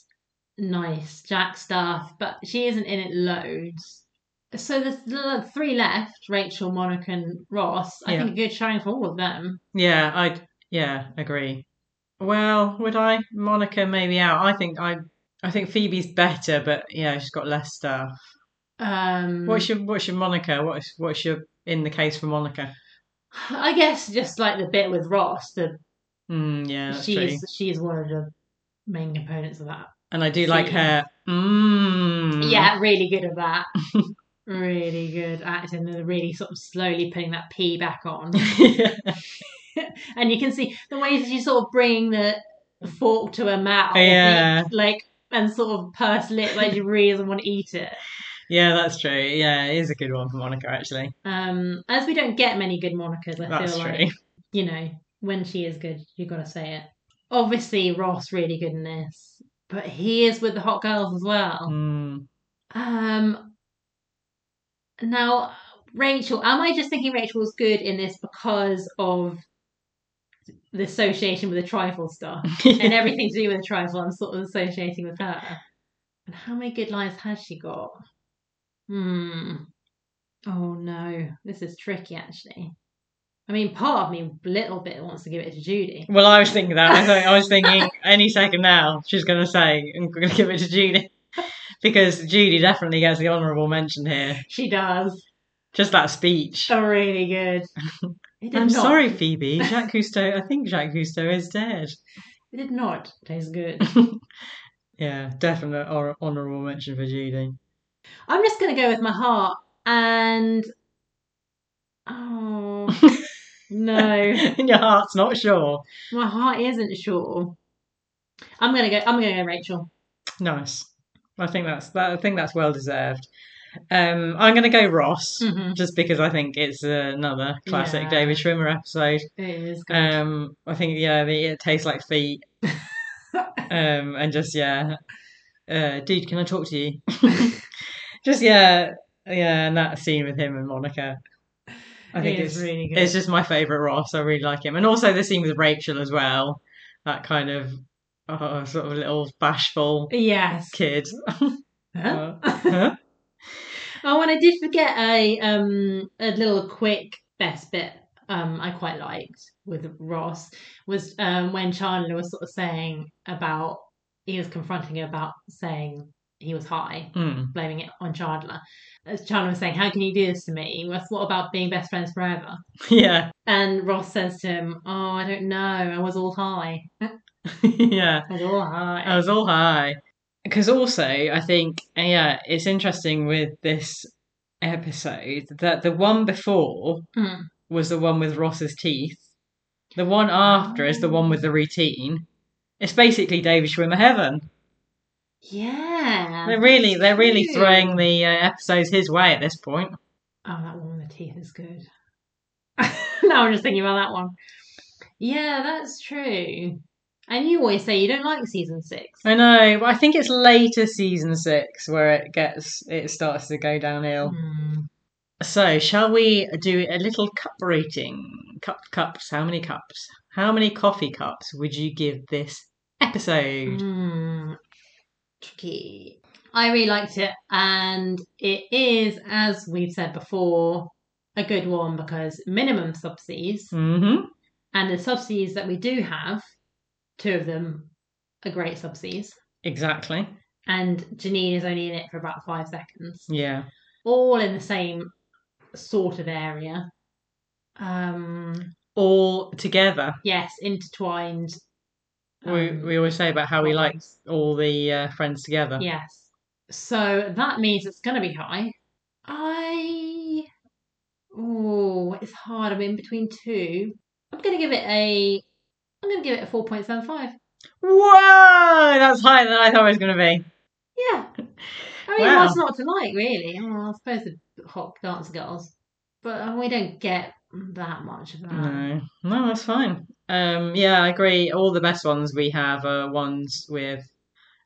[SPEAKER 1] Nice Jack stuff, but she isn't in it loads. So there's the three left Rachel, Monica, and Ross. I think a good showing for all of them.
[SPEAKER 2] Yeah, I yeah agree. Well, would I Monica maybe out? I think I I think Phoebe's better, but yeah, she's got less stuff.
[SPEAKER 1] Um,
[SPEAKER 2] What's your what's your Monica? What's what's your in the case for Monica?
[SPEAKER 1] I guess just like the bit with Ross, the,
[SPEAKER 2] Mm, yeah, that's true.
[SPEAKER 1] she's she's one of the main components of that.
[SPEAKER 2] And I do like
[SPEAKER 1] Phoebe.
[SPEAKER 2] her. Mm,
[SPEAKER 1] Yeah, really good at that. really good acting and really sort of slowly putting that P back on. and you can see the way that she's sort of bringing the fork to her mouth,
[SPEAKER 2] Yeah.
[SPEAKER 1] like and sort of purse lip, like she really doesn't want to eat it.
[SPEAKER 2] yeah, that's true. Yeah, it is a good one for Monica actually.
[SPEAKER 1] Um, as we don't get many good monikers, I
[SPEAKER 2] That's
[SPEAKER 1] feel
[SPEAKER 2] true.
[SPEAKER 1] like you know when she is good, you got to say it. Obviously, Ross really good in this, but he is with the hot girls as well.
[SPEAKER 2] Mm.
[SPEAKER 1] Um, now Rachel, am I just thinking Rachel was good in this because of the association with the trifle stuff? and everything to do with the tribes I'm sort of associating with her. And how many good lines has she got? Hmm. Oh no, this is tricky actually. I mean, part of me, little bit, wants to give it to Judy.
[SPEAKER 2] well, I was thinking that. I, thought, I was thinking any second now she's going to say, "I'm going to give it to Judy," because Judy definitely gets the honourable mention here.
[SPEAKER 1] She does.
[SPEAKER 2] Just that speech.
[SPEAKER 1] Oh, really good. It did
[SPEAKER 2] I'm
[SPEAKER 1] not,
[SPEAKER 2] sorry, Phoebe. Jacques Cousteau. I think Jacques Cousteau is dead.
[SPEAKER 1] It did not taste good.
[SPEAKER 2] Yeah, definite hor- honourable mention for Judy.
[SPEAKER 1] I'm just going to go with my heart and. Oh. no.
[SPEAKER 2] In your heart's not sure.
[SPEAKER 1] My heart isn't sure. I'm gonna go. I'm gonna go. Rachel.
[SPEAKER 2] Nice. I think that's that. I think that's well deserved. Um, I'm going to go Ross
[SPEAKER 1] Mm-hmm.
[SPEAKER 2] just because I think it's another classic
[SPEAKER 1] Yeah.
[SPEAKER 2] David Schwimmer episode.
[SPEAKER 1] It is. Good.
[SPEAKER 2] Um, I think yeah, the, it tastes like feet. um, and just yeah, uh, dude, can I talk to you? just yeah, yeah, and that scene with him and Monica. I think
[SPEAKER 1] it is
[SPEAKER 2] it's
[SPEAKER 1] really good.
[SPEAKER 2] it's just my favorite Ross. I really like him, and also the scene with Rachel as well. That kind of oh, sort of little bashful
[SPEAKER 1] yes.
[SPEAKER 2] kid. Uh,
[SPEAKER 1] Huh?
[SPEAKER 2] Huh?
[SPEAKER 1] Oh, and I did forget a um a little quick best bit um I quite liked with Ross was um when Chandler was sort of saying about he was confronting her about saying he was high,
[SPEAKER 2] Mm.
[SPEAKER 1] blaming it on Chandler. As Chandler was saying, "How can you do this to me? What's what about being best friends forever?"
[SPEAKER 2] Yeah,
[SPEAKER 1] And Ross says to him, "Oh, I don't know. I was all high. I
[SPEAKER 2] yeah.
[SPEAKER 1] was all
[SPEAKER 2] I
[SPEAKER 1] high."
[SPEAKER 2] was all high. Because also, I think, uh, yeah, it's interesting with this episode that the one before
[SPEAKER 1] Mm.
[SPEAKER 2] was the one with Ross's teeth. The one after is the one with the routine. It's basically David Schwimmer heaven.
[SPEAKER 1] Yeah.
[SPEAKER 2] They're really, they're really
[SPEAKER 1] True.
[SPEAKER 2] throwing the uh, episodes his way at this point.
[SPEAKER 1] Oh, that one with the teeth is good. now I'm just thinking about that one. Yeah, that's true. And you always say you don't like season six.
[SPEAKER 2] I know, but I think it's later season six where it gets, it starts to go downhill.
[SPEAKER 1] Hmm.
[SPEAKER 2] So, shall we do a little cup rating? Cup, cups. How many cups? How many coffee cups would you give this episode?
[SPEAKER 1] Hmm. Tricky. I really liked it, and it is, as we've said before, a good one because minimum subsidies
[SPEAKER 2] Mm-hmm.
[SPEAKER 1] and the subsidies that we do have, two of them are great subsidies.
[SPEAKER 2] Exactly.
[SPEAKER 1] And Janine is only in it for about five seconds.
[SPEAKER 2] Yeah.
[SPEAKER 1] all in the same sort of area. Um,
[SPEAKER 2] All together.
[SPEAKER 1] yes, intertwined.
[SPEAKER 2] we
[SPEAKER 1] um,
[SPEAKER 2] we always say about how we like all the uh, friends together.
[SPEAKER 1] Yes. So that means it's going to be high. I. Oh, it's hard. I'm in between two. I'm gonna give it a. I'm gonna give it a four point seven five.
[SPEAKER 2] Whoa, that's higher than I thought it was going to be.
[SPEAKER 1] Yeah. I mean,
[SPEAKER 2] Wow.
[SPEAKER 1] what's not to like, really? Oh, I suppose the hot dance girls, but uh, we don't get that much of that.
[SPEAKER 2] No, no, that's fine. Um, yeah, I agree. All the best ones we have are ones with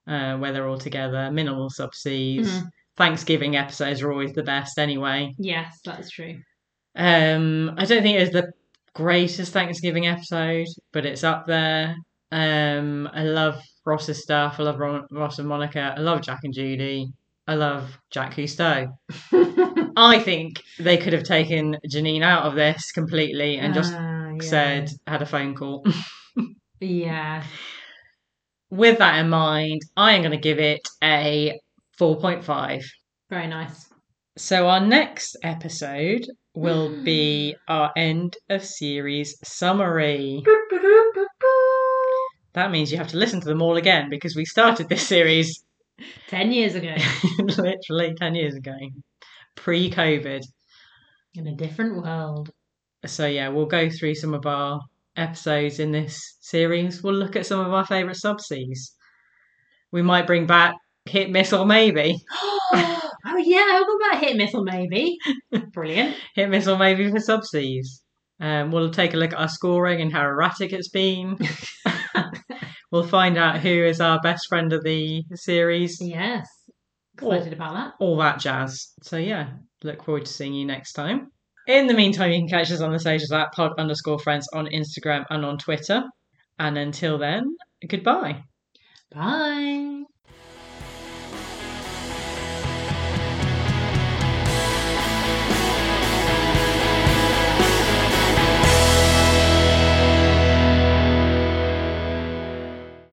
[SPEAKER 2] uh, where they're all together, minimal subsidies.
[SPEAKER 1] Mhm.
[SPEAKER 2] Thanksgiving episodes are always the best anyway.
[SPEAKER 1] Yes, that's true.
[SPEAKER 2] Um, I don't think it's the greatest Thanksgiving episode, but it's up there. Um, I love Ross's stuff. I love Ron- Ross and Monica. I love Jack and Judy. I love Jack Cousteau. I think they could have taken Janine out of this completely and just
[SPEAKER 1] Ah, yeah.
[SPEAKER 2] said had a phone call.
[SPEAKER 1] Yeah.
[SPEAKER 2] With that in mind, I am going to give it a 4.5.
[SPEAKER 1] Very nice.
[SPEAKER 2] So our next episode will be our end of series summary. That means you have to listen to them all again because we started this series
[SPEAKER 1] Ten years ago,
[SPEAKER 2] literally 10 years ago, pre COVID.
[SPEAKER 1] in a different world.
[SPEAKER 2] So, yeah, we'll go through some of our episodes in this series. We'll look at some of our favourite subseas. We might bring back Hit, Miss, or Maybe.
[SPEAKER 1] oh yeah, I forgot about hit and miss or maybe. Brilliant.
[SPEAKER 2] Hit, Miss, or Maybe for subseas. Um, we'll take a look at our scoring and how erratic it's been. we'll find out who is our best friend of the series.
[SPEAKER 1] Yes. Excited about that.
[SPEAKER 2] all that jazz. So yeah, look forward to seeing you next time. In the meantime, you can catch us on the socials at pod underscore friends on Instagram and on Twitter. And until then, goodbye.
[SPEAKER 1] Bye.